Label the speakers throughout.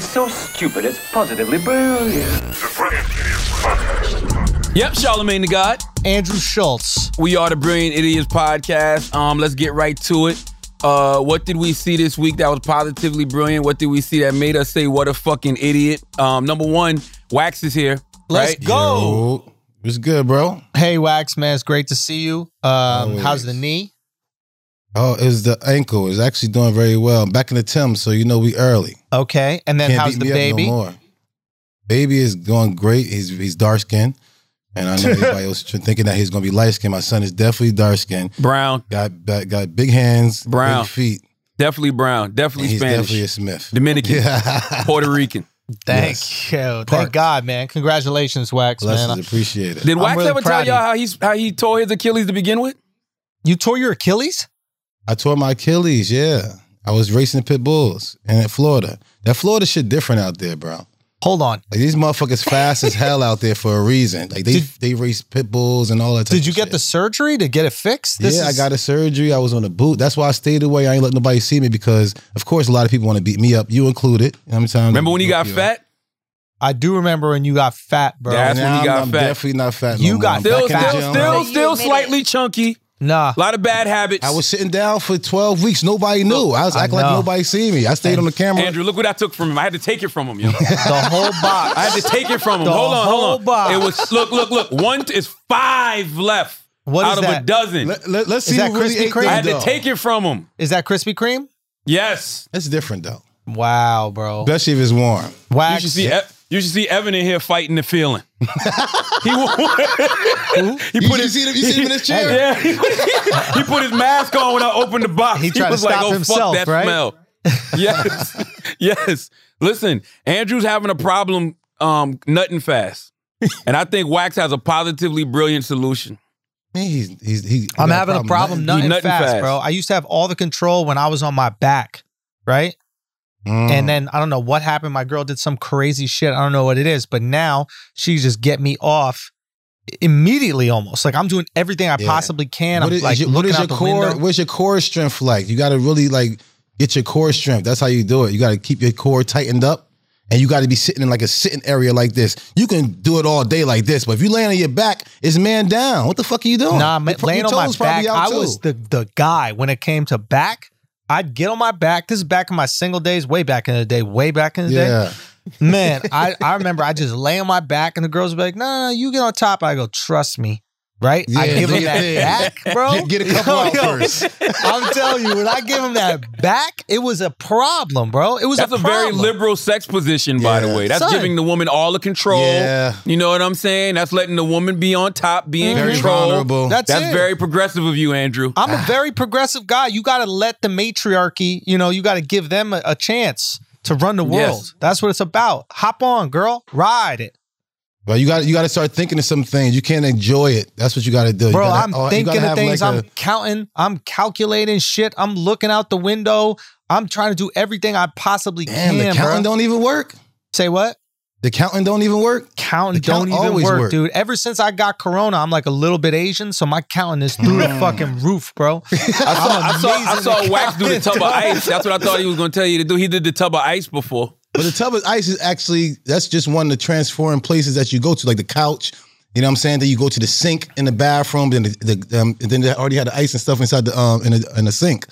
Speaker 1: so stupid, it's positively brilliant.
Speaker 2: Yep, Charlemagne the God.
Speaker 3: Andrew Schultz.
Speaker 2: We are the Brilliant Idiots podcast. Um, let's get right to it. Uh, what did we see this week that was positively brilliant? What did we see that made us say what a fucking idiot? Um, number one, Wax is here.
Speaker 3: Let's
Speaker 2: right?
Speaker 3: go.
Speaker 4: Yo, Oh. it's good, bro.
Speaker 3: Hey, Wax, man. It's great to see you. Um, how's the knee?
Speaker 4: Oh, is the ankle is actually doing very well. I'm back in the Tim, so you know we early.
Speaker 3: Okay. And then how's
Speaker 4: beat
Speaker 3: the
Speaker 4: me up no
Speaker 3: baby?
Speaker 4: more. Baby is going great. He's he's dark skinned. And I know everybody else tr- thinking that he's gonna be light skinned. My son is definitely dark skinned.
Speaker 2: Brown,
Speaker 4: Got got- got big hands,
Speaker 2: Brown.
Speaker 4: big feet.
Speaker 2: definitely Brown,
Speaker 4: And
Speaker 2: definitely
Speaker 4: he's
Speaker 2: Spanish,
Speaker 4: definitely a Smith.
Speaker 2: Dominican,
Speaker 4: Yeah.
Speaker 2: Puerto Rican.
Speaker 3: Thank you. Thank
Speaker 4: Park.
Speaker 3: God, man. Congratulations, Wax, man.
Speaker 4: Lessons appreciated.
Speaker 2: Did
Speaker 3: I'm
Speaker 2: Wax
Speaker 3: really
Speaker 2: ever
Speaker 3: proud
Speaker 2: tell
Speaker 3: of
Speaker 2: y'all
Speaker 3: you.
Speaker 2: how he's how he tore his Achilles to begin with?
Speaker 4: Mm-hmm.
Speaker 3: You tore your Achilles?
Speaker 4: I tore my Achilles, yeah. I was racing pit bulls in Florida. That Florida shit different out there, bro.
Speaker 3: Hold on.
Speaker 4: Like these motherfuckers fast as hell out there for a reason. Like they
Speaker 3: Did-
Speaker 4: they race pit bulls and all that. Type
Speaker 3: Did you
Speaker 4: of
Speaker 3: get
Speaker 4: shit.
Speaker 3: the surgery to get it fixed?
Speaker 4: yeah, I got a surgery. I was on a boot. That's why I stayed away. I ain't let nobody see me because, of course, a lot of people want to beat me up. You included. How many times?
Speaker 2: Remember when he got
Speaker 4: Yeah.
Speaker 2: fat?
Speaker 3: I do remember when you got fat, bro.
Speaker 2: That's
Speaker 4: Now
Speaker 2: when he got
Speaker 4: I'm,
Speaker 2: fat.
Speaker 4: I'm definitely not fat. no
Speaker 3: You
Speaker 4: more.
Speaker 3: got
Speaker 4: I'm
Speaker 2: Still,
Speaker 4: back in the gym.
Speaker 2: still, still,
Speaker 5: So you
Speaker 2: still
Speaker 5: admit it.
Speaker 2: slightly chunky.
Speaker 3: Nah.
Speaker 2: A lot of bad habits.
Speaker 4: I was sitting down for twelve weeks. Nobody knew. I was
Speaker 3: I
Speaker 4: acting like
Speaker 3: know.
Speaker 4: nobody seen me. I stayed on the camera.
Speaker 2: Andrew, look what I took from him. I had to take it from him. Yo.
Speaker 3: The whole box.
Speaker 2: I had to take it from him.
Speaker 3: The
Speaker 2: hold on,
Speaker 3: whole
Speaker 2: hold on.
Speaker 3: box.
Speaker 2: It was look, look, look. One t- is five left
Speaker 3: What
Speaker 2: out
Speaker 3: is
Speaker 2: of a
Speaker 3: that?
Speaker 2: dozen.
Speaker 4: let, let, us
Speaker 3: Is
Speaker 4: see
Speaker 3: that
Speaker 4: who really
Speaker 3: Krispy
Speaker 4: ate
Speaker 3: Kreme?
Speaker 4: them,
Speaker 2: I had to
Speaker 4: though.
Speaker 2: take it from him.
Speaker 3: Is that Krispy Kreme?
Speaker 2: Yes,
Speaker 4: It's different though,
Speaker 3: Wow, bro.
Speaker 4: especially if it's warm.
Speaker 2: you
Speaker 3: Wax.
Speaker 2: should see. E- you should see Evan in here fighting the feeling. he, wa- he
Speaker 4: You,
Speaker 2: put
Speaker 4: you
Speaker 2: his
Speaker 4: see him? You see him in his chair?
Speaker 2: yeah. He put, he put his mask on when I opened the box.
Speaker 3: He tried to
Speaker 2: was like,
Speaker 3: stop
Speaker 2: "Oh
Speaker 3: himself,
Speaker 2: fuck that
Speaker 3: right?"
Speaker 2: smell." Yes, yes. Listen, Andrew's having a problem um, nutting fast, and I think Wax has a positively brilliant solution.
Speaker 4: Man, he's, he's, he, he
Speaker 3: I'm
Speaker 4: got
Speaker 3: having a problem nutting
Speaker 2: nutting
Speaker 3: fast,
Speaker 2: fast.
Speaker 3: bro. I used to have all the control when I was on my back, right?
Speaker 4: Mm.
Speaker 3: And then I don't know what happened. My girl did some crazy shit. I don't know what it is, but now she just get me off immediately almost. Like I'm doing everything I
Speaker 4: Yeah.
Speaker 3: possibly can.
Speaker 4: What
Speaker 3: I'm
Speaker 4: is,
Speaker 3: like
Speaker 4: your, what
Speaker 3: looking
Speaker 4: is
Speaker 3: out
Speaker 4: your
Speaker 3: the
Speaker 4: core?
Speaker 3: window.
Speaker 4: What's your core strength like? You got to really like get your core strength. That's how you do it. You got to keep your core tightened up, and you got to be sitting in like a sitting area like this. You can do it all day like this, but if you laying on your back, it's man down. What the fuck are you doing?
Speaker 3: Nah, man,
Speaker 4: Your- your
Speaker 3: laying on my
Speaker 4: toes probably
Speaker 3: back,
Speaker 4: out
Speaker 3: I
Speaker 4: too.
Speaker 3: was the, the guy when it came to back. I'd get on my back. This is back in my single days, way back in the day, way back in the day.
Speaker 4: yeah.
Speaker 3: Man, I, I remember I just lay on my back and the girls would be like, no, no, no, you get on top. I go, trust me. Right? I
Speaker 4: Yeah,
Speaker 3: give
Speaker 4: do
Speaker 3: them
Speaker 4: your thing.
Speaker 3: that back, bro.
Speaker 4: Get, get a couple
Speaker 3: Yo,
Speaker 4: out
Speaker 3: yo,
Speaker 4: first.
Speaker 3: I'm telling you, when I give him that back, it was a problem, bro. It was
Speaker 2: That's
Speaker 3: a,
Speaker 2: a very
Speaker 3: problem.
Speaker 2: liberal sex position, by the
Speaker 4: Yeah.
Speaker 2: way. That's
Speaker 3: Son.
Speaker 2: giving the woman all the control.
Speaker 4: Yeah.
Speaker 2: You know what I'm saying? That's letting the woman be on top, be in
Speaker 4: Very
Speaker 2: control.
Speaker 4: vulnerable.
Speaker 3: That's,
Speaker 2: That's
Speaker 3: it.
Speaker 2: very progressive of you, Andrew.
Speaker 3: I'm a very progressive guy. You got to let the matriarchy, you know, you got to give them a, a chance to run the
Speaker 2: Yes.
Speaker 3: world. That's what it's about. Hop on, girl. Ride it.
Speaker 4: But you got you got to start thinking of some things. You can't enjoy it. That's what you got to do. You
Speaker 3: Bro,
Speaker 4: gotta-
Speaker 3: I'm
Speaker 4: oh, you gotta
Speaker 3: thinking of
Speaker 4: have,
Speaker 3: things.
Speaker 4: like,
Speaker 3: I'm
Speaker 4: a-
Speaker 3: counting. I'm calculating shit. I'm looking out the window. I'm trying to do everything I possibly
Speaker 4: damn,
Speaker 3: can.
Speaker 4: the counting
Speaker 3: bro.
Speaker 4: don't even work.
Speaker 3: Say what?
Speaker 4: The counting don't even work.
Speaker 3: Counting
Speaker 4: The count
Speaker 3: don't even
Speaker 4: always
Speaker 3: work,
Speaker 4: work.
Speaker 3: dude. Ever since I got corona, I'm like a little bit Asian, so my counting is through the
Speaker 4: Hmm.
Speaker 3: fucking roof, bro.
Speaker 2: I saw, I saw, I
Speaker 3: amazing
Speaker 2: saw
Speaker 3: at
Speaker 2: Wax do the
Speaker 3: counting,
Speaker 2: tub of
Speaker 3: dog.
Speaker 2: ice. That's what I thought he was going to tell you to do. He did the tub of ice before.
Speaker 4: But the tub of ice is actually that's just one of the transforming places that you go to, like the couch. You know what I'm saying? Then you go to the sink in the bathroom, then the, the um, then they already had the ice and stuff inside the um in the, in the sink.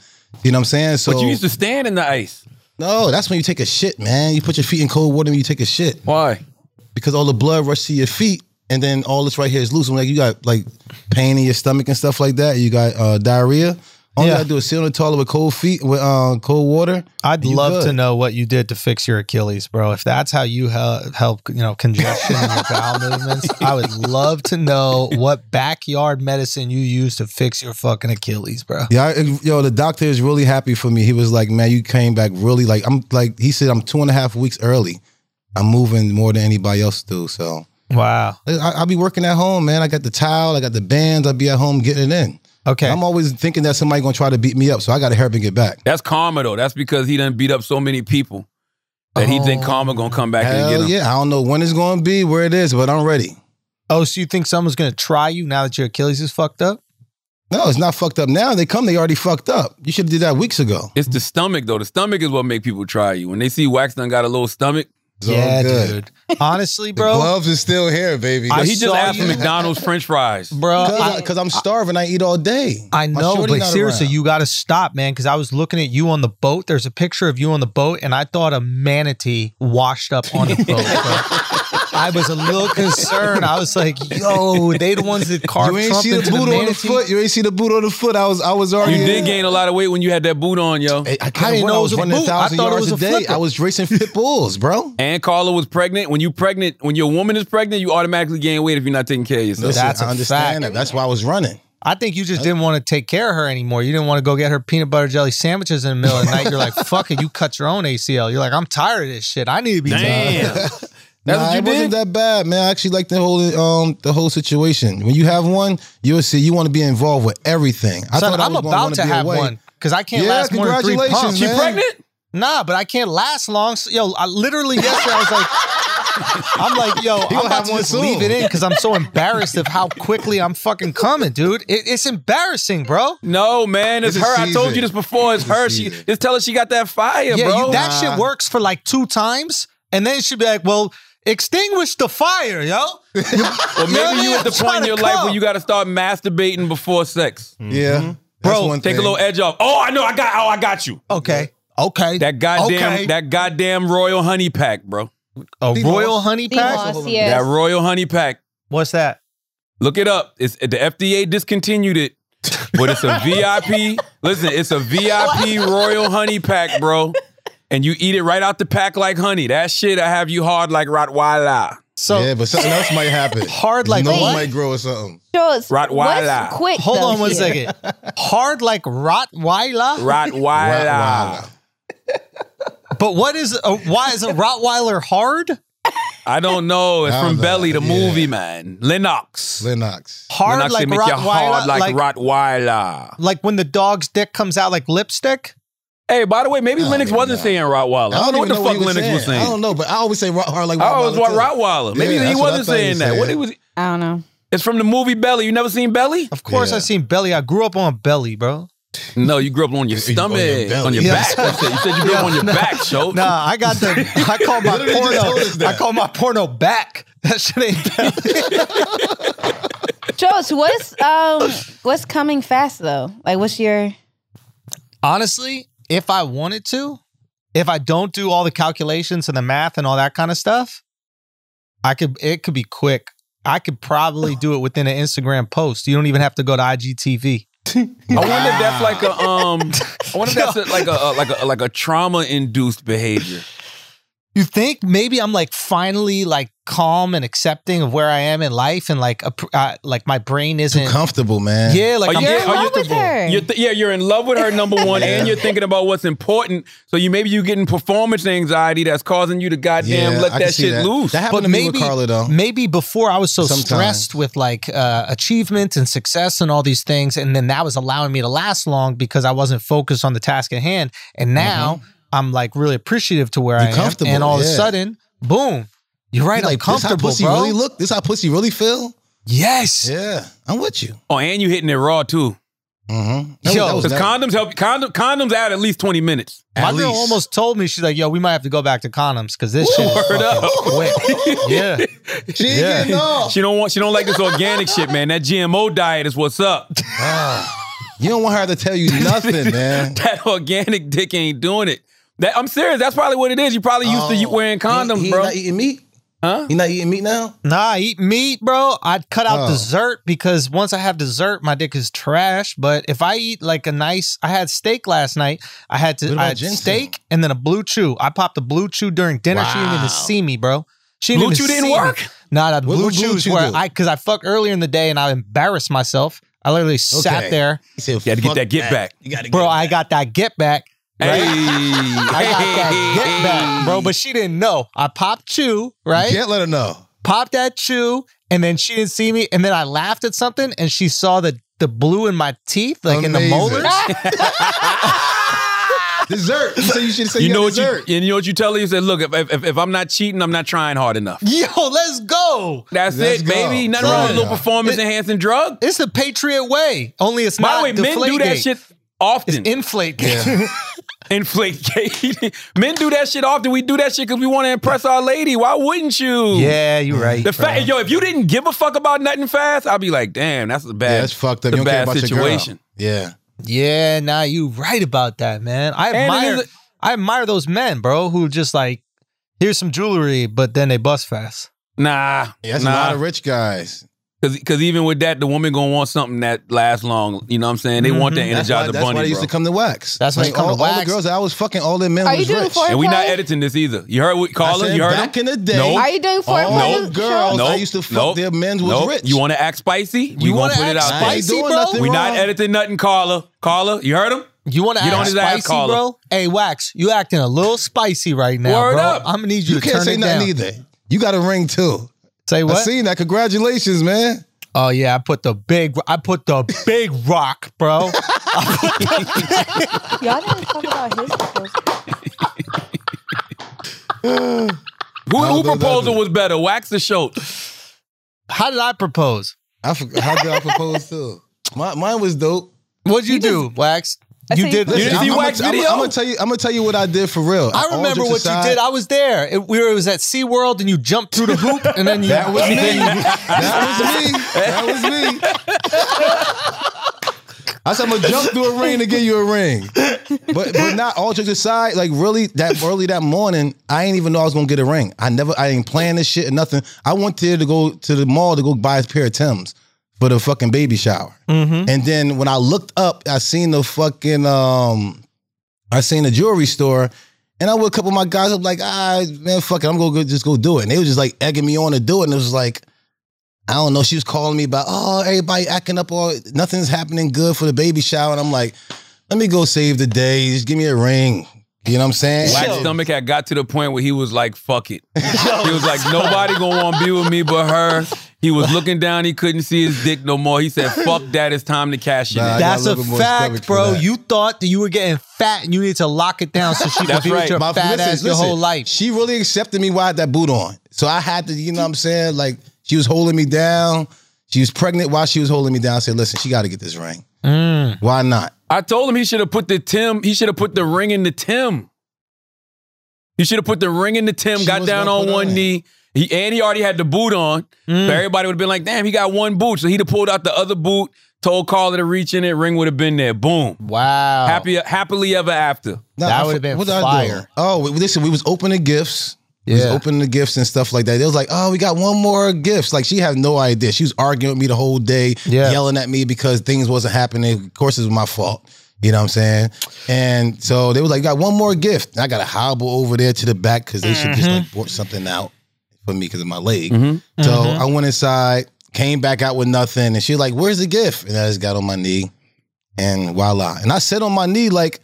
Speaker 4: You know what I'm saying? So
Speaker 2: But you used to stand in the ice.
Speaker 4: no, that's when you take a shit, man. You put your feet in cold water and you take a shit
Speaker 2: Why?
Speaker 4: because all the blood rushes to your feet, and then all this right here is loose. And like you got like pain in your stomach and stuff like that. You got uh, diarrhea. All
Speaker 3: Yeah.
Speaker 4: you gotta do is sit on the toilet with cold feet with uh, cold water.
Speaker 3: I'd
Speaker 4: You
Speaker 3: love
Speaker 4: good.
Speaker 3: to know what you did to fix your Achilles, bro. If that's how you hel- help, you know, congestion and your bowel movements, I would love to know what backyard medicine you use to fix your fucking Achilles, bro.
Speaker 4: Yeah, I, yo, the doctor is really happy for me. He was like, "Man, you came back really like I'm like." He said, "I'm two and a half weeks early. I'm moving more than anybody else do." So
Speaker 3: Wow.
Speaker 4: I, I'll be working at home, man. I got the towel, I got the bands. I'll be at home getting it in.
Speaker 3: Okay.
Speaker 4: I'm always thinking that somebody gonna try to beat me up, so I got to help and get back.
Speaker 2: That's karma, though. That's because he done beat up so many people that he think karma going to come back and get
Speaker 4: Oh. Hell
Speaker 2: him.
Speaker 4: yeah! I don't know when it's gonna be, where it is, but I'm ready.
Speaker 3: Oh, so you think someone's gonna try you now that your Achilles is fucked up?
Speaker 6: No, it's not fucked up now. They come, they already fucked up. You should have did that weeks ago.
Speaker 2: It's the stomach though. The stomach is what make people try you. When they see Wax done got a little stomach,
Speaker 6: It's all
Speaker 3: yeah,
Speaker 6: good.
Speaker 3: dude. Honestly,
Speaker 4: The
Speaker 3: bro,
Speaker 4: gloves is still here, baby.
Speaker 3: I
Speaker 2: he just
Speaker 3: saw
Speaker 2: asked for
Speaker 3: you-
Speaker 2: McDonald's French fries.
Speaker 3: bro, I,
Speaker 6: Because I'm starving, I eat all day.
Speaker 3: I
Speaker 6: My
Speaker 3: know,
Speaker 6: shorty
Speaker 3: but
Speaker 6: not
Speaker 3: seriously,
Speaker 6: around.
Speaker 3: you got to stop, man. Because I was looking at you on the boat. There's a picture of you on the boat, and I thought a manatee washed up on the boat. bro. I was a little concerned. I was like, "Yo, they the ones that carved
Speaker 6: You ain't
Speaker 3: Trump
Speaker 6: see the
Speaker 3: into
Speaker 6: boot
Speaker 3: the
Speaker 6: on the
Speaker 3: manatee."
Speaker 6: foot. You ain't see the boot on the foot. I was I was
Speaker 2: You
Speaker 6: already.
Speaker 2: did gain a lot of weight when you had that boot on, yo.
Speaker 6: I, I,
Speaker 3: I didn't know
Speaker 6: I
Speaker 3: it
Speaker 6: was
Speaker 3: was a
Speaker 6: running
Speaker 3: boot. I
Speaker 6: thousand
Speaker 3: thought it
Speaker 6: yards
Speaker 3: was
Speaker 6: a
Speaker 3: a
Speaker 6: day.
Speaker 3: flipper.
Speaker 6: I was racing pit bulls, bro.
Speaker 2: And Carla was pregnant. When you pregnant, when your woman is pregnant, you automatically gain weight if you're not taking care of yourself.
Speaker 6: Listen,
Speaker 3: that's
Speaker 6: I
Speaker 3: a fact.
Speaker 6: understand that. That's why I was running.
Speaker 3: I think you just didn't want to take care of her anymore. You didn't want to go get her peanut butter jelly sandwiches in the middle of the night. You're like, "Fuck it," you cut your own ACL. You're like, "I'm tired of this shit. I need to be." done."
Speaker 2: Damn. That's what
Speaker 6: Nah,
Speaker 2: you
Speaker 6: it wasn't
Speaker 2: did?
Speaker 6: that bad, man. I actually like the whole um the whole situation. When you have one, you'll see you want to be involved with everything. I
Speaker 3: Son,
Speaker 6: thought I
Speaker 3: I'm
Speaker 6: was gonna
Speaker 3: about
Speaker 6: wanna
Speaker 3: to
Speaker 6: be
Speaker 3: have
Speaker 6: away.
Speaker 3: one because I can't
Speaker 6: Yeah,
Speaker 3: last more than three
Speaker 6: congratulations,
Speaker 3: pumps.
Speaker 2: she
Speaker 6: man.
Speaker 2: pregnant?
Speaker 3: Nah, but I can't last long. So, yo, I literally yesterday I was like, I'm like, yo, I'm
Speaker 6: have
Speaker 3: about to
Speaker 6: one
Speaker 3: just
Speaker 6: soon.
Speaker 3: leave it in because I'm so embarrassed of how quickly I'm fucking coming, dude. It, it's embarrassing, bro.
Speaker 2: No, man. It's,
Speaker 4: It's a
Speaker 2: her. I told
Speaker 4: season.
Speaker 2: you this before. It's,
Speaker 4: a
Speaker 2: her. She
Speaker 4: season.
Speaker 2: just tell her she got that fire,
Speaker 3: yeah,
Speaker 2: bro.
Speaker 3: you, that shit works for like two times, and then she'd be like, well, extinguish the fire, yo. You-
Speaker 2: or maybe
Speaker 3: know what I
Speaker 2: you
Speaker 3: mean?
Speaker 2: at
Speaker 3: I'm
Speaker 2: the point
Speaker 3: trying
Speaker 2: in
Speaker 3: to
Speaker 2: your life where
Speaker 3: come.
Speaker 2: you got to start masturbating before sex.
Speaker 4: Hmm.
Speaker 6: Yeah, That's
Speaker 3: Mm-hmm. Bro,
Speaker 6: one
Speaker 2: Take a
Speaker 6: thing.
Speaker 2: little edge off. Oh, I know. I got. Oh, I got you.
Speaker 3: Okay. Okay.
Speaker 2: That goddamn.
Speaker 3: Okay.
Speaker 2: That goddamn royal honey pack, bro.
Speaker 3: a royal honey pack.
Speaker 7: Demos, yes.
Speaker 2: That royal honey pack.
Speaker 3: What's that?
Speaker 2: Look it up. It's the FDA discontinued it, but it's a VIP. Listen, it's a VIP Royal Honey Pack, bro. And you eat it right out the pack like honey. That shit I have you hard like Rottweiler.
Speaker 3: So
Speaker 4: yeah, but something else might happen.
Speaker 3: hard like
Speaker 4: Nose
Speaker 3: what?
Speaker 4: might grow or something.
Speaker 7: Shows.
Speaker 2: Rottweiler.
Speaker 7: What's quick
Speaker 3: Hold
Speaker 7: though
Speaker 3: on one
Speaker 7: here?
Speaker 3: second. Hard like Rottweiler.
Speaker 2: Rottweiler.
Speaker 4: Rottweiler.
Speaker 3: But what is a, why is a Rottweiler hard?
Speaker 2: I don't know. It's
Speaker 4: I
Speaker 2: from
Speaker 4: don't know.
Speaker 2: Belly, the
Speaker 4: Yeah.
Speaker 2: movie, man. Lennox.
Speaker 4: Lennox.
Speaker 3: Hard
Speaker 2: Lennox
Speaker 3: like
Speaker 2: they make you
Speaker 3: Rottweiler,
Speaker 2: hard like,
Speaker 3: like,
Speaker 2: Rottweiler.
Speaker 3: like when the dog's dick comes out like lipstick.
Speaker 2: Hey, by the way, maybe
Speaker 6: Oh,
Speaker 2: Lennox
Speaker 4: even
Speaker 2: wasn't
Speaker 4: know.
Speaker 2: saying Rottweiler. I don't, know
Speaker 6: even
Speaker 2: what the fuck
Speaker 6: he was
Speaker 2: Lennox was
Speaker 6: I
Speaker 2: saying. Oh,
Speaker 6: don't know, but I always say Ro- hard like
Speaker 2: I always
Speaker 6: Rottweiler,
Speaker 2: want
Speaker 6: too.
Speaker 2: Rottweiler. Maybe
Speaker 6: Yeah,
Speaker 2: he
Speaker 6: that's what I
Speaker 2: wasn't
Speaker 6: thought he
Speaker 2: saying that.
Speaker 4: said.
Speaker 2: What it was?
Speaker 7: I don't know.
Speaker 2: It's from the movie Belly. You never seen Belly?
Speaker 3: Of course,
Speaker 4: Yeah.
Speaker 3: I've seen belly. I grew up on belly, bro.
Speaker 2: No, you grew up on
Speaker 4: you-
Speaker 2: your
Speaker 4: on
Speaker 2: stomach,
Speaker 4: your
Speaker 2: on your,
Speaker 4: belly.
Speaker 3: Yeah.
Speaker 2: back. That's it. You said you grew up on your back, show.
Speaker 3: Nah, I got the. I call my
Speaker 4: Literally just told us
Speaker 3: porno.
Speaker 4: that.
Speaker 3: I call my porno back. That shit ain't. Belly.
Speaker 7: Shows. What's um what's coming fast though? Like what's your
Speaker 3: Honestly, if I wanted to, if I don't do all the calculations and the math and all that kind of stuff, I could. It could be quick. I could probably do it within an Instagram post. You don't even have to go to IGTV.
Speaker 2: I wonder if that's like a um. I wonder if that's a, like a, a like a like a trauma induced behavior.
Speaker 3: you think maybe I'm like finally like calm and accepting of where I am in life and like a, uh, like my brain isn't
Speaker 6: Comfortable, man.
Speaker 3: yeah like
Speaker 2: Are
Speaker 3: I'm
Speaker 2: you-
Speaker 3: getting
Speaker 2: are you-
Speaker 7: love with
Speaker 3: comfortable.
Speaker 7: her?
Speaker 2: You're th- yeah, you're in love with her number one, and you're thinking about what's important. So you maybe you're getting performance anxiety that's causing you to goddamn
Speaker 6: Yeah,
Speaker 2: let
Speaker 6: I can
Speaker 2: that
Speaker 6: see
Speaker 2: shit
Speaker 6: that.
Speaker 2: loose.
Speaker 6: That happened
Speaker 3: But
Speaker 6: to me with
Speaker 3: maybe
Speaker 6: Carla though.
Speaker 3: maybe before I was so
Speaker 6: Sometimes.
Speaker 3: stressed with like uh, achievement and success and all these things, and then that was allowing me to last long because I wasn't focused on the task at hand. And now I'm like really appreciative to where
Speaker 6: Mm-hmm. You're
Speaker 3: I am,
Speaker 6: comfortable,
Speaker 3: and all of a
Speaker 6: yeah.
Speaker 3: sudden, boom, you're right. I'm
Speaker 6: like this how
Speaker 3: comfortable,
Speaker 6: pussy
Speaker 3: bro.
Speaker 6: really look. This how pussy really feel.
Speaker 3: yes,
Speaker 6: Yeah, I'm with you.
Speaker 2: oh, and you hitting it raw too,
Speaker 6: Mm-hmm.
Speaker 3: Yo,
Speaker 2: because condoms help. Condom condoms out at least twenty minutes.
Speaker 3: My girl almost told me she's like, "Yo, we might have to go back to condoms because this shit is
Speaker 2: Word
Speaker 3: fucking
Speaker 2: up.
Speaker 6: Oh.
Speaker 3: quick." yeah,
Speaker 6: She ain't
Speaker 3: Yeah.
Speaker 6: getting off.
Speaker 2: She don't want. She don't like this organic shit, man. That GMO diet is what's up.
Speaker 6: You don't want her to tell you nothing, man.
Speaker 2: that organic dick ain't doing it. That I'm serious. That's probably what it is. You probably
Speaker 4: Oh.
Speaker 2: used to you wearing condoms,
Speaker 6: he, he
Speaker 2: bro.
Speaker 6: Not eating meat? Huh? He not eating meat now?
Speaker 3: nah, I eat meat, bro. I'd cut out
Speaker 6: Oh.
Speaker 3: dessert because once I have dessert, my dick is trash. But if I eat like a nice, I had steak last night. I had to,
Speaker 6: What
Speaker 3: I
Speaker 6: about
Speaker 3: had
Speaker 6: ginseng?
Speaker 3: steak and then a blue chew. I popped a blue chew during dinner. She didn't
Speaker 6: Wow.
Speaker 3: even see me, bro. She
Speaker 2: Blue
Speaker 3: even
Speaker 2: Chew didn't
Speaker 3: see me.
Speaker 2: work?
Speaker 3: Nah, the
Speaker 6: What-
Speaker 3: blue
Speaker 6: what Blue
Speaker 3: chews
Speaker 6: Chew
Speaker 3: where
Speaker 6: do?
Speaker 3: I because I fucked earlier in the day and I embarrassed myself. I literally sat
Speaker 6: Okay.
Speaker 3: there,
Speaker 6: He said,
Speaker 2: You had to get
Speaker 6: "Fuck
Speaker 2: that get back.
Speaker 6: You gotta
Speaker 3: bro.
Speaker 6: get
Speaker 3: I got that get back.
Speaker 2: Hey,
Speaker 3: Right? I got that
Speaker 2: Hey.
Speaker 3: get back, bro. But she didn't know. I popped chew, right?
Speaker 6: Can't let her know.
Speaker 3: Popped that chew, and then she didn't see me. And then I laughed at something, and she saw the the blue in my teeth, like in the
Speaker 4: Amazing.
Speaker 3: molars.
Speaker 4: dessert. You said you should say
Speaker 2: You know what you
Speaker 4: dessert.
Speaker 2: and you know what you tell her? You said, look, if, if, if I'm not cheating, I'm not trying hard enough.
Speaker 3: Yo, let's go.
Speaker 2: That's
Speaker 4: Let's
Speaker 2: it,
Speaker 4: go.
Speaker 2: baby. Nothing wrong with a little
Speaker 4: Yeah.
Speaker 2: performance enhancing drug.
Speaker 3: It's the Patriot way. Only it's
Speaker 2: By
Speaker 3: not
Speaker 2: the way, men do that
Speaker 3: Deflategate.
Speaker 2: shit often.
Speaker 3: Inflate.
Speaker 2: Inflate gate. men do that shit often. We do that shit because we want to impress our lady. Why wouldn't you?
Speaker 3: yeah, you're right.
Speaker 2: The fact, yo, if you didn't give a fuck about nothing fast, I'd be like, damn, that's a bad,
Speaker 4: Yeah, that's fucked up.
Speaker 2: The
Speaker 4: You don't care
Speaker 2: bad
Speaker 4: about
Speaker 2: situation.
Speaker 4: your girl. Yeah.
Speaker 3: Yeah, nah, you right about that, man. I
Speaker 2: And it
Speaker 3: admire
Speaker 2: is-
Speaker 3: I admire those men, bro, who just like here's some jewelry, but then they bust fast.
Speaker 2: Nah,
Speaker 4: Yeah, that's a lot of
Speaker 2: nah,
Speaker 4: rich guys.
Speaker 2: because even with that, the woman gonna want something that lasts long. You know what I'm saying? They want that
Speaker 4: Mm-hmm. That's why,
Speaker 2: energizer
Speaker 4: that's why they
Speaker 2: bunny,
Speaker 4: used
Speaker 2: bro.
Speaker 4: to come to wax.
Speaker 3: That's why they come
Speaker 4: all,
Speaker 3: to
Speaker 4: all
Speaker 3: wax.
Speaker 4: the girls that I was fucking, all their men
Speaker 6: Are you
Speaker 4: was
Speaker 6: doing
Speaker 4: rich.
Speaker 6: for-
Speaker 2: and we not
Speaker 6: Play?
Speaker 2: editing this either. You heard what
Speaker 4: I
Speaker 2: Carla?
Speaker 4: said
Speaker 2: you heard
Speaker 4: back
Speaker 2: him?
Speaker 4: in the day,
Speaker 2: Nope.
Speaker 6: Are you doing four
Speaker 4: all
Speaker 2: Nope.
Speaker 6: nope.
Speaker 4: girls
Speaker 2: Nope.
Speaker 4: I used to fuck
Speaker 2: Nope.
Speaker 4: their men was
Speaker 2: Nope.
Speaker 4: rich.
Speaker 2: You want to act spicy? We
Speaker 3: You
Speaker 2: gonna
Speaker 3: wanna
Speaker 2: put it
Speaker 3: act
Speaker 2: out.
Speaker 4: I ain't
Speaker 3: spicy,
Speaker 4: doing
Speaker 3: bro?
Speaker 4: nothing
Speaker 2: We not
Speaker 4: wrong.
Speaker 2: editing nothing, Carla. Carla, you heard him?
Speaker 3: You want to
Speaker 2: You don't
Speaker 3: act
Speaker 2: need to have
Speaker 3: spicy,
Speaker 2: collar.
Speaker 3: bro? Hey, Wax, you acting a little spicy right now,
Speaker 2: Word
Speaker 3: bro.
Speaker 2: up.
Speaker 3: I'm gonna need you,
Speaker 4: You
Speaker 3: to
Speaker 4: can't
Speaker 3: turn
Speaker 4: say
Speaker 3: it
Speaker 4: nothing
Speaker 3: down.
Speaker 4: either. You got a ring too.
Speaker 3: Say
Speaker 4: I
Speaker 3: what?
Speaker 4: seen that. Congratulations, man.
Speaker 3: Oh yeah, I put the big, I put the big rock, bro.
Speaker 6: Y'all didn't talk about his proposal.
Speaker 2: Who,
Speaker 4: don't
Speaker 2: who
Speaker 4: think
Speaker 2: proposal
Speaker 4: that's-
Speaker 2: was better, Wax or Schultz?
Speaker 3: How did I propose?
Speaker 4: I for, how did I propose too? My, mine was dope.
Speaker 3: What'd you, do, Wax?
Speaker 6: I
Speaker 3: You
Speaker 6: say-
Speaker 3: did.
Speaker 6: You
Speaker 2: didn't see
Speaker 4: I'm,
Speaker 2: Wax
Speaker 4: I'm,
Speaker 2: video?
Speaker 4: I'm, gonna tell you. I'm gonna tell you what I did for real.
Speaker 3: I
Speaker 4: All
Speaker 3: remember
Speaker 4: jokes
Speaker 3: what
Speaker 4: aside,
Speaker 3: you did. I was there. It, we were, it was at SeaWorld and you jumped through the hoop and then you.
Speaker 4: that was me. that was me. That was me. I said I'm gonna jump through a ring to get you a ring, but but not all jokes aside. Like really, that early that morning, I ain't even know I was gonna get a ring. I never, I ain't plan this shit or nothing. I went there to go to the mall to go buy a pair of Tim's for the fucking baby shower. And then when I looked up, I seen the fucking um, I seen the jewelry store, and I with a couple of my guys up like, ah, man, fuck it, I'm gonna go, just go do it. And they was just like egging me on to do it, and it was like, I don't know, she was calling me about, oh, everybody acting up, all nothing's happening good for the baby shower, and I'm like, let me go save the day, just give me a ring. You know what I'm saying?
Speaker 2: Wax stomach had got to the point where he was like, fuck it. he was like, nobody gonna wanna be with me but her. He was looking down, he couldn't see his dick no more. He said, fuck that, it's time to cash in.
Speaker 4: Nah,
Speaker 2: it.
Speaker 4: got
Speaker 3: That's
Speaker 4: a
Speaker 3: a
Speaker 4: little bit more stomach
Speaker 3: fact,
Speaker 4: for
Speaker 3: bro.
Speaker 4: that.
Speaker 3: You thought that you were getting fat and you need to lock it down so she can
Speaker 2: That's
Speaker 3: be
Speaker 2: right.
Speaker 3: with your
Speaker 4: My-
Speaker 3: fat
Speaker 4: listen,
Speaker 3: ass your
Speaker 4: listen,
Speaker 3: whole life.
Speaker 4: She really accepted me while I had that boot on. So I had to, you know what I'm saying? Like, she was holding me down. She was pregnant while she was holding me down. I said, listen, she got to get this ring.
Speaker 3: Mm.
Speaker 4: Why not?
Speaker 2: I told him he should have put the Tim, he should have put the ring in the Tim. He should have put the ring in the Tim,
Speaker 4: She
Speaker 2: got
Speaker 4: was
Speaker 2: down
Speaker 4: gonna
Speaker 2: on
Speaker 4: put
Speaker 2: one
Speaker 4: on. Mm.
Speaker 2: knee. He and he already had the boot on. So everybody would have been like, damn, he got one boot. So he'd have pulled out the other boot, told Carla to reach in it, ring would have been there. Boom.
Speaker 3: Wow.
Speaker 2: Happy happily ever after.
Speaker 4: Nah,
Speaker 3: That
Speaker 4: I
Speaker 3: would've
Speaker 4: fu-
Speaker 3: been
Speaker 4: what did I do?
Speaker 3: fire.
Speaker 4: Oh, we- listen, we was opening gifts. We was
Speaker 3: Yeah.
Speaker 4: opening the gifts and stuff like that. They was like, oh, we got one more gifts. Like, she had no idea. She was arguing with me the whole day,
Speaker 3: Yeah.
Speaker 4: yelling at me because things wasn't happening. Of course, it was my fault. You know what I'm saying? And so they was like, "You got one more gift. And I got to hobble over there to the back because they should just like bought something out for me because of my leg. So I went inside, came back out with nothing. And she like, where's the gift? And I just got on my knee and voila. And I sat on my knee like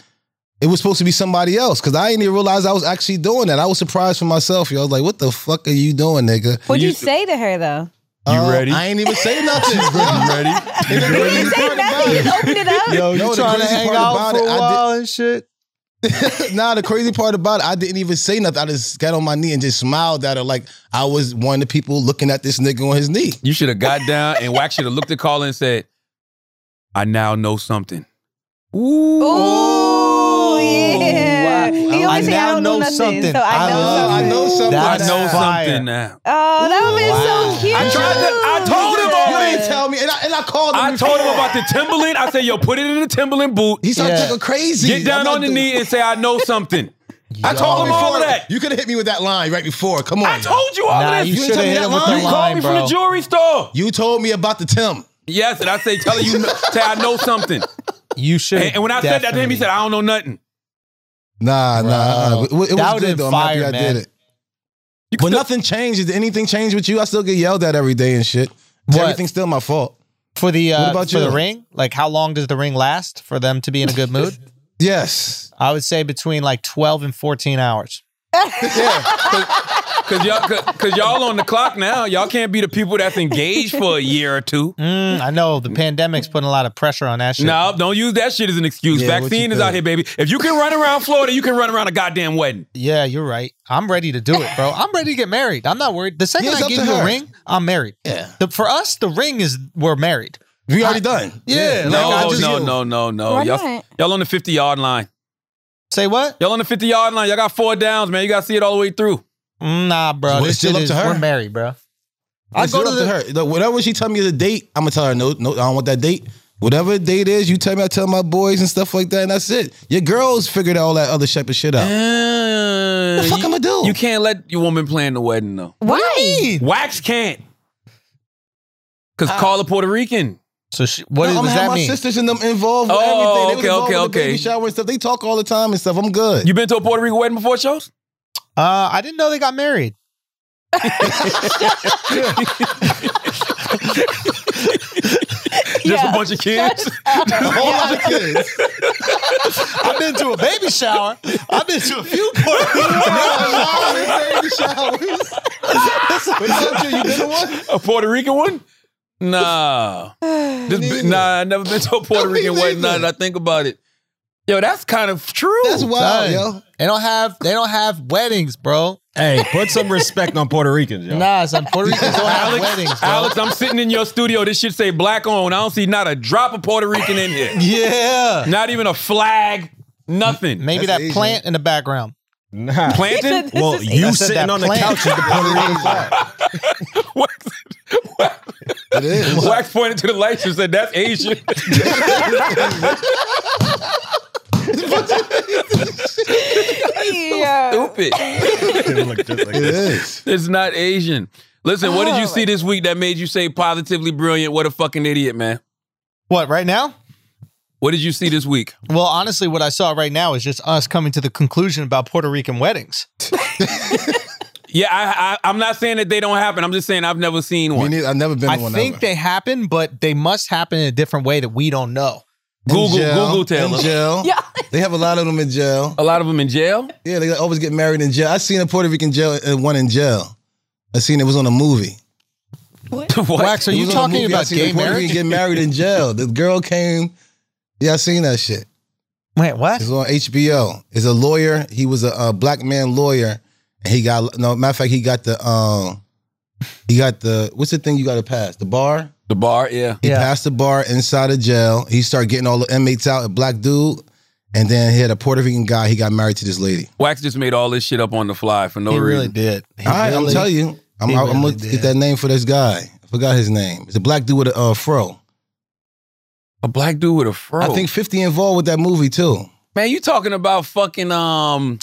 Speaker 4: it was supposed to be somebody else because I didn't even realize I was actually doing that. I was surprised for myself. Yo, I was like, what the fuck are you doing, nigga?
Speaker 6: What'd
Speaker 2: You-
Speaker 6: you say to her though?
Speaker 2: You
Speaker 4: Uh,
Speaker 2: ready?
Speaker 4: I ain't even say nothing. you ready?
Speaker 6: You didn't say nothing. You just opened it up.
Speaker 3: Yo, you
Speaker 4: No, the
Speaker 3: trying to
Speaker 4: crazy
Speaker 3: hang
Speaker 4: part
Speaker 3: out
Speaker 4: about
Speaker 3: for
Speaker 4: it, I
Speaker 3: a
Speaker 4: did-
Speaker 3: while and shit?
Speaker 4: nah, the crazy part about it, I didn't even say nothing. I just got on my knee and just smiled at her like I was one of the people looking at this nigga on his knee.
Speaker 2: You should have got down and Wax should have looked at Carla and said, I now know something. Ooh.
Speaker 6: Ooh, yeah. He
Speaker 3: I
Speaker 6: always say
Speaker 3: now
Speaker 6: I don't know
Speaker 3: know
Speaker 6: nothing,
Speaker 3: something.
Speaker 6: so I,
Speaker 3: I
Speaker 6: know
Speaker 3: love-
Speaker 4: I
Speaker 6: something.
Speaker 4: know something.
Speaker 2: I
Speaker 3: That's
Speaker 2: know
Speaker 3: fire.
Speaker 2: something now.
Speaker 6: Oh, that would
Speaker 3: Wow.
Speaker 6: have been so cute.
Speaker 2: I tried to- I told him
Speaker 4: You
Speaker 2: already.
Speaker 4: didn't tell me, and I, and I called him.
Speaker 2: I told him about the Timberland. I said, yo, put it in the Timberland boot.
Speaker 4: He started
Speaker 3: Yeah.
Speaker 4: to go crazy.
Speaker 2: Get down
Speaker 4: I'm
Speaker 2: on
Speaker 4: not
Speaker 2: the
Speaker 4: doing-
Speaker 2: knee and say, I know something. I
Speaker 3: Yo.
Speaker 2: told him all of
Speaker 4: Before-
Speaker 2: that.
Speaker 4: You could have hit me with that line right before. Come on.
Speaker 2: I told you all
Speaker 3: Nah,
Speaker 2: of this.
Speaker 3: you
Speaker 2: You,
Speaker 3: should have
Speaker 4: tell me
Speaker 3: hit him
Speaker 4: that
Speaker 3: with
Speaker 4: line?
Speaker 3: the
Speaker 4: You
Speaker 2: called
Speaker 3: line,
Speaker 2: me
Speaker 3: bro.
Speaker 2: from the jewelry store.
Speaker 4: You told me about the Tim.
Speaker 2: Yes, and I say, tell her you kn- say I know something.
Speaker 3: You should.
Speaker 2: And, and when I said that to him, he said, I don't know nothing.
Speaker 4: Nah, nah. uh, It, it was
Speaker 3: That would've been
Speaker 4: good though. I'm happy
Speaker 3: fire,
Speaker 4: I
Speaker 3: man.
Speaker 4: did it. But nothing changes. Did anything change with you? I still get yelled at every day and shit.
Speaker 3: What?
Speaker 4: Everything's still my fault.
Speaker 3: for the uh,
Speaker 4: What about
Speaker 3: for the
Speaker 4: you?
Speaker 3: ring. Like, how long does the ring last for them to be in a good mood?
Speaker 4: Yes.
Speaker 3: I would say between like twelve and fourteen hours.
Speaker 4: Yeah. 'Cause-
Speaker 2: Cause y'all, cause, 'cause y'all on the clock now. Y'all can't be the people that's engaged for a year or two.
Speaker 3: Mm, I know the pandemic's putting a lot of pressure on that shit.
Speaker 2: No, don't use that shit as an excuse.
Speaker 4: Yeah, what
Speaker 2: Vaccine
Speaker 4: you
Speaker 2: is out
Speaker 4: think?
Speaker 2: here, baby. If you can run around Florida, you can run around a goddamn wedding.
Speaker 3: Yeah, you're right. I'm ready to do it, bro. I'm ready to get married. I'm not worried. The second
Speaker 4: Yeah, it's
Speaker 3: I
Speaker 4: up
Speaker 3: give
Speaker 4: to
Speaker 3: you a
Speaker 4: her.
Speaker 3: ring, I'm married.
Speaker 4: Yeah.
Speaker 3: The, for us, the ring is we're married.
Speaker 4: We already done.
Speaker 3: Yeah,
Speaker 4: like,
Speaker 2: No,
Speaker 4: I just-
Speaker 2: no, no, no, no.
Speaker 7: Why
Speaker 2: Y'all,
Speaker 7: not?
Speaker 2: y'all on the 50 yard line.
Speaker 3: Say what?
Speaker 2: Y'all on the 50 yard line. Y'all got four downs, man. You got to see it all the way through.
Speaker 3: Nah, bro.
Speaker 4: Well,
Speaker 3: this
Speaker 4: it's still
Speaker 3: shit
Speaker 4: up
Speaker 3: is-
Speaker 4: to her.
Speaker 3: We're married, bro.
Speaker 4: I go up to her. Look, whatever she tell me is a date, I'm gonna tell her no, no, I don't want that date. Whatever date is, you tell me. I tell my boys and stuff like that, and that's it. Your girls figured all that other type of shit out.
Speaker 2: Uh,
Speaker 4: The Oh. fuck I'ma do?
Speaker 2: You can't let your woman plan the wedding, though.
Speaker 7: Why?
Speaker 2: Wax can't. Because call a Puerto Rican.
Speaker 3: So she, what
Speaker 4: No, I'm
Speaker 3: does
Speaker 4: gonna have
Speaker 3: that
Speaker 4: my
Speaker 3: mean?
Speaker 4: sisters and them involved with
Speaker 2: Oh,
Speaker 4: everything. They was
Speaker 2: okay,
Speaker 4: involved
Speaker 2: okay,
Speaker 4: with the
Speaker 2: okay.
Speaker 4: Baby shower and stuff. They talk all the time and stuff. I'm good.
Speaker 2: You been to a Puerto Rican wedding before, shows?
Speaker 3: Uh, I didn't know they got married.
Speaker 2: Just
Speaker 7: Yeah.
Speaker 2: a bunch of kids?
Speaker 4: a whole lot of kids.
Speaker 3: I've been to a baby shower. I've been to a few Puerto Rican
Speaker 4: baby showers. But Sancho, you been to one?
Speaker 2: a Puerto Rican one? Nah. This- nah, I never been to a Puerto
Speaker 4: Me
Speaker 2: Rican wedding. Now
Speaker 4: neither.
Speaker 2: that I think about it. Yo, that's kind of true.
Speaker 4: That's wild, yo.
Speaker 3: They don't have they don't have weddings, bro.
Speaker 6: Hey, put some respect on Puerto Ricans, yo.
Speaker 3: Nah, son. Puerto Ricans don't have
Speaker 2: Alex,
Speaker 3: weddings, bro.
Speaker 2: Alex, I'm sitting in your studio. This shit say black on. I don't see not a drop of Puerto Rican in here.
Speaker 3: Yeah.
Speaker 2: Not even a flag. Nothing.
Speaker 3: Maybe
Speaker 4: That's
Speaker 3: that
Speaker 4: Asian.
Speaker 3: plant in the background.
Speaker 6: Nah.
Speaker 2: Planting?
Speaker 7: This
Speaker 6: Well,
Speaker 7: is-
Speaker 6: you
Speaker 3: I said
Speaker 6: sitting
Speaker 3: that
Speaker 6: on the
Speaker 3: plant.
Speaker 6: couch is the Puerto Rican flag.
Speaker 2: What?
Speaker 4: It is.
Speaker 2: Wax pointed to the lights and said, "That's Asian."
Speaker 7: Yeah.
Speaker 2: Stupid.
Speaker 6: It looked just like
Speaker 4: It is.
Speaker 6: this.
Speaker 2: It's not Asian. Listen, what did you
Speaker 7: Oh.
Speaker 2: see this week that made you say positively brilliant? What a fucking idiot, man.
Speaker 3: What, right now?
Speaker 2: What did you see this week?
Speaker 3: Well, honestly, what I saw right now is just us coming to the conclusion about Puerto Rican weddings.
Speaker 2: Yeah, I, I, I'm not saying that they don't happen. I'm just saying I've never seen
Speaker 4: Me
Speaker 2: one.
Speaker 4: neither. I've never been
Speaker 3: I
Speaker 4: to one.
Speaker 3: think
Speaker 4: ever.
Speaker 3: they happen, but they must happen in a different way that we don't know.
Speaker 4: In
Speaker 2: Google,
Speaker 4: jail,
Speaker 2: Google, Taylor.
Speaker 4: In jail.
Speaker 7: Yeah.
Speaker 4: They have a lot of them in jail.
Speaker 2: A lot of them in jail.
Speaker 4: Yeah, they always get married in jail. I seen a Puerto Rican jail, uh, one in jail. I seen it was on a movie.
Speaker 2: what?
Speaker 3: Wax, are
Speaker 4: It
Speaker 3: you
Speaker 4: was on a
Speaker 3: talking
Speaker 4: movie. I
Speaker 3: about
Speaker 4: seen a
Speaker 3: gay
Speaker 4: Puerto
Speaker 3: marriage?
Speaker 4: Rican Get married in jail. The girl came. Yeah, I seen that shit.
Speaker 3: Wait, what?
Speaker 4: It's on HBO. It's a lawyer. He was a, uh black man lawyer, and he got no. Matter of fact, he got the um, he got the what's the thing you got to pass the bar.
Speaker 2: The bar, yeah.
Speaker 4: He
Speaker 3: Yeah.
Speaker 4: passed the bar inside of jail. He started getting all the inmates out. A black dude, and then he had a Puerto Rican guy. He got married to this lady.
Speaker 2: Wax just made all this shit up on the fly for no
Speaker 3: He
Speaker 2: reason.
Speaker 3: really did. He
Speaker 4: all right, I'm
Speaker 3: really-
Speaker 4: telling you, I'm,
Speaker 3: he
Speaker 4: I'm gonna
Speaker 3: really
Speaker 4: get
Speaker 3: did.
Speaker 4: that name for this guy. I forgot his name. It's a black dude with a uh, fro.
Speaker 2: A black dude with a fro.
Speaker 4: I think 50 involved with that movie too.
Speaker 2: man, you talking about fucking um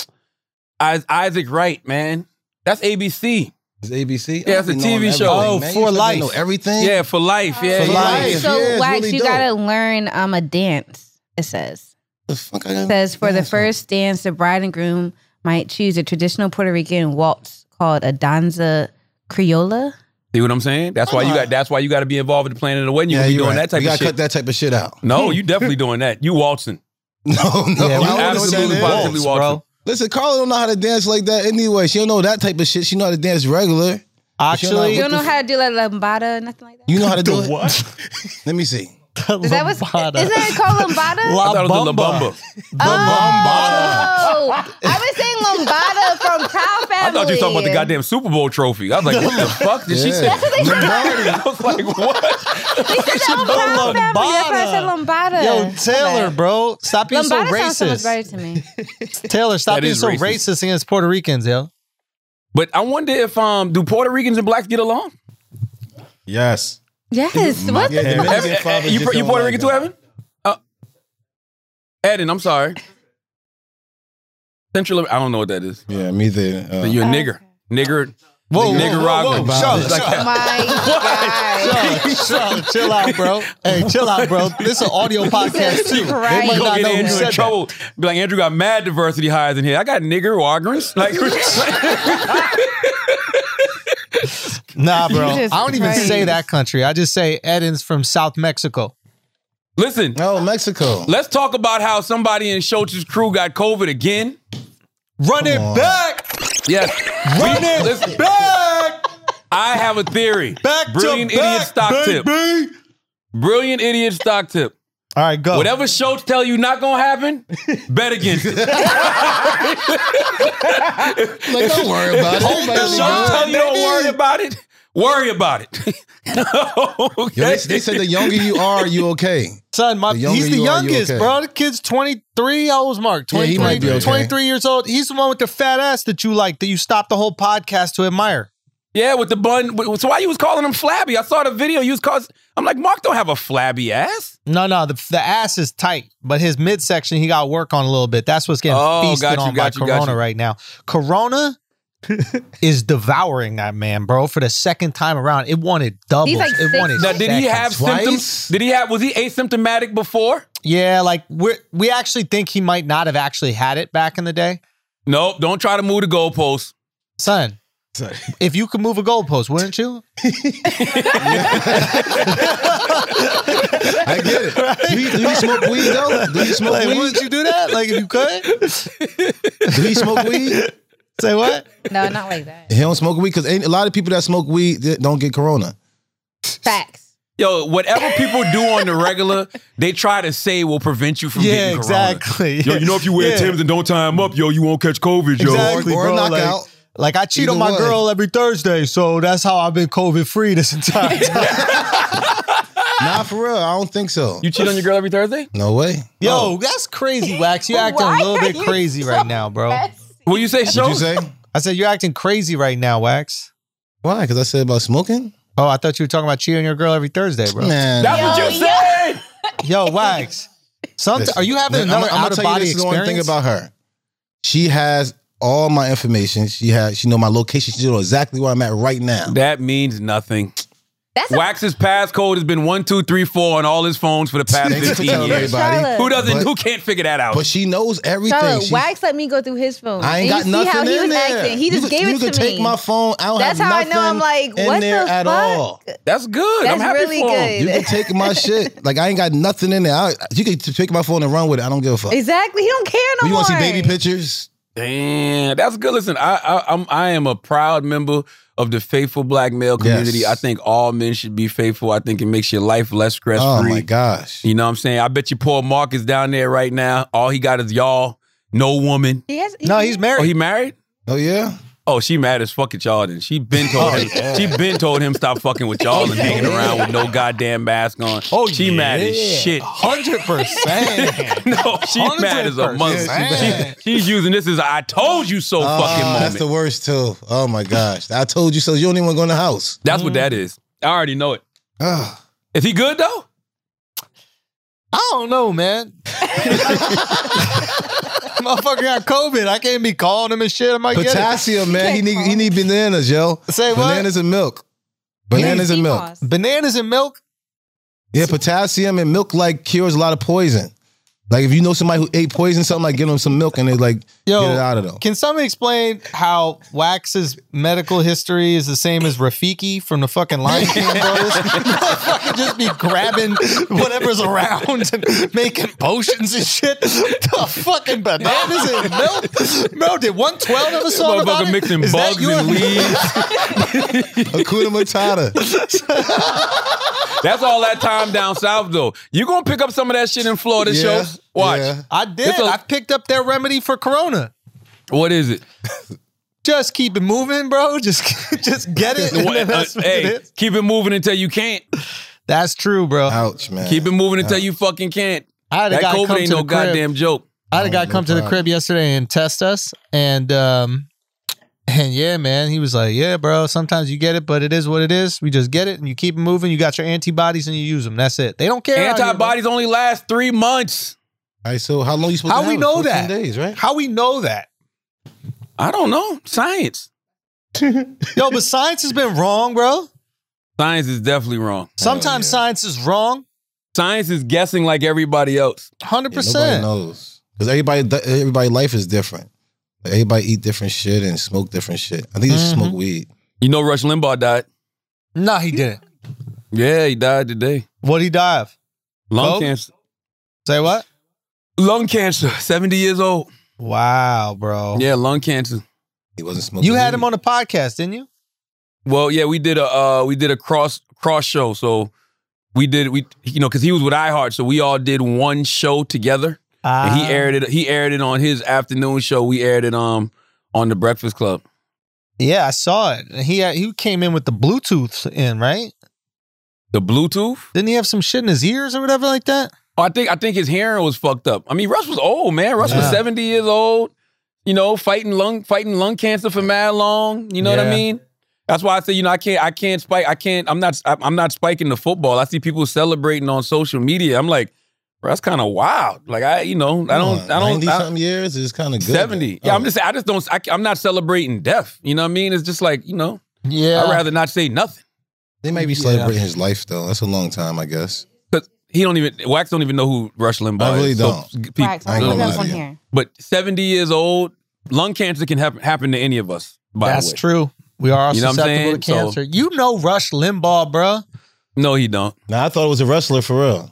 Speaker 2: I- Isaac Wright, man. That's ABC.
Speaker 4: It's ABC.
Speaker 2: Yeah, it's
Speaker 4: I
Speaker 2: a
Speaker 4: don't know
Speaker 2: TV
Speaker 4: everything,
Speaker 2: show.
Speaker 3: Oh,
Speaker 4: man. You
Speaker 3: For
Speaker 4: expect me to
Speaker 3: Life.
Speaker 4: know everything.
Speaker 2: Yeah, for life. Yeah,
Speaker 4: For
Speaker 2: yeah.
Speaker 4: life.
Speaker 7: So
Speaker 4: Yeah, it's
Speaker 7: wax,
Speaker 4: really
Speaker 7: you
Speaker 4: dope.
Speaker 7: gotta learn um a dance. It says
Speaker 4: The fuck I
Speaker 7: it
Speaker 4: gotta-
Speaker 7: says for the
Speaker 4: Dance, huh?
Speaker 7: first dance, the bride and groom might choose a traditional Puerto Rican waltz called a danza criolla.
Speaker 2: See what I'm saying? That's why you got. That's why you got to be involved in the planning of the wedding. You
Speaker 4: Yeah,
Speaker 2: gonna be
Speaker 4: you're
Speaker 2: doing
Speaker 4: right.
Speaker 2: that type
Speaker 4: you
Speaker 2: of
Speaker 4: gotta
Speaker 2: shit.
Speaker 4: cut that type of shit out.
Speaker 2: No, you definitely doing that. You waltzing.
Speaker 4: No, no. I
Speaker 3: Yeah, we
Speaker 4: don't know what that
Speaker 2: absolutely
Speaker 4: is.
Speaker 2: positively
Speaker 3: Waltz,
Speaker 2: waltzing.
Speaker 3: bro.
Speaker 4: Listen, Carla don't know how to dance like that anyway. She don't know that type of shit. She know how to dance regular.
Speaker 3: Actually,
Speaker 7: You don't know how to do like lambada, nothing like that.
Speaker 4: You know how to do it. What? Let me see.
Speaker 7: Is that what's isn't it called lambada?
Speaker 2: I
Speaker 3: La
Speaker 2: thought it was a La
Speaker 3: Bamba.
Speaker 2: Bamba.
Speaker 7: oh, I was saying lambada from Proud Family.
Speaker 2: I thought you were talking about the goddamn Super Bowl trophy. I was like, what the fuck did she
Speaker 4: Yeah.
Speaker 2: say?
Speaker 4: That's
Speaker 7: what they said.
Speaker 2: I was like, what?
Speaker 7: She said that on Proud Family. That's why I said lambada.
Speaker 3: Yo, Taylor,
Speaker 7: My bad.
Speaker 3: bro, stop being so
Speaker 7: Lambada sounds so much
Speaker 3: racist.
Speaker 7: better to me.
Speaker 3: Taylor, stop
Speaker 2: That
Speaker 3: being
Speaker 2: is
Speaker 3: so
Speaker 2: racist.
Speaker 3: racist against Puerto Ricans, yo.
Speaker 2: But I wonder if um do Puerto Ricans and blacks get along?
Speaker 6: Yes.
Speaker 7: Yes. What? the
Speaker 4: Yeah,
Speaker 7: fuck?
Speaker 4: Mexican
Speaker 2: Evan, eh,
Speaker 4: fathers
Speaker 2: you,
Speaker 4: just
Speaker 2: you
Speaker 4: don't
Speaker 2: Puerto
Speaker 4: like
Speaker 2: Rican too,
Speaker 4: that.
Speaker 2: Evan? Uh, Eden, I'm sorry. Central, I don't know what that is.
Speaker 4: Yeah, me too.
Speaker 2: But
Speaker 4: Uh,
Speaker 2: you're a nigger. Nigger.
Speaker 3: Whoa, whoa, whoa,
Speaker 2: Nicaragua.
Speaker 3: whoa. Shut up,
Speaker 2: It's like
Speaker 3: shut
Speaker 2: that.
Speaker 7: My Oh God.
Speaker 3: Chill, chill, chill out, bro. Hey, chill out, bro. This is an audio podcast too.
Speaker 7: Right.
Speaker 3: They might
Speaker 2: Go
Speaker 3: not
Speaker 2: get
Speaker 3: know who
Speaker 2: Andrew in
Speaker 3: said that.
Speaker 2: trouble. Be like, Andrew got mad diversity hires in here. I got nigger Wagrants. Like,
Speaker 3: Nah, bro. I
Speaker 7: Jesus
Speaker 3: don't even
Speaker 7: Christ.
Speaker 3: say that country. I just say Eden's from South Mexico.
Speaker 2: listen,
Speaker 4: no, Oh, Mexico.
Speaker 2: let's talk about how somebody in Schultz's crew got COVID again.
Speaker 3: Run it back.
Speaker 2: Yes. Run it back. I have a theory.
Speaker 6: Back
Speaker 2: Brilliant
Speaker 6: to back,
Speaker 2: idiot stock tip.
Speaker 6: baby.
Speaker 2: Brilliant idiot stock tip.
Speaker 3: All right, go.
Speaker 2: Whatever Schultz tell you not gonna happen, bet against it.
Speaker 4: Like, don't worry about it. Everybody
Speaker 2: If
Speaker 4: be
Speaker 2: Schultz
Speaker 4: good.
Speaker 2: tell you don't worry about it, worry about it. okay.
Speaker 4: Yo, they, they said the younger you are, you okay.
Speaker 3: Son, my,
Speaker 4: The younger
Speaker 3: he's the
Speaker 4: you are, you
Speaker 3: youngest,
Speaker 4: okay.
Speaker 3: bro. The kid's 23. How old's Mark?
Speaker 4: Yeah,
Speaker 3: 23,
Speaker 4: he might be okay.
Speaker 3: 23 years old. He's the one with the fat ass that you like, that you stopped the whole podcast to admire.
Speaker 2: Yeah, with the bun. with- So why you was calling him flabby? I saw the video. You was calling. I'm like, Mark don't have a flabby ass.
Speaker 3: No, no, the, the ass is tight, but his midsection, he got work on a little bit. That's what's getting
Speaker 2: Oh,
Speaker 3: feasted
Speaker 2: got you,
Speaker 3: on
Speaker 2: got
Speaker 3: by
Speaker 2: you, got
Speaker 3: Corona
Speaker 2: you.
Speaker 3: right now. Corona is devouring that man, bro, for the second time around. It wanted doubles.
Speaker 8: He's like
Speaker 3: it
Speaker 8: six-
Speaker 3: wanted
Speaker 2: Now, did he
Speaker 3: seconds.
Speaker 2: have
Speaker 4: twice?
Speaker 2: symptoms? Did he have? Was he asymptomatic before?
Speaker 3: Yeah, like we we actually think he might not have actually had it back in the day.
Speaker 2: Nope. Don't try to move the goalposts.
Speaker 3: Son,
Speaker 6: Son.
Speaker 3: if you could move a goalpost, wouldn't you?
Speaker 4: I get it. Do, you, do you smoke weed though? Do you smoke
Speaker 3: Like,
Speaker 4: weed?
Speaker 3: wouldn't you do that? Like if you could?
Speaker 4: Do you smoke weed?
Speaker 3: Say what?
Speaker 8: No, not like that.
Speaker 4: He don't smoke weed because a lot of people that smoke weed they don't get corona.
Speaker 8: Facts.
Speaker 2: Yo, whatever people do on the regular, they try to say will prevent you from
Speaker 3: Yeah,
Speaker 2: getting
Speaker 3: exactly.
Speaker 2: corona. Yo, you know if you wear
Speaker 3: Yeah.
Speaker 2: Tim's and don't tie them up, yo, you won't catch COVID, yo.
Speaker 3: Exactly,
Speaker 4: or a
Speaker 3: bro. like,
Speaker 4: knockout.
Speaker 3: like, I cheat on
Speaker 4: Either
Speaker 3: my
Speaker 4: way.
Speaker 3: girl every Thursday, so that's how I've been COVID free this entire time.
Speaker 4: Nah, for real, I don't think so.
Speaker 2: You cheat on your girl every Thursday?
Speaker 4: No way.
Speaker 3: Yo, that's crazy, Wax. You're acting a
Speaker 8: Why
Speaker 3: little
Speaker 8: are
Speaker 3: bit
Speaker 8: you
Speaker 3: crazy
Speaker 8: so
Speaker 3: right now, bro.
Speaker 8: messy?
Speaker 2: What you say,
Speaker 4: Did
Speaker 2: show?
Speaker 4: you say
Speaker 3: I said you're acting crazy right now, Wax.
Speaker 4: why? Because I said about smoking.
Speaker 3: Oh, I thought you were talking about cheating on your girl every Thursday, bro.
Speaker 4: Man,
Speaker 2: That's what
Speaker 8: Yo, yo.
Speaker 2: you said.
Speaker 3: Yo, Wax. Somet-
Speaker 4: Listen,
Speaker 3: are you having
Speaker 4: man,
Speaker 3: another
Speaker 4: I'ma- I'ma
Speaker 3: out of
Speaker 4: tell you
Speaker 3: body
Speaker 4: this is the
Speaker 3: experience?
Speaker 4: One thing about her, she has all my information. She has, she know my location. She know exactly where I'm at right now.
Speaker 2: That means nothing.
Speaker 8: That's a
Speaker 2: Wax's passcode has been one, two, three, four on all his phones for the past
Speaker 4: Thanks for
Speaker 2: 15
Speaker 4: telling
Speaker 2: years.
Speaker 4: everybody.
Speaker 8: Charlotte.
Speaker 2: Who doesn't?
Speaker 4: But-
Speaker 2: who can't figure that out?
Speaker 4: But she knows everything.
Speaker 8: Charlotte,
Speaker 4: She-
Speaker 8: Wax let me go through his phone.
Speaker 4: I ain't got
Speaker 8: and you see
Speaker 4: nothing
Speaker 8: how
Speaker 4: in
Speaker 8: he was
Speaker 4: there.
Speaker 8: acting. He just
Speaker 4: you, could-
Speaker 8: gave
Speaker 4: you
Speaker 8: it to
Speaker 4: could take
Speaker 8: me.
Speaker 4: my phone. I don't
Speaker 8: That's
Speaker 4: have
Speaker 8: how I
Speaker 4: nothing
Speaker 8: know I'm like,
Speaker 4: in
Speaker 8: what
Speaker 4: there
Speaker 8: the
Speaker 4: at
Speaker 8: fuck?
Speaker 4: all.
Speaker 2: That's good. I'm
Speaker 8: That's
Speaker 2: happy
Speaker 8: really
Speaker 2: for him.
Speaker 8: good.
Speaker 4: You can take my shit. Like I ain't got nothing in there. I, you can t- take my phone and run with it. I don't give a fuck.
Speaker 8: Exactly. He don't care no
Speaker 4: you
Speaker 8: more.
Speaker 4: want to see baby pictures?
Speaker 2: Damn, that's good. Listen, I, I I'm I am a proud member of the faithful black male community.
Speaker 4: Yes.
Speaker 2: I think all men should be faithful. I think it makes your life less stress
Speaker 4: oh
Speaker 2: free.
Speaker 4: my gosh.
Speaker 2: You know what I'm saying? I bet you poor Mark is down there right now. All he got is y'all, no woman.
Speaker 8: He has, he-
Speaker 3: No, he's
Speaker 2: Oh,
Speaker 3: married.
Speaker 2: he married?
Speaker 4: Oh yeah.
Speaker 2: Oh, she mad as fuck at y'all then. She been
Speaker 3: Oh,
Speaker 2: told him she been told him stop fucking with y'all and hanging around with no goddamn mask on.
Speaker 3: Oh,
Speaker 2: she mad as shit.
Speaker 4: Oh,
Speaker 3: Hundred percent.
Speaker 2: No, she mad as a
Speaker 3: 100%.
Speaker 2: mother.
Speaker 3: Yeah, she mad. Uh,
Speaker 2: She- she's using this as a I told you so
Speaker 4: Oh,
Speaker 2: fucking moment.
Speaker 4: That's the worst too. Oh my gosh. I told you so. You don't even want to go in the house.
Speaker 2: That's what
Speaker 3: Mm.
Speaker 2: that is. I already know it.
Speaker 3: Ah.
Speaker 4: Ugh.
Speaker 2: Is he good though?
Speaker 3: I don't know, man. Motherfucker got COVID. I can't be calling him and shit. I might get it.
Speaker 4: Potassium, man. He need he need bananas, yo.
Speaker 3: Say what?
Speaker 4: Bananas and milk. Bananas and milk.
Speaker 8: Seamoss.
Speaker 3: Bananas and milk.
Speaker 4: Yeah, potassium and milk like cures a lot of poison. Like if you know somebody who ate poison, something like give them some milk and they like
Speaker 3: Yo,
Speaker 4: get it out of them.
Speaker 3: Can somebody explain how Wax's medical history is the same as Rafiki from the fucking Lion King Bros? fucking just be grabbing whatever's around and making potions and shit. The fucking bananas and milk. Bro, did 112 ever song about
Speaker 2: Motherfucker
Speaker 3: it?
Speaker 2: mixing
Speaker 3: Is that
Speaker 2: bugs and
Speaker 3: your-
Speaker 2: leaves.
Speaker 4: Hakuna Matata.
Speaker 2: That's all that time down south though. You gonna pick up some of that shit in Florida,
Speaker 4: Yeah,
Speaker 2: show? Watch.
Speaker 4: yeah.
Speaker 3: I did.
Speaker 2: It's a-
Speaker 3: I picked up their remedy for Corona.
Speaker 2: What is it?
Speaker 3: Just keep it moving, bro. Just, just get it. and
Speaker 2: What-
Speaker 3: then that's
Speaker 2: uh,
Speaker 3: what
Speaker 2: hey,
Speaker 3: it is.
Speaker 2: keep it moving until you can't.
Speaker 3: That's true, bro.
Speaker 4: Ouch, man.
Speaker 2: Keep it moving until you fucking can't.
Speaker 3: I had a
Speaker 2: That
Speaker 3: guy come
Speaker 2: COVID
Speaker 3: to
Speaker 2: ain't no
Speaker 3: the crib.
Speaker 2: goddamn joke.
Speaker 3: I had a guy
Speaker 4: no
Speaker 3: come to the
Speaker 4: problem.
Speaker 3: crib yesterday and test us, and um, and yeah, man, he was like, "Yeah, bro, sometimes you get it, but it is what it is. We just get it, and you keep it moving. You got your antibodies, and you use them. That's it. They don't care. out here, bro.
Speaker 2: Antibodies only last three months.
Speaker 4: All right, so how long you supposed
Speaker 3: How
Speaker 4: to
Speaker 3: we
Speaker 4: have it?
Speaker 3: know
Speaker 4: 14
Speaker 3: that?
Speaker 4: days, right?
Speaker 3: How we know that?
Speaker 2: I don't know. Science.
Speaker 3: Yo, but science has been wrong, bro.
Speaker 2: Science is definitely wrong.
Speaker 3: Sometimes science is wrong.
Speaker 2: Science is guessing like everybody else.
Speaker 3: Hundred
Speaker 4: Yeah, nobody
Speaker 3: percent.
Speaker 4: knows because everybody everybody life is different. Like, everybody eat different shit and smoke different shit. I think you
Speaker 3: Mm-hmm.
Speaker 4: should smoke weed.
Speaker 2: You know Rush Limbaugh died.
Speaker 3: Nah, he didn't.
Speaker 2: Yeah, he died today.
Speaker 3: What would he die of?
Speaker 2: Lung
Speaker 3: Coke?
Speaker 2: cancer.
Speaker 3: Say what?
Speaker 2: Lung cancer. 70 years old.
Speaker 3: Wow, bro.
Speaker 2: Yeah, lung cancer.
Speaker 4: He wasn't smoking.
Speaker 3: You had
Speaker 4: weed.
Speaker 3: him on a podcast, didn't you?
Speaker 2: Well, yeah, we did a uh, we did a cross cross show. So we did we you know because he was with iHeart, so we all did one show together. and
Speaker 3: Ah. Uh,
Speaker 2: he aired it. He aired it on his afternoon show. We aired it um on the Breakfast Club.
Speaker 3: Yeah, I saw it. He uh, he came in with the Bluetooth in, right?
Speaker 2: The Bluetooth.
Speaker 3: Didn't he have some shit in his ears or whatever like that?
Speaker 2: Oh, I think I think his hearing was fucked up. I mean, Russ was old, man. Russ was
Speaker 3: Yeah.
Speaker 2: seventy years old. You know, fighting lung fighting lung cancer for mad long. You know what I
Speaker 3: Yeah.
Speaker 2: mean? That's why I say you know I can't I can't spike I can't I'm not I- I'm not spiking the football. I see people celebrating on social media. I'm like, bro, that's kind of wild. Like I you know I don't I don't
Speaker 4: 90
Speaker 2: I-
Speaker 4: something years is kind of good. Oh.
Speaker 2: 70. Yeah, I'm just I just don't I, I'm not celebrating death. You know what I mean? It's just like you know
Speaker 3: Yeah.
Speaker 2: I'd rather not say nothing
Speaker 4: They may be celebrating his life though. That's a long time, I guess.
Speaker 2: because he don't even Wax don't even know who Rush Limbaugh
Speaker 4: I really
Speaker 2: is.
Speaker 4: don't.
Speaker 2: people-
Speaker 7: Wax,
Speaker 4: I
Speaker 7: why
Speaker 4: ain't
Speaker 7: you
Speaker 4: gonna
Speaker 7: got
Speaker 4: lie to
Speaker 7: one
Speaker 4: you.
Speaker 7: here?
Speaker 2: But 70 years old, lung cancer can happen happen to any of us. By
Speaker 3: That's
Speaker 2: the way.
Speaker 3: true. We are
Speaker 2: You know what I'm
Speaker 3: susceptible to
Speaker 2: saying?
Speaker 3: cancer. you know Rush Limbaugh, bro.
Speaker 2: No, he don't.
Speaker 4: Now I thought it was a wrestler for real.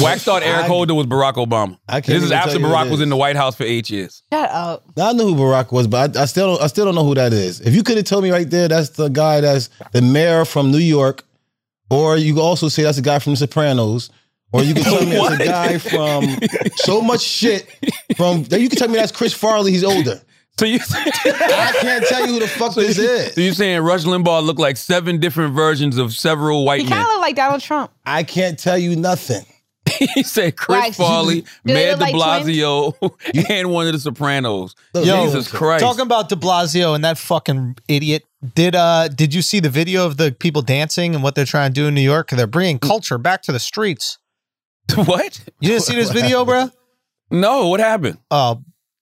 Speaker 2: Wax thought Eric
Speaker 4: I-
Speaker 2: Holder was Barack Obama.
Speaker 4: I can't
Speaker 2: This is
Speaker 4: even
Speaker 2: after
Speaker 4: tell you
Speaker 2: Barack
Speaker 4: it
Speaker 2: was in
Speaker 4: is.
Speaker 2: the White House for eight years.
Speaker 7: Shut up.
Speaker 4: Now I knew who Barack was, but I, I still don't, I still don't know who that is. If you could have told me right there, that's the guy that's the mayor from New York, or you could also say that's the guy from The Sopranos, or you could tell me that's
Speaker 2: What?
Speaker 4: a guy from so much shit from. You could tell me that's Chris Farley. He's older.
Speaker 2: So you
Speaker 4: I can't tell you who the fuck this
Speaker 2: so
Speaker 4: is.
Speaker 2: you saying Rush Limbaugh looked like seven different versions of several
Speaker 7: He
Speaker 2: white
Speaker 7: kind
Speaker 2: men?
Speaker 7: of look like Donald Trump.
Speaker 4: I can't tell you nothing.
Speaker 2: he said Chris
Speaker 7: Wax,
Speaker 2: Farley,
Speaker 7: do they
Speaker 2: Mayor De
Speaker 7: look like
Speaker 2: Blasio, and one of the Sopranos.
Speaker 3: Yo,
Speaker 2: Jesus Christ!
Speaker 3: Talking about De Blasio and that fucking idiot. Did uh did you see the video of the people dancing and what they're trying to do in New York? They're bringing culture back to the streets.
Speaker 2: what?
Speaker 3: You didn't see this video, bro?
Speaker 2: No, what happened?
Speaker 3: uh,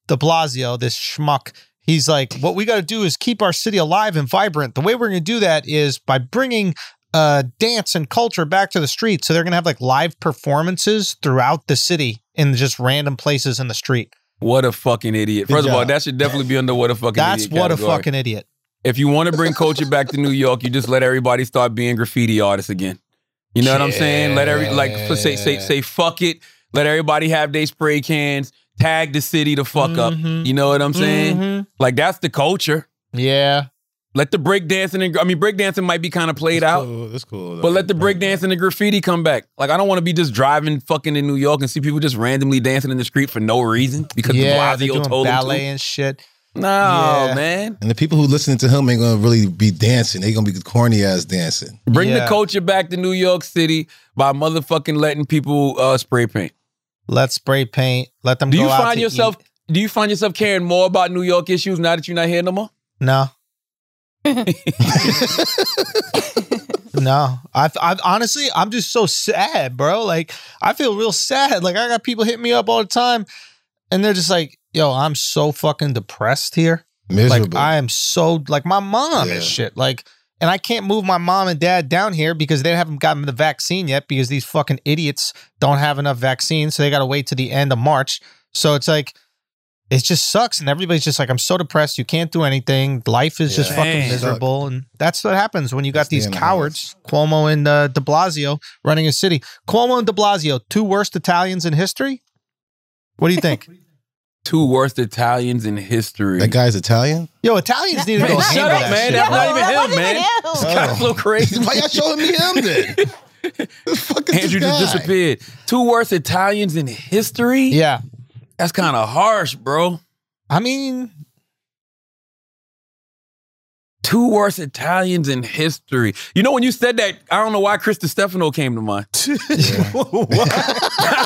Speaker 3: De Blasio, this schmuck, he's like, what we got to do is keep our city alive and vibrant. The way we're going to do that is by bringing uh, dance and culture back to the street. So they're going to have like live performances throughout the city in just random places in the street.
Speaker 2: What a fucking idiot!
Speaker 4: Good
Speaker 2: First of all,
Speaker 4: job.
Speaker 2: that should definitely be under what a fucking.
Speaker 3: That's
Speaker 2: idiot
Speaker 3: what a
Speaker 2: category.
Speaker 3: fucking idiot.
Speaker 2: If you want to bring culture back to New York, you just let everybody start being graffiti artists again. You know what I'm saying? Let every like f- say say say fuck it. Let everybody have their spray cans. Tag the city to fuck up.
Speaker 3: Mhm.
Speaker 2: You know what I'm saying?
Speaker 3: Mhm.
Speaker 2: Like that's the culture.
Speaker 3: Yeah.
Speaker 2: Let the breakdancing and gra- I mean breakdancing might be kind of played out,
Speaker 4: Cool, that's cool.
Speaker 2: but let the breakdancing and the graffiti come back. Like I don't want to be just driving fucking in New York and see people just randomly dancing in the street for no reason because
Speaker 3: yeah.
Speaker 2: De
Speaker 3: They're
Speaker 2: Blasio
Speaker 3: doing
Speaker 2: told
Speaker 3: ballet
Speaker 2: them
Speaker 3: and shit.
Speaker 2: to. No,
Speaker 3: Yeah.
Speaker 2: man.
Speaker 4: And the people who listening to him ain't gonna really be dancing. They gonna be corny ass dancing.
Speaker 2: Bring the
Speaker 3: Yeah.
Speaker 2: culture back to New York City by motherfucking letting people uh, spray paint.
Speaker 3: Let spray paint. Let them
Speaker 2: Do
Speaker 3: go
Speaker 2: you
Speaker 3: out
Speaker 2: find
Speaker 3: to
Speaker 2: yourself
Speaker 3: eat.
Speaker 2: do you find yourself caring more about New York issues now that you're not here no more?
Speaker 3: No. no, I've, I've honestly, I'm just so sad, bro. Like, I feel real sad. Like, I got people hitting me up all the time, and they're just like, "Yo, I'm so fucking depressed here.
Speaker 4: Miserable.
Speaker 3: Like, I am so like my mom
Speaker 4: Yeah.
Speaker 3: and shit. Like, and I can't move my mom and dad down here because they haven't gotten the vaccine yet because these fucking idiots don't have enough vaccines, so they got to wait to the end of March. So it's like." It just sucks, and everybody's just like, "I'm so depressed. You can't do anything. Life is just
Speaker 4: Yeah.
Speaker 3: fucking
Speaker 2: Man.
Speaker 3: miserable." And that's what happens when you got
Speaker 4: That's the
Speaker 3: these
Speaker 4: end of
Speaker 3: cowards, Cuomo and uh, De Blasio, running a city. Cuomo and De Blasio, two worst Italians in history. What do you think?
Speaker 2: Two worst Italians in history.
Speaker 4: that guy's Italian.
Speaker 3: Yo, Italians need to
Speaker 2: Man,
Speaker 3: go.
Speaker 2: shut
Speaker 3: handle
Speaker 2: up,
Speaker 3: that
Speaker 2: man.
Speaker 3: shit,
Speaker 2: That's
Speaker 3: bro.
Speaker 2: not even him,
Speaker 7: wasn't
Speaker 2: man.
Speaker 7: him.
Speaker 2: This guy's a little crazy.
Speaker 4: Why y'all showing me him then? the fuck is
Speaker 2: Andrew
Speaker 4: this guy?
Speaker 2: just disappeared. Two worst Italians in history?
Speaker 3: Yeah,
Speaker 2: That's kind of harsh, bro.
Speaker 3: I mean,
Speaker 2: Two worst Italians in history. You know, when you said that, I don't know why Chris Stefano came to mind. I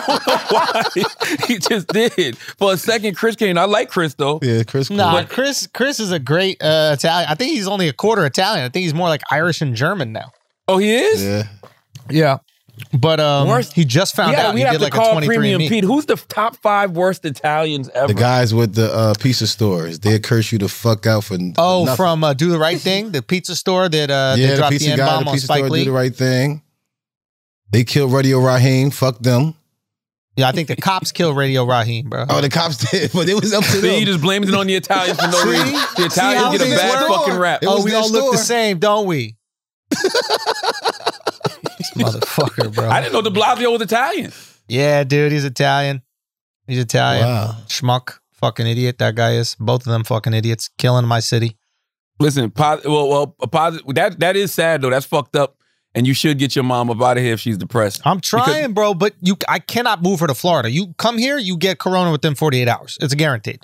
Speaker 2: don't know why. he just did. For a second, Chris came. I like Chris, though.
Speaker 4: Yeah, Chris.
Speaker 3: Nah,
Speaker 4: Cool.
Speaker 3: Chris. Chris is a great uh, Italian. I think he's only a quarter Italian. I think he's more like Irish and German now.
Speaker 2: Oh, he is?
Speaker 4: Yeah.
Speaker 3: Yeah, but um,
Speaker 2: Worst-
Speaker 3: he just found
Speaker 2: yeah,
Speaker 3: out.
Speaker 2: we
Speaker 3: he did
Speaker 2: have to
Speaker 3: like a
Speaker 2: call
Speaker 3: 23
Speaker 2: Premium
Speaker 3: andme.
Speaker 2: Pete. Who's the top five worst Italians ever?
Speaker 4: The guys with the uh, pizza stores, they curse you the fuck out for n-
Speaker 3: Oh,
Speaker 4: nothing.
Speaker 3: from uh, Do the Right Thing, the pizza store that uh,
Speaker 4: yeah,
Speaker 3: they
Speaker 4: the
Speaker 3: dropped the
Speaker 4: pizza
Speaker 3: N
Speaker 4: guy,
Speaker 3: bomb
Speaker 4: the
Speaker 3: on
Speaker 4: pizza store
Speaker 3: Spike
Speaker 4: do
Speaker 3: Lee.
Speaker 4: the right thing. They killed Radio Raheem. Fuck them.
Speaker 3: yeah, I think the cops killed Radio Raheem, bro.
Speaker 4: Oh, the cops did, but it was up to
Speaker 2: See,
Speaker 4: them.
Speaker 2: you just blames it on the Italians for no
Speaker 3: See?
Speaker 2: reason. The
Speaker 3: See how
Speaker 2: Italians get a
Speaker 3: things
Speaker 2: bad
Speaker 3: work?
Speaker 2: fucking rap.
Speaker 4: It
Speaker 3: oh,
Speaker 4: was
Speaker 3: we
Speaker 4: their
Speaker 3: all look
Speaker 4: store.
Speaker 3: the same, don't we? Motherfucker, bro.
Speaker 2: I didn't know De Blasio was Italian.
Speaker 3: Yeah, dude, he's Italian. He's Italian.
Speaker 4: Wow.
Speaker 3: Schmuck. Fucking idiot that guy is. Both of them fucking idiots. Killing my city.
Speaker 2: Listen, pos- well, well, a positive. That that is sad though. That's fucked up, and you should get your mom up out of here if she's depressed.
Speaker 3: I'm trying, bro, but you I cannot move her to Florida. You come here, you get corona within 48 hours. It's guaranteed.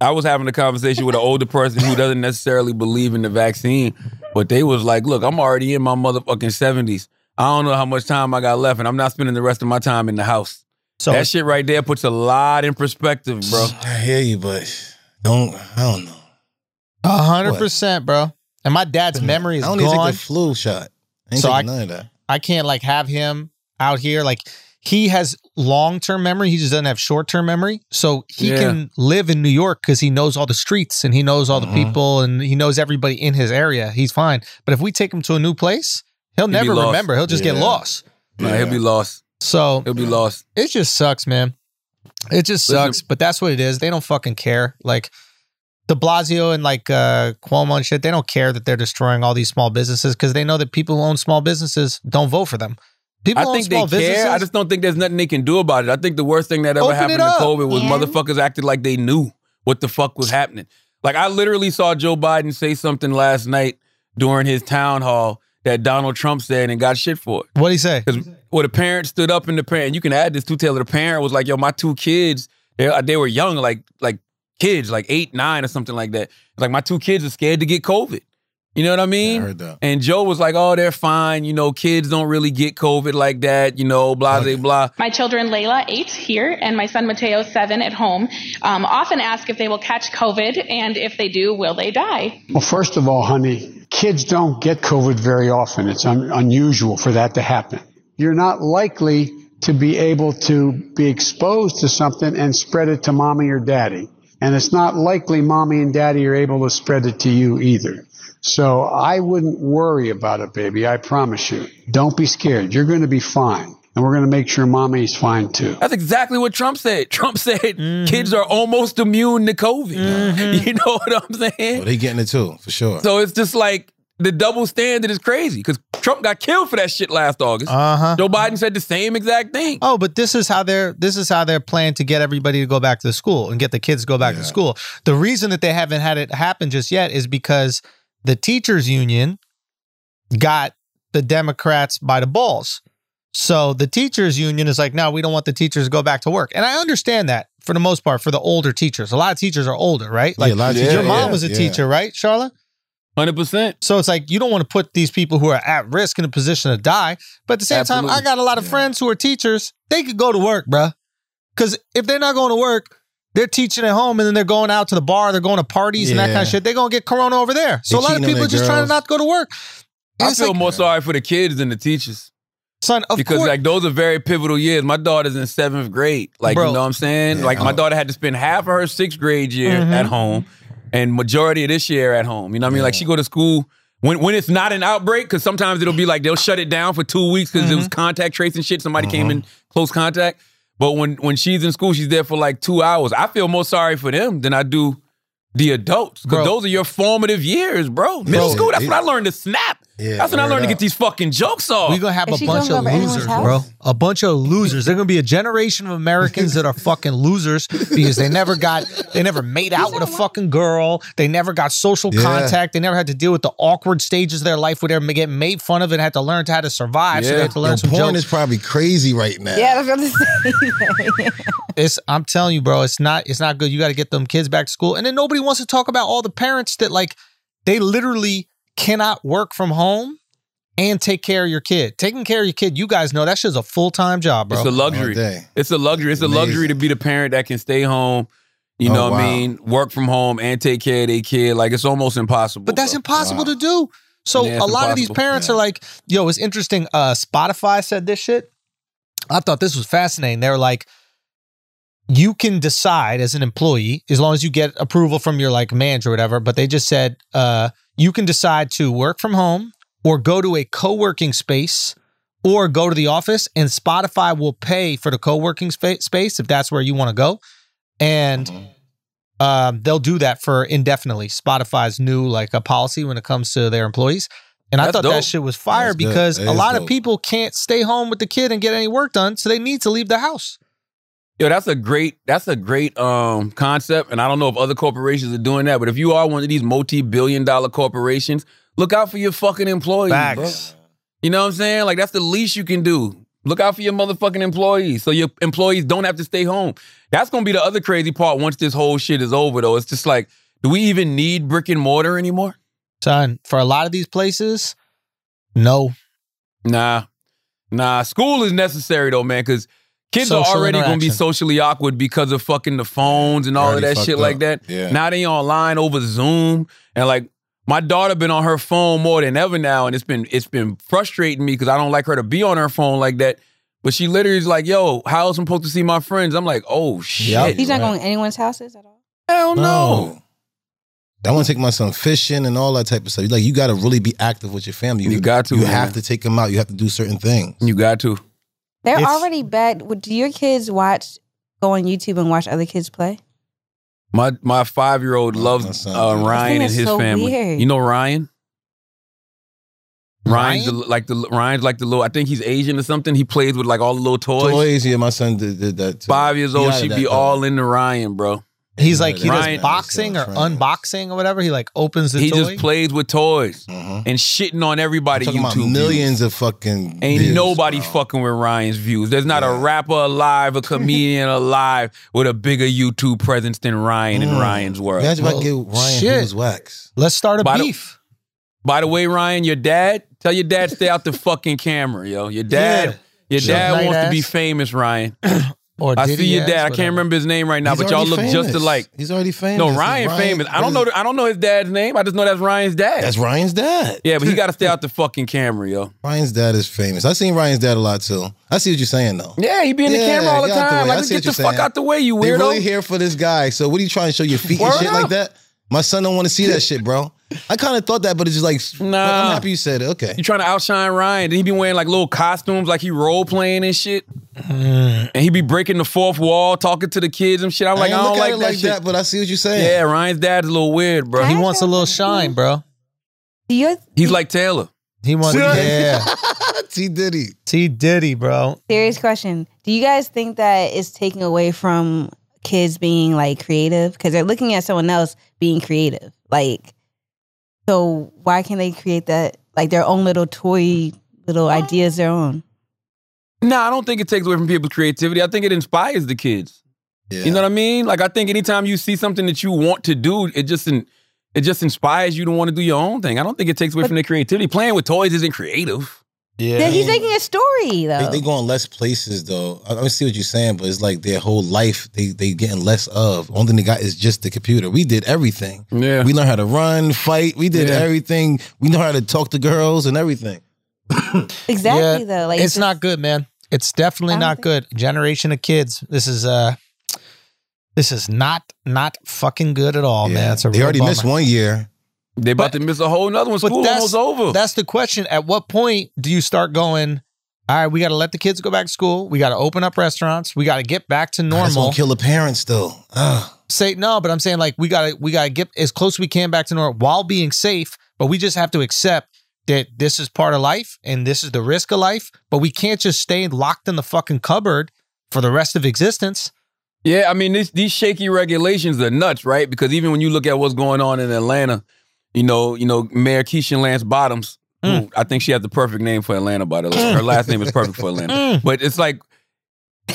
Speaker 2: I was having a conversation with an older person who doesn't necessarily believe in the vaccine, but they was like, "Look, I'm already in my motherfucking seventies. I don't know how much time I got left, and I'm not spending the rest of my time in the house."
Speaker 3: So
Speaker 2: that shit right there puts a lot in perspective, bro.
Speaker 4: I hear you, but don't. I don't know.
Speaker 3: a hundred percent, bro. And my
Speaker 2: Mm-hmm.
Speaker 3: dad's memory is
Speaker 4: I don't need to
Speaker 3: gone.
Speaker 4: take the flu shot. I ain't
Speaker 3: So
Speaker 4: so
Speaker 3: I-
Speaker 4: none of that.
Speaker 3: I can't like have him out here. Like he has long term memory. He just doesn't have short term memory. So he
Speaker 2: Yeah.
Speaker 3: can live in New York because he knows all the streets and he knows all
Speaker 2: Mm-hmm.
Speaker 4: Mhm.
Speaker 3: the people and he knows everybody in his area. He's fine. But if we take him to a new place, he'll
Speaker 2: be
Speaker 3: never
Speaker 2: lost.
Speaker 3: remember. He'll just get
Speaker 4: Yeah.
Speaker 3: lost.
Speaker 2: Nah, he'll be lost.
Speaker 3: So
Speaker 2: He'll be lost.
Speaker 3: it just sucks, man. It just
Speaker 2: Listen-
Speaker 3: sucks, but that's what it is. They don't fucking care. Like De Blasio and like uh, Cuomo and shit, they don't care that they're destroying all these small businesses because they know that people who own small businesses don't vote for them. People
Speaker 2: I
Speaker 3: who own
Speaker 2: think they
Speaker 3: small businesses.
Speaker 2: care. I just don't think there's nothing they can do about it. I think the worst thing that ever
Speaker 3: Open it
Speaker 2: happened to
Speaker 3: up.
Speaker 2: COVID was
Speaker 7: Yeah.
Speaker 2: motherfuckers acted like they knew what the fuck was happening. Like I literally saw Joe Biden say something last night during his town hall that Donald Trump said and got shit for it.
Speaker 3: What'd he say?
Speaker 2: Because well, the parent stood up and the parent, you can add this too, Taylor. The parent was like, "Yo, my two kids, they, uh, they were young, like like kids, like eight, nine, or something like that. Like my two kids are scared to get COVID. You know what I mean?
Speaker 4: I heard that.
Speaker 2: And Joe was like, "Oh, they're fine. You know, kids don't really get COVID like that. You know, blah blah blah."
Speaker 9: My children, Layla, eight here, and my son, Mateo, seven at home, um, often ask if they will catch COVID, and if they do, will they die?
Speaker 10: Well, first of all, honey, kids don't get COVID very often. It's un- unusual for that to happen. You're not likely to be able to be exposed to something and spread it to mommy or daddy. And it's not likely mommy and daddy are able to spread it to you either. So I wouldn't worry about it, baby. I promise you. Don't be scared. You're going to be fine. And we're going to make sure mommy's fine too.
Speaker 2: That's exactly what Trump said. Trump said
Speaker 4: Mm-hmm.
Speaker 2: kids are almost immune to COVID. You know what I'm saying?
Speaker 4: Well, Mm-hmm. Oh, they getting it too, for sure.
Speaker 2: So it's just like the double standard is crazy because Trump got killed for that shit last August.
Speaker 3: Uh huh.
Speaker 2: Joe Biden said the same exact thing.
Speaker 3: Oh, but this is how they're this is how they're planning to get everybody to go back to the school and get the kids to go back to school. The reason that they haven't had it happen just yet is because the teachers union got the Democrats by the balls. So the teachers union is like, no, we don't want the teachers to go back to work. And I understand that for the most part for the older teachers. A lot of teachers are older, right? Like
Speaker 4: yeah, a lot of
Speaker 11: Yeah,
Speaker 4: teachers-
Speaker 3: your mom
Speaker 4: yeah,
Speaker 3: was a
Speaker 4: yeah.
Speaker 3: teacher, right, Charlotte?
Speaker 2: 100%.
Speaker 3: So it's like you don't want to put these people who are at risk in a position to die. But at the same
Speaker 2: Absolutely.
Speaker 3: time, I got a lot of friends who are teachers. They could go to work, bruh. Because if they're not going to work, they're teaching at home and then they're going out to the bar, they're going to parties and that kind of
Speaker 4: Yeah.
Speaker 3: shit. They're going to get corona over there. So
Speaker 4: They
Speaker 3: a lot of
Speaker 4: cheating on
Speaker 3: people are
Speaker 4: their
Speaker 3: just trying to
Speaker 4: girls.
Speaker 3: not go to work. And
Speaker 2: I
Speaker 3: it's
Speaker 2: feel
Speaker 3: like,
Speaker 2: more sorry for the kids than the teachers
Speaker 3: son, of
Speaker 2: because
Speaker 3: course.
Speaker 2: like those are very pivotal years. My daughter's in seventh grade. Like
Speaker 3: Bro.
Speaker 2: you know what I'm saying? like
Speaker 4: uh-huh.
Speaker 2: my daughter had to spend half of her sixth grade year
Speaker 3: Mm-hmm.
Speaker 2: at home, and majority of this year at home. You know what I mean? Like she go to school when when it's not an outbreak because sometimes it'll be like they'll shut it down for two weeks because it was
Speaker 3: Mm-hmm.
Speaker 2: contact tracing shit. Somebody
Speaker 4: Uh-huh.
Speaker 2: came in close contact. But when when she's in school, she's there for like two hours. I feel more sorry for them than I do the adults
Speaker 3: Bro.
Speaker 2: because those are your formative years, bro. Middle
Speaker 4: Bro.
Speaker 2: school. That's
Speaker 4: It-
Speaker 2: when I learned to snap.
Speaker 4: Yeah,
Speaker 2: that's when I
Speaker 4: word
Speaker 2: learned to
Speaker 4: up.
Speaker 2: get these fucking jokes off.
Speaker 3: We're gonna have
Speaker 7: Is
Speaker 3: a
Speaker 7: she gonna
Speaker 3: bunch
Speaker 7: go
Speaker 3: of
Speaker 7: over anyone's
Speaker 3: losers,
Speaker 7: house?
Speaker 3: bro. A bunch of losers. They're gonna be a generation of Americans that are fucking losers because they never got, they never made out with a fucking girl. They never got social
Speaker 4: Yeah.
Speaker 3: contact. They never had to deal with the awkward stages of their life where they were getting made fun of and had to learn how to survive. So they
Speaker 2: Yeah.
Speaker 3: had to learn
Speaker 4: Yo,
Speaker 3: some
Speaker 4: porn
Speaker 3: jokes.
Speaker 4: is probably crazy right now.
Speaker 7: Yeah, I was going to say.
Speaker 3: It's I'm telling you, bro, it's not it's not good. You got to get them kids back to school. And then nobody wants to talk about all the parents that like they literally cannot work from home and take care of your kid. Taking care of your kid, you guys know that shit's a full-time job, bro.
Speaker 2: It's a luxury.
Speaker 4: All day.
Speaker 2: It's a luxury. It's a
Speaker 4: Amazing.
Speaker 2: luxury to be the parent that can stay home. You
Speaker 4: Oh,
Speaker 2: know what I
Speaker 4: wow.
Speaker 2: mean? Work from home and take care of their kid. Like it's almost impossible.
Speaker 3: But that's
Speaker 2: bro.
Speaker 3: impossible to do. So
Speaker 2: Yeah,
Speaker 3: a
Speaker 2: it's
Speaker 3: lot of these
Speaker 2: impossible.
Speaker 3: parents are like, yo, it's interesting. Uh, Spotify said this shit. I thought this was fascinating. They're like, you can decide as an employee, as long as you get approval from your like manager or whatever, but they just said uh, you can decide to work from home or go to a co-working space or go to the office and Spotify will pay for the co-working spa- space if that's where you want to go. And um, they'll do that for indefinitely. Spotify's new like a policy when it comes to their employees. And I
Speaker 2: That's
Speaker 3: thought that
Speaker 2: dope.
Speaker 3: shit was fire
Speaker 4: That's good.
Speaker 3: because
Speaker 4: That
Speaker 3: a
Speaker 4: is
Speaker 3: lot of
Speaker 4: dope.
Speaker 3: people can't stay home with the kid and get any work done, so they need to leave the house.
Speaker 2: Yo, that's a great that's a great um concept, and I don't know if other corporations are doing that, but if you are one of these multi-billion dollar corporations, look out for your fucking employees, bro.
Speaker 3: Facts.
Speaker 2: You know what I'm saying? Like that's the least you can do. Look out for your motherfucking employees, so your employees don't have to stay home. That's gonna be the other crazy part once this whole shit is over, though. It's just like, do we even need brick and mortar anymore?
Speaker 3: Son, for a lot of these places, no.
Speaker 2: Nah, nah. School is necessary though, man, because kids are
Speaker 3: Social
Speaker 2: already gonna be
Speaker 3: interaction.
Speaker 2: socially awkward because of fucking the phones and all of
Speaker 4: Already
Speaker 2: that shit
Speaker 4: fucked
Speaker 2: like
Speaker 4: up.
Speaker 2: that.
Speaker 4: Yeah.
Speaker 2: Now they online over Zoom and like my daughter been on her phone more than ever now, and it's been it's been frustrating me because I don't like her to be on her phone like that. But she literally is like, "Yo, how else I'm supposed to see my friends?" I'm like, "Oh shit,
Speaker 4: Yeah.
Speaker 7: He's not
Speaker 4: Right.
Speaker 7: going to anyone's houses at all.
Speaker 2: hell
Speaker 4: Oh,
Speaker 2: no."
Speaker 4: I want to take my son fishing and all that type of stuff. Like you got to really be active with your family.
Speaker 2: You got to,
Speaker 4: You
Speaker 2: man.
Speaker 4: have to take them out. You have to do certain things.
Speaker 2: You got to.
Speaker 7: They're
Speaker 3: It's-
Speaker 7: already bad. Would- Do your kids watch, go on YouTube and watch other kids play?
Speaker 2: My my five year old
Speaker 4: Oh, that
Speaker 2: loves
Speaker 4: sounds
Speaker 2: uh,
Speaker 4: good.
Speaker 2: Ryan
Speaker 7: This thing
Speaker 2: and
Speaker 7: is
Speaker 2: his
Speaker 7: so
Speaker 2: family.
Speaker 7: weird.
Speaker 2: You know Ryan. Ryan's the,
Speaker 3: Ryan?
Speaker 2: like the Ryan's like the little. I think he's Asian or something. He plays with like all the little toys.
Speaker 4: Toys, yeah, my son did, did that. Too.
Speaker 2: Five years
Speaker 4: He
Speaker 2: old,
Speaker 4: out of
Speaker 2: she'd
Speaker 4: that,
Speaker 2: be
Speaker 4: though.
Speaker 2: all into Ryan, bro.
Speaker 3: He's
Speaker 4: Yeah,
Speaker 3: like he
Speaker 2: Ryan-
Speaker 3: does boxing or
Speaker 4: Ryan.
Speaker 3: unboxing or whatever. He like opens the
Speaker 2: he
Speaker 3: toy.
Speaker 2: just plays with toys
Speaker 4: Mhm.
Speaker 2: and shitting on
Speaker 4: I'm
Speaker 2: everybody.
Speaker 4: talking about
Speaker 2: YouTube views.
Speaker 4: millions of fucking.
Speaker 2: Ain't
Speaker 4: views,
Speaker 2: nobody
Speaker 4: bro.
Speaker 2: fucking with Ryan's views. There's not a
Speaker 4: Yeah.
Speaker 2: rapper alive, a comedian alive with a bigger YouTube presence than Ryan in
Speaker 4: Mm.
Speaker 2: Ryan's world.
Speaker 4: Imagine if I
Speaker 3: Well,
Speaker 4: give Ryan
Speaker 3: shit.
Speaker 4: his wax.
Speaker 3: Let's start a
Speaker 2: By the-
Speaker 3: beef.
Speaker 2: By the way, Ryan, your dad, tell your dad stay out the fucking camera, yo. Your dad,
Speaker 3: Yeah.
Speaker 2: your
Speaker 3: Sure.
Speaker 2: dad
Speaker 3: Night
Speaker 2: wants to be
Speaker 3: ass.
Speaker 2: famous, Ryan.
Speaker 3: Or
Speaker 2: I
Speaker 3: Diddy
Speaker 2: see your
Speaker 3: ass,
Speaker 2: dad. I
Speaker 3: whatever.
Speaker 2: can't remember his name right now,
Speaker 4: He's
Speaker 2: but y'all
Speaker 4: already
Speaker 2: look just
Speaker 4: famous.
Speaker 2: alike.
Speaker 4: He's already famous.
Speaker 2: No,
Speaker 4: He's
Speaker 2: Ryan, famous. I don't know. I don't know his dad's name. I just know that's Ryan's dad.
Speaker 4: That's Ryan's dad.
Speaker 2: yeah, but he got to stay out the fucking camera, yo.
Speaker 4: Ryan's dad is famous. I seen Ryan's dad a lot too. I see what you're saying though.
Speaker 2: Yeah, he be in the
Speaker 4: Yeah,
Speaker 2: camera all the
Speaker 4: get out the
Speaker 2: time.
Speaker 4: way. I
Speaker 2: like,
Speaker 4: see
Speaker 2: get
Speaker 4: what
Speaker 2: the
Speaker 4: you're
Speaker 2: fuck
Speaker 4: saying.
Speaker 2: out the way, you
Speaker 4: They
Speaker 2: weirdo.
Speaker 4: really here for this guy. So what are you trying to show your feet and
Speaker 2: Word
Speaker 4: shit
Speaker 2: up.
Speaker 4: like that? My son don't want to see that shit, bro. I kind of thought that, but it's just like,
Speaker 2: Nah.
Speaker 4: I'm happy you said it. Okay.
Speaker 2: you trying to outshine Ryan? Then he be wearing like little costumes, like he role playing and shit.
Speaker 4: Mm.
Speaker 2: And he be breaking the fourth wall, talking to the kids and shit. I'm like, I,
Speaker 4: ain't
Speaker 2: don't
Speaker 4: look
Speaker 2: like
Speaker 4: at
Speaker 2: that
Speaker 4: it like
Speaker 2: shit.
Speaker 4: that, but I see what you're saying.
Speaker 2: yeah, Ryan's dad's a little weird, bro.
Speaker 3: He
Speaker 7: I
Speaker 3: wants a
Speaker 7: feel
Speaker 3: little
Speaker 7: like-
Speaker 3: shine, bro.
Speaker 7: Do you
Speaker 2: He's like Taylor.
Speaker 3: He wants yeah.
Speaker 4: T Diddy.
Speaker 3: T Diddy, bro.
Speaker 7: serious question? Do you guys think that it's taking away from kids being like creative because they're looking at someone else being creative? Like, so why can't they create that like their own little toy, little ideas their own?
Speaker 2: No, I don't think it takes away from people's creativity. I think it inspires the kids.
Speaker 4: Yeah.
Speaker 2: You know what I mean? Like I think anytime you see something that you want to do, it just in, it just inspires you to want to do your own thing. I don't think it takes away from their creativity. Playing with toys isn't creative.
Speaker 7: Yeah, he's making a story though.
Speaker 4: They, they going less places though. I, I see what you're saying, but it's like their whole life they they getting less of. Only thing they got is just the computer. We did everything.
Speaker 2: Yeah.
Speaker 4: We learned how to run, fight. We did
Speaker 2: Yeah.
Speaker 4: everything. We know how to talk to girls and everything.
Speaker 7: exactly
Speaker 3: Yeah,
Speaker 7: though. Like
Speaker 3: it's not good, man. It's definitely
Speaker 7: I don't
Speaker 3: not
Speaker 7: think-
Speaker 3: good. Generation of kids. This is uh this is not not fucking good at all, Oh, man. It's a
Speaker 4: they
Speaker 3: real
Speaker 4: already
Speaker 3: bummer.
Speaker 4: missed one year.
Speaker 2: They about
Speaker 3: But-
Speaker 2: to miss a whole nother one.
Speaker 3: but
Speaker 2: School
Speaker 3: that's-
Speaker 2: almost over.
Speaker 3: That's the question. At what point do you start going? All right, we got to let the kids go back to school. We got to open up restaurants. We got to get back to
Speaker 4: That's
Speaker 3: normal.
Speaker 4: gonna kill the parents though. Ah. Ugh.
Speaker 3: Say no, but I'm saying like we got to we got to get as close as we can back to normal while being safe. But we just have to accept that this is part of life and this is the risk of life. But we can't just stay locked in the fucking cupboard for the rest of existence.
Speaker 2: Yeah, I mean, this, these shaky regulations are nuts, right? Because even when you look at what's going on in Atlanta, you know, you know, Mayor Keisha Lance Bottoms, who I think she has the perfect name for Atlanta, by the way. Her last name is perfect for Atlanta. But it's like,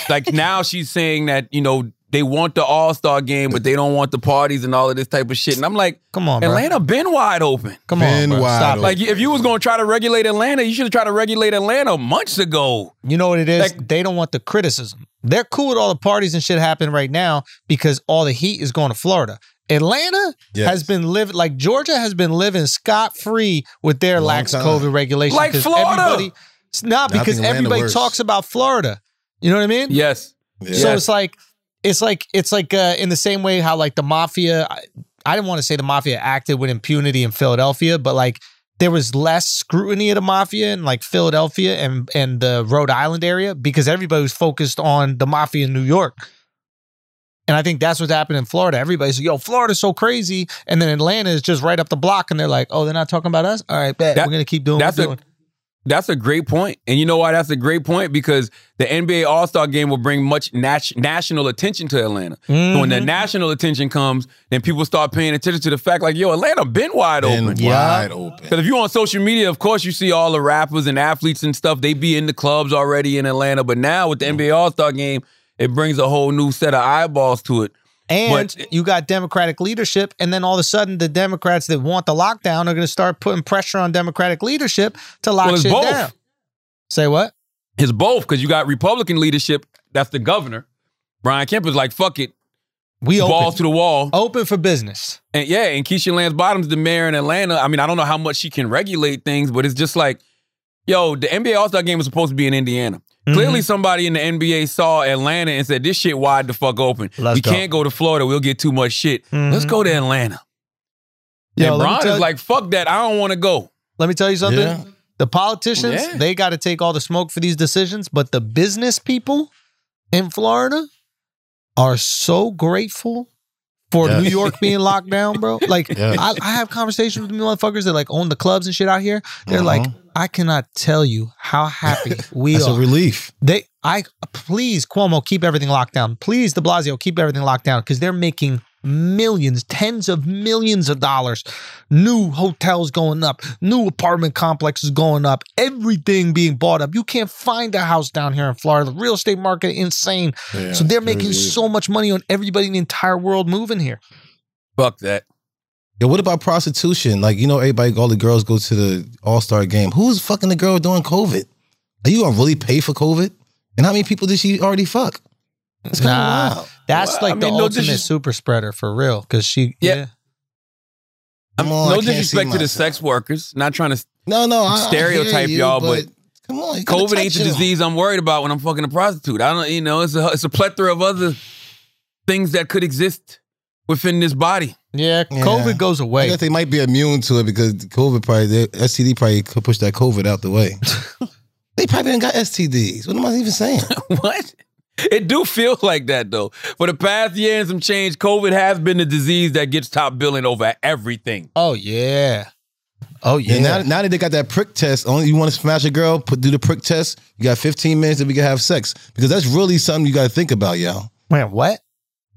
Speaker 2: like now she's saying that you know they want the All Star game, but they don't want the parties and all of this type of shit. And I'm like,
Speaker 3: Come on, bro.
Speaker 2: Atlanta been wide open.
Speaker 3: Come
Speaker 4: Been
Speaker 3: on, bro.
Speaker 4: wide
Speaker 3: Stop.
Speaker 4: open.
Speaker 3: Like
Speaker 2: Like if you was gonna try to regulate Atlanta, you should have tried to regulate Atlanta months ago.
Speaker 3: you know what it is.
Speaker 2: Like-
Speaker 3: they don't want the criticism. They're cool with all the parties and shit happening right now because all the heat is going to Florida. Atlanta
Speaker 4: Yes.
Speaker 3: has been living like Georgia has been living scot free with their
Speaker 4: Long
Speaker 3: lax
Speaker 4: time.
Speaker 3: COVID regulations.
Speaker 2: Like
Speaker 3: 'cause
Speaker 2: Florida.
Speaker 3: everybody- it's not
Speaker 4: I think
Speaker 3: because
Speaker 4: Atlanta
Speaker 3: everybody
Speaker 4: worse.
Speaker 3: talks about Florida. You know what I mean?
Speaker 2: Yes.
Speaker 4: Yeah.
Speaker 3: So
Speaker 2: Yes.
Speaker 3: it's like it's like it's like uh, in the same way how like the mafia. I, I didn't want to say the mafia acted with impunity in Philadelphia, but like there was less scrutiny of the mafia in like Philadelphia and and the Rhode Island area because everybody was focused on the mafia in New York. And I think that's what's happened in Florida. Everybody's like, yo, Florida's so crazy. And then Atlanta is just right up the block and they're like, oh, they're not talking about us? All right, bet.
Speaker 2: That-
Speaker 3: We're going to keep doing what
Speaker 2: That's
Speaker 3: we're
Speaker 2: a
Speaker 3: doing.
Speaker 2: That's a great point. And you know why that's a great point? Because the NBA All Star game will bring much nat- national attention to Atlanta. So when the
Speaker 3: Mm-hmm.
Speaker 2: national attention comes, then people start paying attention to the fact, like, yo, Atlanta been wide
Speaker 4: Been
Speaker 2: open.
Speaker 4: wide open.
Speaker 2: Because if you on social media, of course, you see all the rappers and athletes and stuff. They be in the clubs already in Atlanta. But now
Speaker 3: Mm.
Speaker 2: with the NBA All Star game, it brings a whole new set of eyeballs to it.
Speaker 3: And
Speaker 2: But-
Speaker 3: you got Democratic leadership, and then all of a sudden, the Democrats that want the lockdown are going to start putting pressure on Democratic leadership to lock
Speaker 2: Well, it's
Speaker 3: shit
Speaker 2: both.
Speaker 3: down. Say what?
Speaker 2: It's both because you got Republican leadership. That's the governor. Brian Kemp is like, fuck it,
Speaker 3: We
Speaker 2: balls
Speaker 3: open,
Speaker 2: to the wall.
Speaker 3: open for business.
Speaker 2: And yeah, and Keisha Lance Bottoms, the mayor in Atlanta. I mean, I don't know how much she can regulate things, but it's just like, yo, the NBA All Star game was supposed to be in Indiana.
Speaker 4: Mm-hmm.
Speaker 2: Clearly, somebody in the NBA saw Atlanta and said, this shit wide the fuck open.
Speaker 3: Let's
Speaker 2: we
Speaker 3: go."
Speaker 2: can't go to Florida. We'll get too much shit. Let's go to
Speaker 4: Mm-hmm.
Speaker 2: Atlanta.
Speaker 3: Yo,
Speaker 2: and
Speaker 3: let me
Speaker 2: Bron
Speaker 3: tell-
Speaker 2: is like, fuck that. I don't want to go.
Speaker 3: Let me tell you something.
Speaker 4: Yeah.
Speaker 3: The politicians,
Speaker 2: Yeah.
Speaker 3: they got to take all the smoke for these decisions, but the business people in Florida are so grateful for
Speaker 4: Yes.
Speaker 3: New York being locked down, bro. Like,
Speaker 4: Yes.
Speaker 3: I, I have conversations with motherfuckers that like own the clubs and shit out here. They're like, I cannot tell you how happy we
Speaker 4: Uh-huh. That's a
Speaker 3: are.
Speaker 4: relief.
Speaker 3: they, I please Cuomo keep everything locked down. Please De Blasio keep everything locked down because they're making millions, tens of millions of dollars. New hotels going up, new apartment complexes going up, everything being bought up. You can't find a house down here in Florida. The real estate market insane.
Speaker 4: Yeah,
Speaker 3: so they're making
Speaker 4: really.
Speaker 3: so much money on everybody in the entire world moving here.
Speaker 2: Fuck that.
Speaker 4: Yo, what about prostitution? Like, you know, everybody, all the girls go to the All Star game. Who's fucking the girl during COVID? Are you gonna really pay for COVID? And how many people did she already fuck? It's kind
Speaker 3: Nah.
Speaker 4: of wild.
Speaker 3: That's
Speaker 2: Well,
Speaker 3: like
Speaker 2: I
Speaker 3: the
Speaker 2: mean, no
Speaker 3: ultimate
Speaker 2: disres-
Speaker 3: super spreader for real. Cause she
Speaker 2: Yeah.
Speaker 3: yeah.
Speaker 4: Come on, I
Speaker 2: no
Speaker 4: can't see
Speaker 2: disrespect to the
Speaker 4: myself.
Speaker 2: sex workers. Not trying to.
Speaker 4: No, no, I, I hear
Speaker 2: Stereotype,
Speaker 4: you,
Speaker 2: y'all, but
Speaker 4: come on, you gotta
Speaker 2: COVID ain't
Speaker 4: touch
Speaker 2: the
Speaker 4: them.
Speaker 2: disease I'm worried about when I'm fucking a prostitute. I don't, you know, it's a, it's a plethora of other things that could exist within this body.
Speaker 3: Yeah.
Speaker 4: Yeah.
Speaker 3: COVID goes
Speaker 4: I
Speaker 3: away.
Speaker 4: guess they might be immune to it because COVID probably, the STD probably could push that COVID out the way. they probably ain't got STDs. What am I even saying?
Speaker 2: what? It do feel like that though. For the past year and some change, COVID has been the disease that gets top billing over everything.
Speaker 3: Oh yeah. Oh yeah.
Speaker 4: Yeah. Now, now that they got that prick test, only you want to smash a girl, put, do the prick test. You got 15 minutes that we can have sex because that's really something you got to think about, y'all.
Speaker 3: Man, what?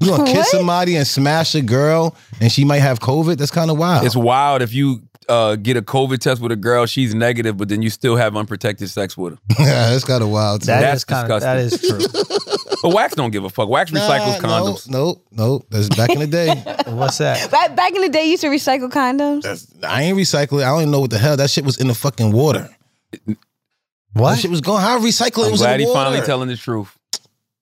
Speaker 4: You gonna kiss
Speaker 7: What?
Speaker 4: somebody and smash a girl and she might have COVID? That's kind of wild.
Speaker 2: It's wild if you uh, get a COVID test with a girl, she's negative, but then you still have unprotected sex with her.
Speaker 4: yeah, that's kind of wild. Too.
Speaker 2: That's
Speaker 3: kinda- that is true.
Speaker 2: But wax don't give a fuck. Wax recycles
Speaker 4: Nah, no,
Speaker 2: condoms.
Speaker 4: Nope, nope. That's back in the day.
Speaker 3: What's that?
Speaker 7: Back, back in the day, you used to recycle condoms.
Speaker 4: That's, I ain't recycling. I don't even know what the hell that shit was in the fucking water. That
Speaker 3: What?
Speaker 4: shit was going. How recycling
Speaker 2: I'm
Speaker 4: was
Speaker 2: glad
Speaker 4: in
Speaker 2: he
Speaker 4: the water?
Speaker 2: finally telling the truth.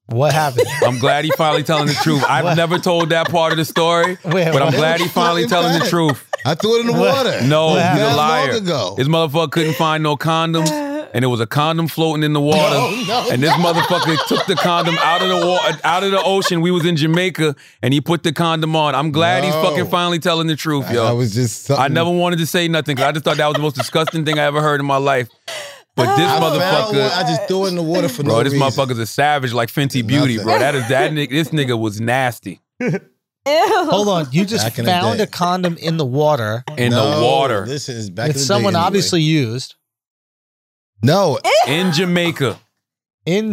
Speaker 3: What happened?
Speaker 2: I'm glad he finally telling the truth. I've never told that part of the story,
Speaker 3: Wait,
Speaker 2: but I'm
Speaker 3: what?
Speaker 2: glad he finally
Speaker 4: Fucking
Speaker 2: telling the
Speaker 4: bad.
Speaker 2: truth.
Speaker 4: I threw it in the water.
Speaker 2: No,
Speaker 3: What
Speaker 2: he's
Speaker 3: happened?
Speaker 2: a
Speaker 4: That's
Speaker 2: liar.
Speaker 4: long ago.
Speaker 2: His motherfucker couldn't find no condoms, and there was a condom floating in the water.
Speaker 4: No, no.
Speaker 2: and this motherfucker took the condom out of the water, out of the ocean. We was in Jamaica, and he put the condom on. I'm glad he's
Speaker 4: No.
Speaker 2: fucking finally telling the truth,
Speaker 4: I
Speaker 2: yo.
Speaker 4: was just.
Speaker 2: I,
Speaker 4: Something.
Speaker 2: never wanted to say nothing because I just thought that was the most disgusting thing I ever heard in my life. But this
Speaker 4: I found one,
Speaker 2: motherfucker,
Speaker 4: I just threw it in the water for
Speaker 2: bro,
Speaker 4: no
Speaker 2: this
Speaker 4: reason.
Speaker 2: motherfucker's a savage like Fenty Beauty,
Speaker 4: Nothing.
Speaker 2: bro. That is that. ni- This nigga was nasty.
Speaker 7: Ew.
Speaker 3: Hold on. You just
Speaker 4: Back in the
Speaker 3: found
Speaker 4: day.
Speaker 3: a condom in the water
Speaker 2: in
Speaker 4: No,
Speaker 2: the water
Speaker 4: Listen, it's back in
Speaker 3: that
Speaker 4: the day
Speaker 3: someone
Speaker 4: anyway.
Speaker 3: obviously used
Speaker 4: No,
Speaker 2: in Jamaica.
Speaker 3: in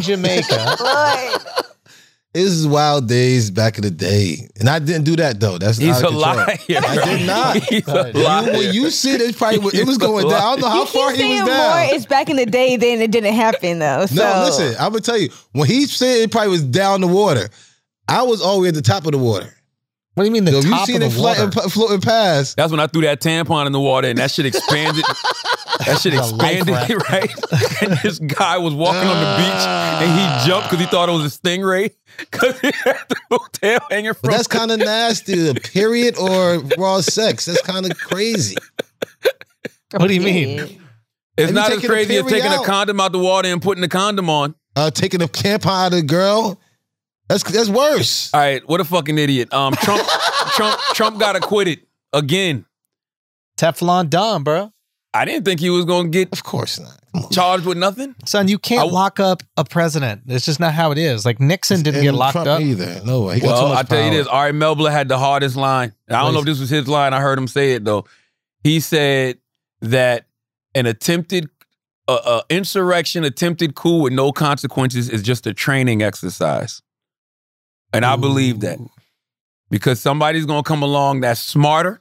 Speaker 3: Jamaica.
Speaker 7: Lord.
Speaker 4: it was wild days back in the day, and I didn't do that though. That's
Speaker 2: He's
Speaker 4: out
Speaker 2: a
Speaker 4: of control.
Speaker 2: liar.
Speaker 4: I did not.
Speaker 2: He's a
Speaker 3: Right.
Speaker 4: You,
Speaker 2: liar.
Speaker 4: when you see this, probably it was going down. I don't know how
Speaker 7: you
Speaker 4: far
Speaker 7: keep
Speaker 4: he was
Speaker 7: saying more.
Speaker 4: down.
Speaker 7: It's back in the day. Then it didn't happen though. So.
Speaker 4: No, listen, I'm gonna tell you. When he said it probably was down the water, I was always at the top of the water.
Speaker 3: What do you mean the
Speaker 4: So if you
Speaker 3: top
Speaker 4: seen
Speaker 3: of
Speaker 4: it
Speaker 3: the water?
Speaker 4: floating, floating past,
Speaker 2: That's when I threw that tampon in the water and that shit expanded. that shit
Speaker 3: The life
Speaker 2: expanded, right? and this guy was walking on the beach and
Speaker 4: Ah.
Speaker 2: he jumped because he thought it was a stingray because he had the little tail hanging
Speaker 4: but
Speaker 2: from
Speaker 4: that's kind of nasty. A period or raw sex? That's kind of crazy.
Speaker 3: what do you mean?
Speaker 2: It's
Speaker 4: you
Speaker 2: not as
Speaker 4: taking the
Speaker 2: crazy as
Speaker 4: period
Speaker 2: taking a
Speaker 4: out?
Speaker 2: condom out the water and putting the condom on.
Speaker 4: Uh, taking a camp out of the girl. That's that's worse.
Speaker 2: All right, what a fucking idiot. Um, Trump, Trump, Trump got acquitted again.
Speaker 3: Teflon Don, bro.
Speaker 2: I didn't think he was gonna get
Speaker 4: Of course not. Come on.
Speaker 2: charged with nothing.
Speaker 3: Son, you can't
Speaker 2: I w-
Speaker 3: lock up a president. It's just not how it is. Like Nixon didn't
Speaker 4: And
Speaker 3: get locked
Speaker 4: Trump
Speaker 3: up.
Speaker 4: either. No way. He got too
Speaker 2: Well,
Speaker 4: much
Speaker 2: I tell you
Speaker 4: power.
Speaker 2: this, Ari Melbler had the hardest line. And I don't know if this was his line. I heard him say it though. He said that an attempted a, a insurrection attempted coup with no consequences is just a training exercise. And I believe that because somebody's going to come along that's smarter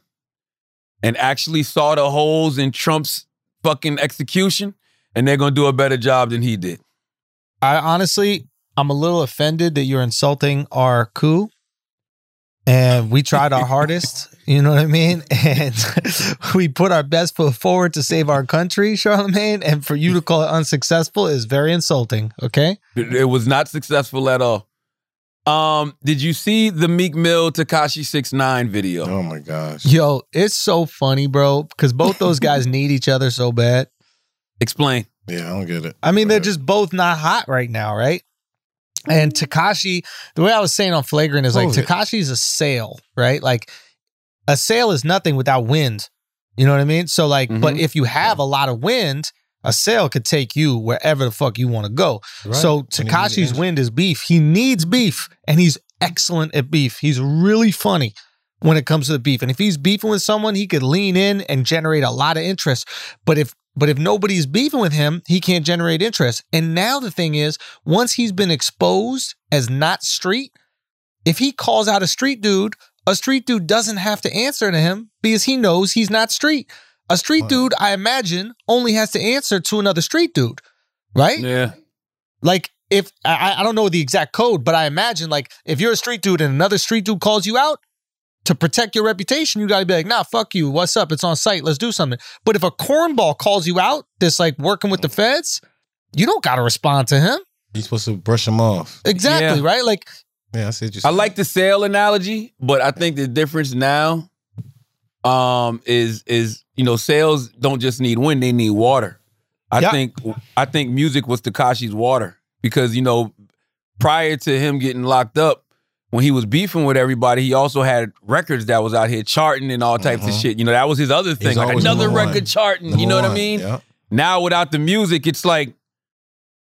Speaker 2: and actually saw the holes in Trump's fucking execution and they're going to do a better job than he did.
Speaker 3: I honestly, I'm a little offended that you're insulting our coup. And we tried our hardest, you know what I mean? And we put our best foot forward to save our country, Charlemagne. And for you to call it unsuccessful is very insulting, okay?
Speaker 2: It it was not successful at all. Um, did you see the Meek Mill Takashi 69 video?
Speaker 4: Oh my gosh.
Speaker 3: Yo, it's so funny, bro, because both those guys need each other so bad.
Speaker 2: Explain.
Speaker 4: Yeah, I don't get it.
Speaker 3: I mean, they're just both not hot right now, right? And Takashi, the way I was saying on flagrant is like
Speaker 4: Hold it.
Speaker 3: Takashi's a sail, right? Like a sail is nothing without wind. You know what I mean? So like, but if you have a lot of wind, a sail could take you wherever the fuck you want to go. So
Speaker 4: And he needs
Speaker 3: Takashi's
Speaker 4: energy.
Speaker 3: wind is beef. He needs beef, and he's excellent at beef. He's really funny when it comes to the beef. And if he's beefing with someone, he could lean in and generate a lot of interest. But if but if nobody's beefing with him, he can't generate interest. And now the thing is, once he's been exposed as not street, if he calls out a street dude, a street dude doesn't have to answer to him because he knows he's not street. A street dude, I imagine, only has to answer to another street dude, right?
Speaker 2: Yeah.
Speaker 3: Like if I, I don't know the exact code, but I imagine like if you're a street dude and another street dude calls you out to protect your reputation, you gotta be like, nah, fuck you. What's up? It's on site. Let's do something. But if a cornball calls you out, that's like working with the feds, you don't gotta respond to him.
Speaker 4: You're supposed to brush him off.
Speaker 3: Exactly,
Speaker 2: Yeah.
Speaker 3: right? Like
Speaker 4: Yeah, I see what you
Speaker 2: I like the sale analogy, but I think the difference now um is is you know, sales don't just need wind, they need water. I
Speaker 3: Yeah.
Speaker 2: think I think music was Takashi's water because you know, prior to him getting locked up, when he was beefing with everybody, he also had records that was out here charting and all types of shit. You know, that was his other thing, like
Speaker 4: Mm-hmm. always
Speaker 2: another
Speaker 4: number one.
Speaker 2: record charting. you know what I mean?
Speaker 4: Yeah.
Speaker 2: Now without the music, it's like,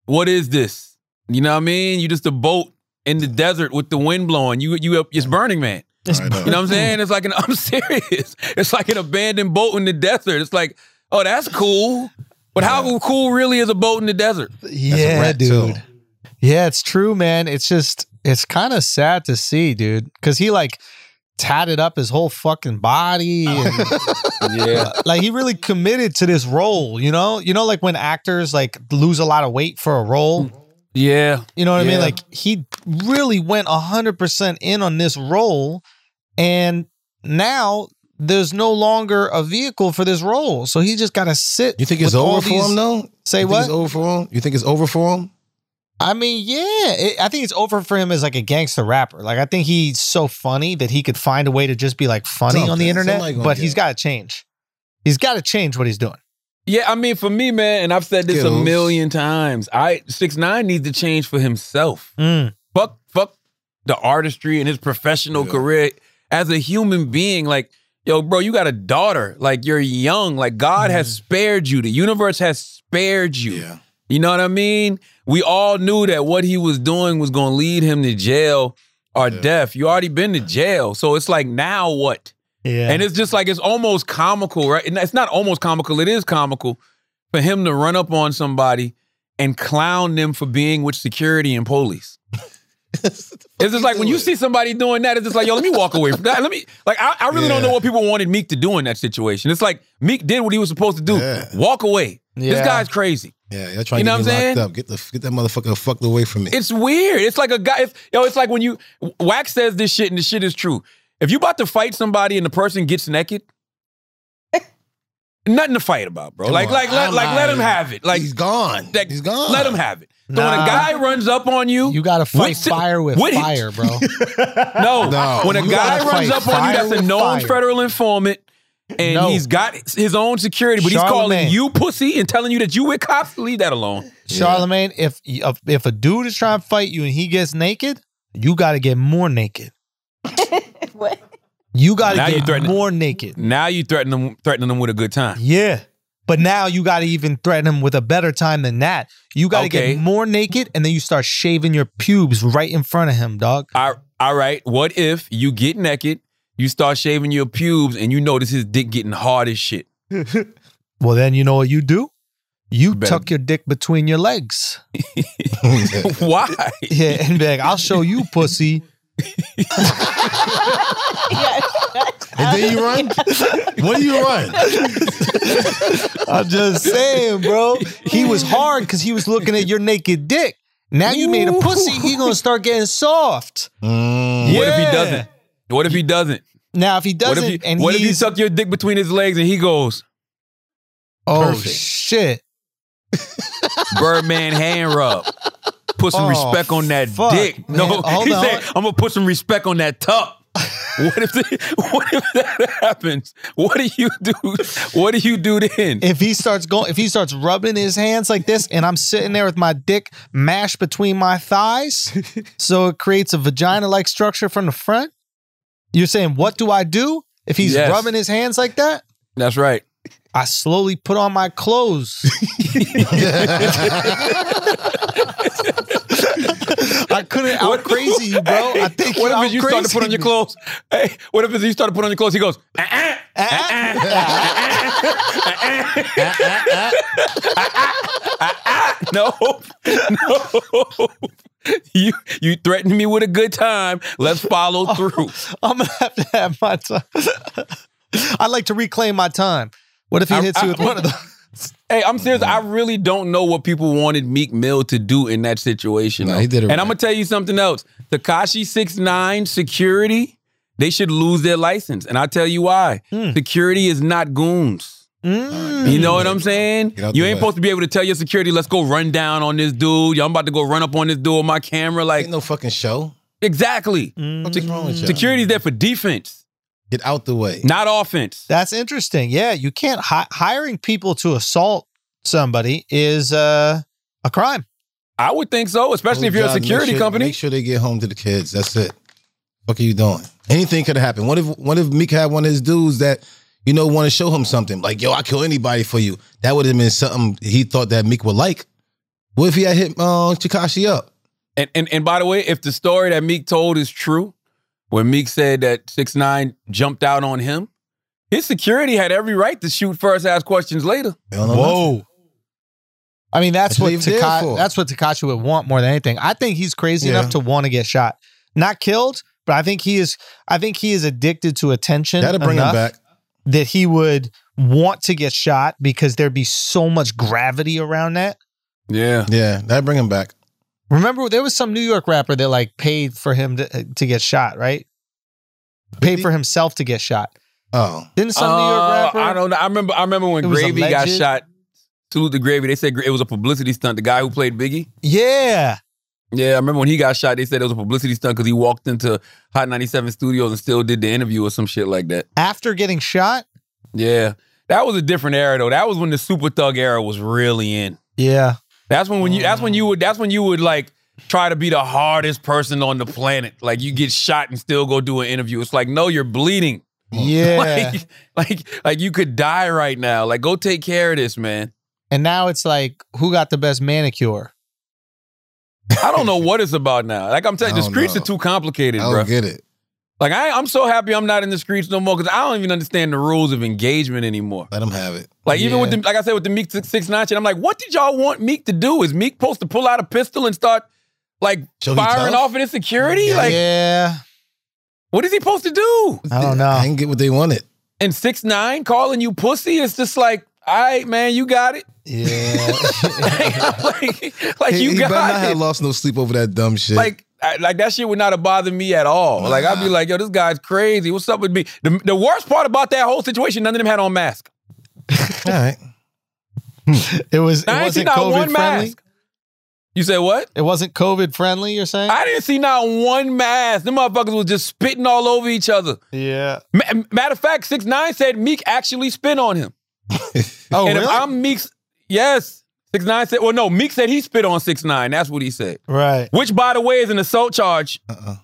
Speaker 2: what is this? You know what I mean? You just a boat in the desert with the wind blowing. You you up it's Burning Man.
Speaker 4: I know.
Speaker 2: You know what I'm saying? It's like an I'm serious. It's like an abandoned boat in the desert. It's like, oh, that's cool. But how cool really is a boat in the desert?
Speaker 3: Yeah,
Speaker 4: rat,
Speaker 3: dude.
Speaker 4: too.
Speaker 3: Yeah, it's true, man. It's just it's kind of sad to see, dude, because he like tatted up his whole fucking body and
Speaker 2: Yeah.
Speaker 3: like he really committed to this role, you know? You know, like when actors like lose a lot of weight for a role.
Speaker 4: Mm-hmm.
Speaker 2: Yeah.
Speaker 3: You know what I
Speaker 2: Yeah.
Speaker 3: mean? Like he really went hundred percent in on this role, and now there's no longer a vehicle for this role. So he just gotta sit.
Speaker 4: You think it's
Speaker 3: with all
Speaker 4: over for
Speaker 3: these-
Speaker 4: him though?
Speaker 3: Say
Speaker 4: you Think
Speaker 3: what?
Speaker 4: it's over for him? You think it's over for him?
Speaker 3: I mean, yeah, it, I think it's over for him as like a gangster rapper. Like I think he's so funny that he could find a way to just be like funny on
Speaker 4: Something.
Speaker 3: the internet,
Speaker 4: Somebody gonna
Speaker 3: but
Speaker 4: get
Speaker 3: he's
Speaker 4: it.
Speaker 3: got to change. He's got to change what he's doing.
Speaker 2: Yeah, I mean, for me, man, and I've said this a
Speaker 4: Skittles.
Speaker 2: million times. I six nine needs to change for himself.
Speaker 3: Mm.
Speaker 2: fuck fuck the artistry and his professional career as a human being like yo bro you got a daughter like you're young like god has spared you the universe has spared you
Speaker 4: Yeah.
Speaker 2: you know what i mean we all knew that what he was doing was going to lead him to jail or death you already been to jail so it's like now what
Speaker 3: Yeah,
Speaker 2: and it's just like it's almost comical, right? And it's not almost comical, it is comical for him to run up on somebody and clown them for being with security and police. It's just like when you see somebody doing that, it's just like, yo, let me walk away from that. Let me like I, I really don't
Speaker 4: Yeah.
Speaker 2: know what people wanted Meek to do in that situation. It's like Meek did what he was supposed to do.
Speaker 4: Yeah.
Speaker 2: Walk away. This
Speaker 3: Yeah.
Speaker 2: guy's crazy.
Speaker 4: Yeah, you're trying
Speaker 2: You know
Speaker 4: to
Speaker 2: what
Speaker 4: get
Speaker 2: I'm
Speaker 4: me
Speaker 2: saying?
Speaker 4: locked up. Get the get that motherfucker fucked away from me.
Speaker 2: It's weird. It's like a guy. It's, yo, it's like when you Wax says this shit and the shit is true. If you about to fight somebody and the person gets naked, nothing to fight about, bro.
Speaker 4: Come
Speaker 2: like,
Speaker 4: on,
Speaker 2: like, let,
Speaker 4: I'm
Speaker 2: like, let
Speaker 4: outta
Speaker 2: him
Speaker 4: here.
Speaker 2: have it. Like,
Speaker 4: Oh he's gone.
Speaker 2: that-
Speaker 4: he's gone.
Speaker 2: Let him have it. So when a
Speaker 3: Nah.
Speaker 2: guy runs up on you,
Speaker 3: you got to fight
Speaker 2: What's it-
Speaker 3: fire with
Speaker 2: what it-
Speaker 3: fire, bro.
Speaker 2: no,
Speaker 4: No.
Speaker 2: when a
Speaker 3: You
Speaker 2: guy
Speaker 3: gotta
Speaker 2: runs
Speaker 3: fight
Speaker 2: up on you,
Speaker 3: fire
Speaker 2: that's a
Speaker 3: with
Speaker 2: known
Speaker 3: fire.
Speaker 2: federal informant. And
Speaker 3: No.
Speaker 2: he's got his own security, but he's calling
Speaker 3: Charlemagne.
Speaker 2: you pussy and telling you that you with cops. Leave that alone.
Speaker 3: Charlemagne, if if if a dude is trying to fight you and he gets naked, you got to get more naked.
Speaker 7: What?
Speaker 3: You got
Speaker 2: Now
Speaker 3: to
Speaker 2: you
Speaker 3: get
Speaker 2: threatening-
Speaker 3: more naked.
Speaker 2: Now you threatening them, threatening them with a good time.
Speaker 3: Yeah. But now you got to even threaten him with a better time than that. You got to
Speaker 2: Okay.
Speaker 3: get more naked and then you start shaving your pubes right in front of him, dog.
Speaker 2: I, all right, what if you get naked, you start shaving your pubes, and you notice his dick getting hard as shit?
Speaker 3: Well, then you know what you do? You
Speaker 2: Better-
Speaker 3: tuck your dick between your legs. Mm.
Speaker 2: Why?
Speaker 3: Yeah, and be like, I'll show you, pussy.
Speaker 4: And then you run? what do you run?
Speaker 3: I'm just saying, bro. He was hard because he was looking at your naked dick. Now you made a pussy, he gonna start getting soft.
Speaker 2: What if he
Speaker 3: Yeah.
Speaker 2: doesn't? What if he doesn't?
Speaker 3: Now if he
Speaker 2: What
Speaker 3: doesn't,
Speaker 2: if you,
Speaker 3: and
Speaker 2: what if you
Speaker 3: he's
Speaker 2: tuck your dick between his legs and he goes
Speaker 3: oh
Speaker 2: Perfect.
Speaker 3: shit,
Speaker 2: Birdman hand rub? Put some
Speaker 3: Oh,
Speaker 2: respect on that
Speaker 3: fuck,
Speaker 2: dick.
Speaker 3: man.
Speaker 2: No,
Speaker 3: Hold
Speaker 2: he
Speaker 3: on.
Speaker 2: said, "I'm gonna put some respect on that tuck." what if what if that happens? What do you do? What do you do then?
Speaker 3: if he starts going, if he starts rubbing his hands like this, and I'm sitting there with my dick mashed between my thighs, so it creates a vagina-like structure from the front. You're saying, what do I do if he's
Speaker 2: Yes.
Speaker 3: rubbing his hands like that?
Speaker 2: That's right.
Speaker 3: I slowly put on my clothes. I couldn't out crazy you, bro. I think
Speaker 2: What
Speaker 3: you
Speaker 2: if you start to
Speaker 3: outcrazied
Speaker 2: put on your
Speaker 3: me.
Speaker 2: clothes? Hey, what if you start to put on your clothes? He goes, "Uh-uh." no, no. You you threatened me with a good time. Let's follow through.
Speaker 3: I'm gonna have to have my time. I'd like to reclaim my time. What if he
Speaker 2: I-
Speaker 3: hits
Speaker 2: I-
Speaker 3: you with one of those?
Speaker 2: Hey, I'm serious. I really don't know what people wanted Meek Mill to do in that situation.
Speaker 6: Nah,
Speaker 2: though.
Speaker 6: he did it
Speaker 2: and
Speaker 6: right.
Speaker 2: I'm gonna tell you something else. Takashi 69 security, they should lose their license. And I'll tell you why. Security is not goons. You know what I'm saying?
Speaker 4: Hmm. Get out
Speaker 2: You
Speaker 4: the
Speaker 2: ain't
Speaker 4: way.
Speaker 2: supposed to be able to tell your security, let's go run down on this dude. Yo, I'm about to go run up on this dude with my camera. Like,
Speaker 4: Ain't no Hmm. fucking show.
Speaker 2: exactly.
Speaker 4: What's wrong with you?
Speaker 2: Security's there for defense,
Speaker 4: Get out the way.
Speaker 2: not offense.
Speaker 3: That's interesting. Yeah, you can't hi- hiring people to assault somebody is uh, a crime.
Speaker 2: I would think so, especially if
Speaker 4: Whole
Speaker 2: you're a
Speaker 4: job, make
Speaker 2: security
Speaker 4: sure-
Speaker 2: company.
Speaker 4: Make sure they get home to the kids. That's it. What are you doing? Anything could have happened. What if what if Meek had one of his dudes that you know want to show him something like yo, I kill anybody for you. That would have been something he thought that Meek would like. What if he had hit uh, Chikashi up?
Speaker 2: And, and and by the way, if the story that Meek told is true, when Meek said that six nine jumped out on him, his security had every right to shoot first, ask questions later.
Speaker 4: They don't know nothing.
Speaker 3: I mean, that's
Speaker 4: That's what
Speaker 3: what
Speaker 4: he was there
Speaker 3: Taka-
Speaker 4: for.
Speaker 3: that's what Takashi would want more than anything. I think he's crazy
Speaker 4: Yeah.
Speaker 3: enough to want to get shot, not killed, but I think he is. I think he is addicted to attention.
Speaker 4: That'll bring
Speaker 3: enough
Speaker 4: him back.
Speaker 3: that he would want to get shot because there'd be so much gravity around that.
Speaker 2: Yeah.
Speaker 4: Yeah, that'll bring him back.
Speaker 3: Remember, there was some New York rapper that like paid for him to, uh, to get shot, right? Paid for himself to get shot.
Speaker 4: Oh,
Speaker 3: Didn't some New York rapper?
Speaker 2: Uh, I don't know. I remember I remember when
Speaker 3: It was
Speaker 2: Gravy got
Speaker 3: alleged?
Speaker 2: shot. Salute the Gravy. They said gra- it was a publicity stunt. The guy who played Biggie.
Speaker 3: Yeah,
Speaker 2: Yeah, I remember when he got shot. They said it was a publicity stunt because he walked into Hot 97 Studios and still did the interview or some shit like that.
Speaker 3: after getting shot.
Speaker 2: Yeah, that was a different era though. That was when the Super Thug era was really in.
Speaker 3: Yeah,
Speaker 2: That's when when you
Speaker 4: Mm.
Speaker 2: that's when you would that's when you would like try to be the hardest person on the planet. Like you get shot and still go do an interview. It's like no, you're bleeding.
Speaker 3: yeah.
Speaker 2: Like, like like you could die right now. Like go take care of this, man.
Speaker 3: and now it's like, who got the best manicure?
Speaker 2: I don't know what it's about now. Like I'm telling
Speaker 4: I
Speaker 2: you, the
Speaker 4: don't
Speaker 2: streets
Speaker 4: know. Oh,
Speaker 2: are too complicated,
Speaker 4: I don't
Speaker 2: bro.
Speaker 4: get it.
Speaker 2: Like I I'm so happy I'm not in the streets no more because I don't even understand the rules of engagement anymore.
Speaker 4: Let him have it.
Speaker 2: Like even
Speaker 3: Yeah.
Speaker 2: with the like I said with the Meek six nine shit, I'm like, what did y'all want Meek to do? Is Meek supposed to pull out a pistol and start like
Speaker 4: Show he
Speaker 2: firing
Speaker 4: tough?
Speaker 2: off at his security? like
Speaker 3: yeah,
Speaker 2: What is he supposed to do?
Speaker 3: I don't know.
Speaker 4: I didn't get what they wanted.
Speaker 2: And six nine calling you pussy? It's just like, all right, man, you got it.
Speaker 3: yeah.
Speaker 2: like, like
Speaker 4: He,
Speaker 2: you
Speaker 4: he better not
Speaker 2: got it.
Speaker 4: have lost no sleep over that dumb shit.
Speaker 2: like, I, like that shit would not have bothered me at all. Like I'd be like, yo, this guy's crazy. What's up with me? The, the worst part about that whole situation, none of them had on mask.
Speaker 4: all right,
Speaker 3: it was. It
Speaker 2: I didn't
Speaker 3: wasn't
Speaker 2: see not
Speaker 3: COVID
Speaker 2: one
Speaker 3: friendly.
Speaker 2: mask. You said what?
Speaker 3: It wasn't COVID friendly. You're saying?
Speaker 2: I didn't see not one mask. Them motherfuckers was just spitting all over each other.
Speaker 3: yeah.
Speaker 2: Ma- Matter of fact, six nine said Meek actually spit on him.
Speaker 3: Oh,
Speaker 2: and
Speaker 3: really?
Speaker 2: if I'm Meek's, yes, six nine said. Well, no, Meek said he spit on six nine. That's what he said.
Speaker 3: right.
Speaker 2: Which, by the way, is an assault charge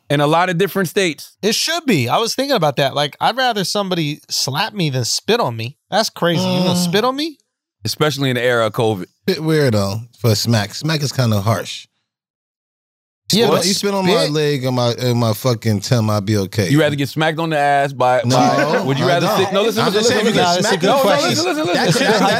Speaker 2: in a lot of different states.
Speaker 3: It should be. I was thinking about that. Like, I'd rather somebody slap me than spit on me. That's crazy. You gonna spit on me?
Speaker 2: Especially in the era of COVID.
Speaker 4: bit weird though for a smack. Smack is kind of harsh.
Speaker 3: Yeah,
Speaker 4: Well,
Speaker 3: but
Speaker 4: you spit on my
Speaker 3: spit-
Speaker 4: leg and my and my fucking tum, I'd be okay.
Speaker 2: You rather get smacked on the ass by?
Speaker 4: No,
Speaker 2: by would you
Speaker 4: I
Speaker 2: rather
Speaker 4: don't.
Speaker 2: sit? No, listen,
Speaker 4: I'm
Speaker 2: listen,
Speaker 4: just saying
Speaker 2: listen,
Speaker 4: we
Speaker 2: listen.
Speaker 4: got
Speaker 3: No, that's a
Speaker 4: smacked. No, no, listen,
Speaker 3: good question.
Speaker 4: listen, listen.
Speaker 2: That's a
Speaker 4: That-
Speaker 2: good
Speaker 4: that-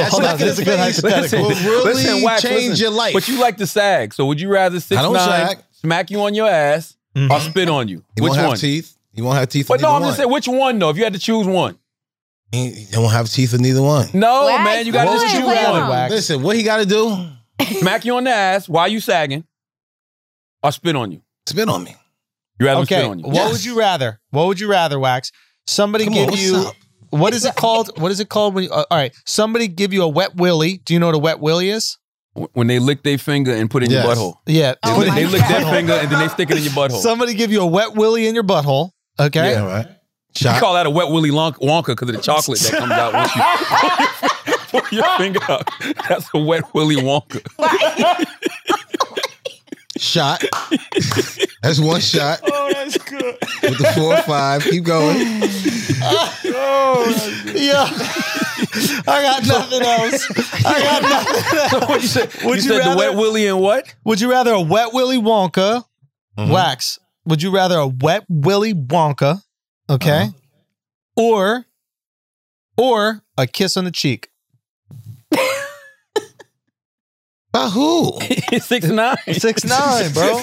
Speaker 4: listen,
Speaker 3: Hold
Speaker 4: that
Speaker 3: on, this is a
Speaker 4: smack in
Speaker 3: good
Speaker 4: the face
Speaker 3: hypothetical.
Speaker 4: Will really
Speaker 2: Listen, Wax,
Speaker 4: change
Speaker 2: listen.
Speaker 4: your life.
Speaker 2: But you like to sag, so would you rather six
Speaker 4: I don't
Speaker 2: nine
Speaker 4: sag.
Speaker 2: smack you on your ass or spit on you?
Speaker 4: You
Speaker 2: which
Speaker 4: won't
Speaker 2: one?
Speaker 4: have teeth. You won't have teeth.
Speaker 2: But
Speaker 4: in
Speaker 2: no, I'm
Speaker 4: either
Speaker 2: just saying which one though. If you had to choose one,
Speaker 4: one. He- They won't have teeth in neither one.
Speaker 2: no
Speaker 7: Wax,
Speaker 2: Oh, man, you
Speaker 7: come
Speaker 2: gotta
Speaker 7: on,
Speaker 2: just choose
Speaker 7: play along.
Speaker 2: one.
Speaker 3: Wax.
Speaker 4: Listen, what he got to do?
Speaker 2: Smack you on the ass while you sagging, or spit on you.
Speaker 4: Spit on me.
Speaker 2: You rather
Speaker 3: Okay,
Speaker 2: spit on you?
Speaker 3: what would
Speaker 4: Yes.
Speaker 3: you rather? What would you rather, Wax? Somebody
Speaker 4: Come on,
Speaker 3: give
Speaker 4: what's
Speaker 3: you
Speaker 4: up?
Speaker 3: what is it called? What is it called when? You, uh, all right, somebody give you a wet willy. Do you know what a wet willy is?
Speaker 2: Wh- When they lick their finger and put it in your
Speaker 4: Yes.
Speaker 2: butthole.
Speaker 3: Yeah,
Speaker 2: They,
Speaker 7: Oh
Speaker 2: lick,
Speaker 7: my
Speaker 2: they lick their
Speaker 7: God.
Speaker 2: finger and then they stick it in your butthole.
Speaker 3: somebody give you a wet willy in your butthole. Okay,
Speaker 4: Yeah, right.
Speaker 2: I
Speaker 4: Shot.
Speaker 2: call that a wet Willy Lon- Wonka because of the chocolate that comes out once you put your finger up. That's a wet Willy Wonka.
Speaker 4: Shot. That's one shot
Speaker 11: Oh, that's good.
Speaker 4: with the four or five. Keep going.
Speaker 3: yeah. I got nothing else. I got nothing. Else.
Speaker 2: what you said?
Speaker 3: Would
Speaker 2: you
Speaker 3: you
Speaker 2: said the
Speaker 3: rather-
Speaker 2: wet Willy and what?
Speaker 3: Would you rather a wet willy Wonka
Speaker 4: Mm-hmm.
Speaker 3: wax? Would you rather a wet willy Wonka? Okay,
Speaker 4: Uh-huh.
Speaker 3: or or a kiss on the cheek.
Speaker 4: By who?
Speaker 2: Six nine.
Speaker 3: Six nine, bro.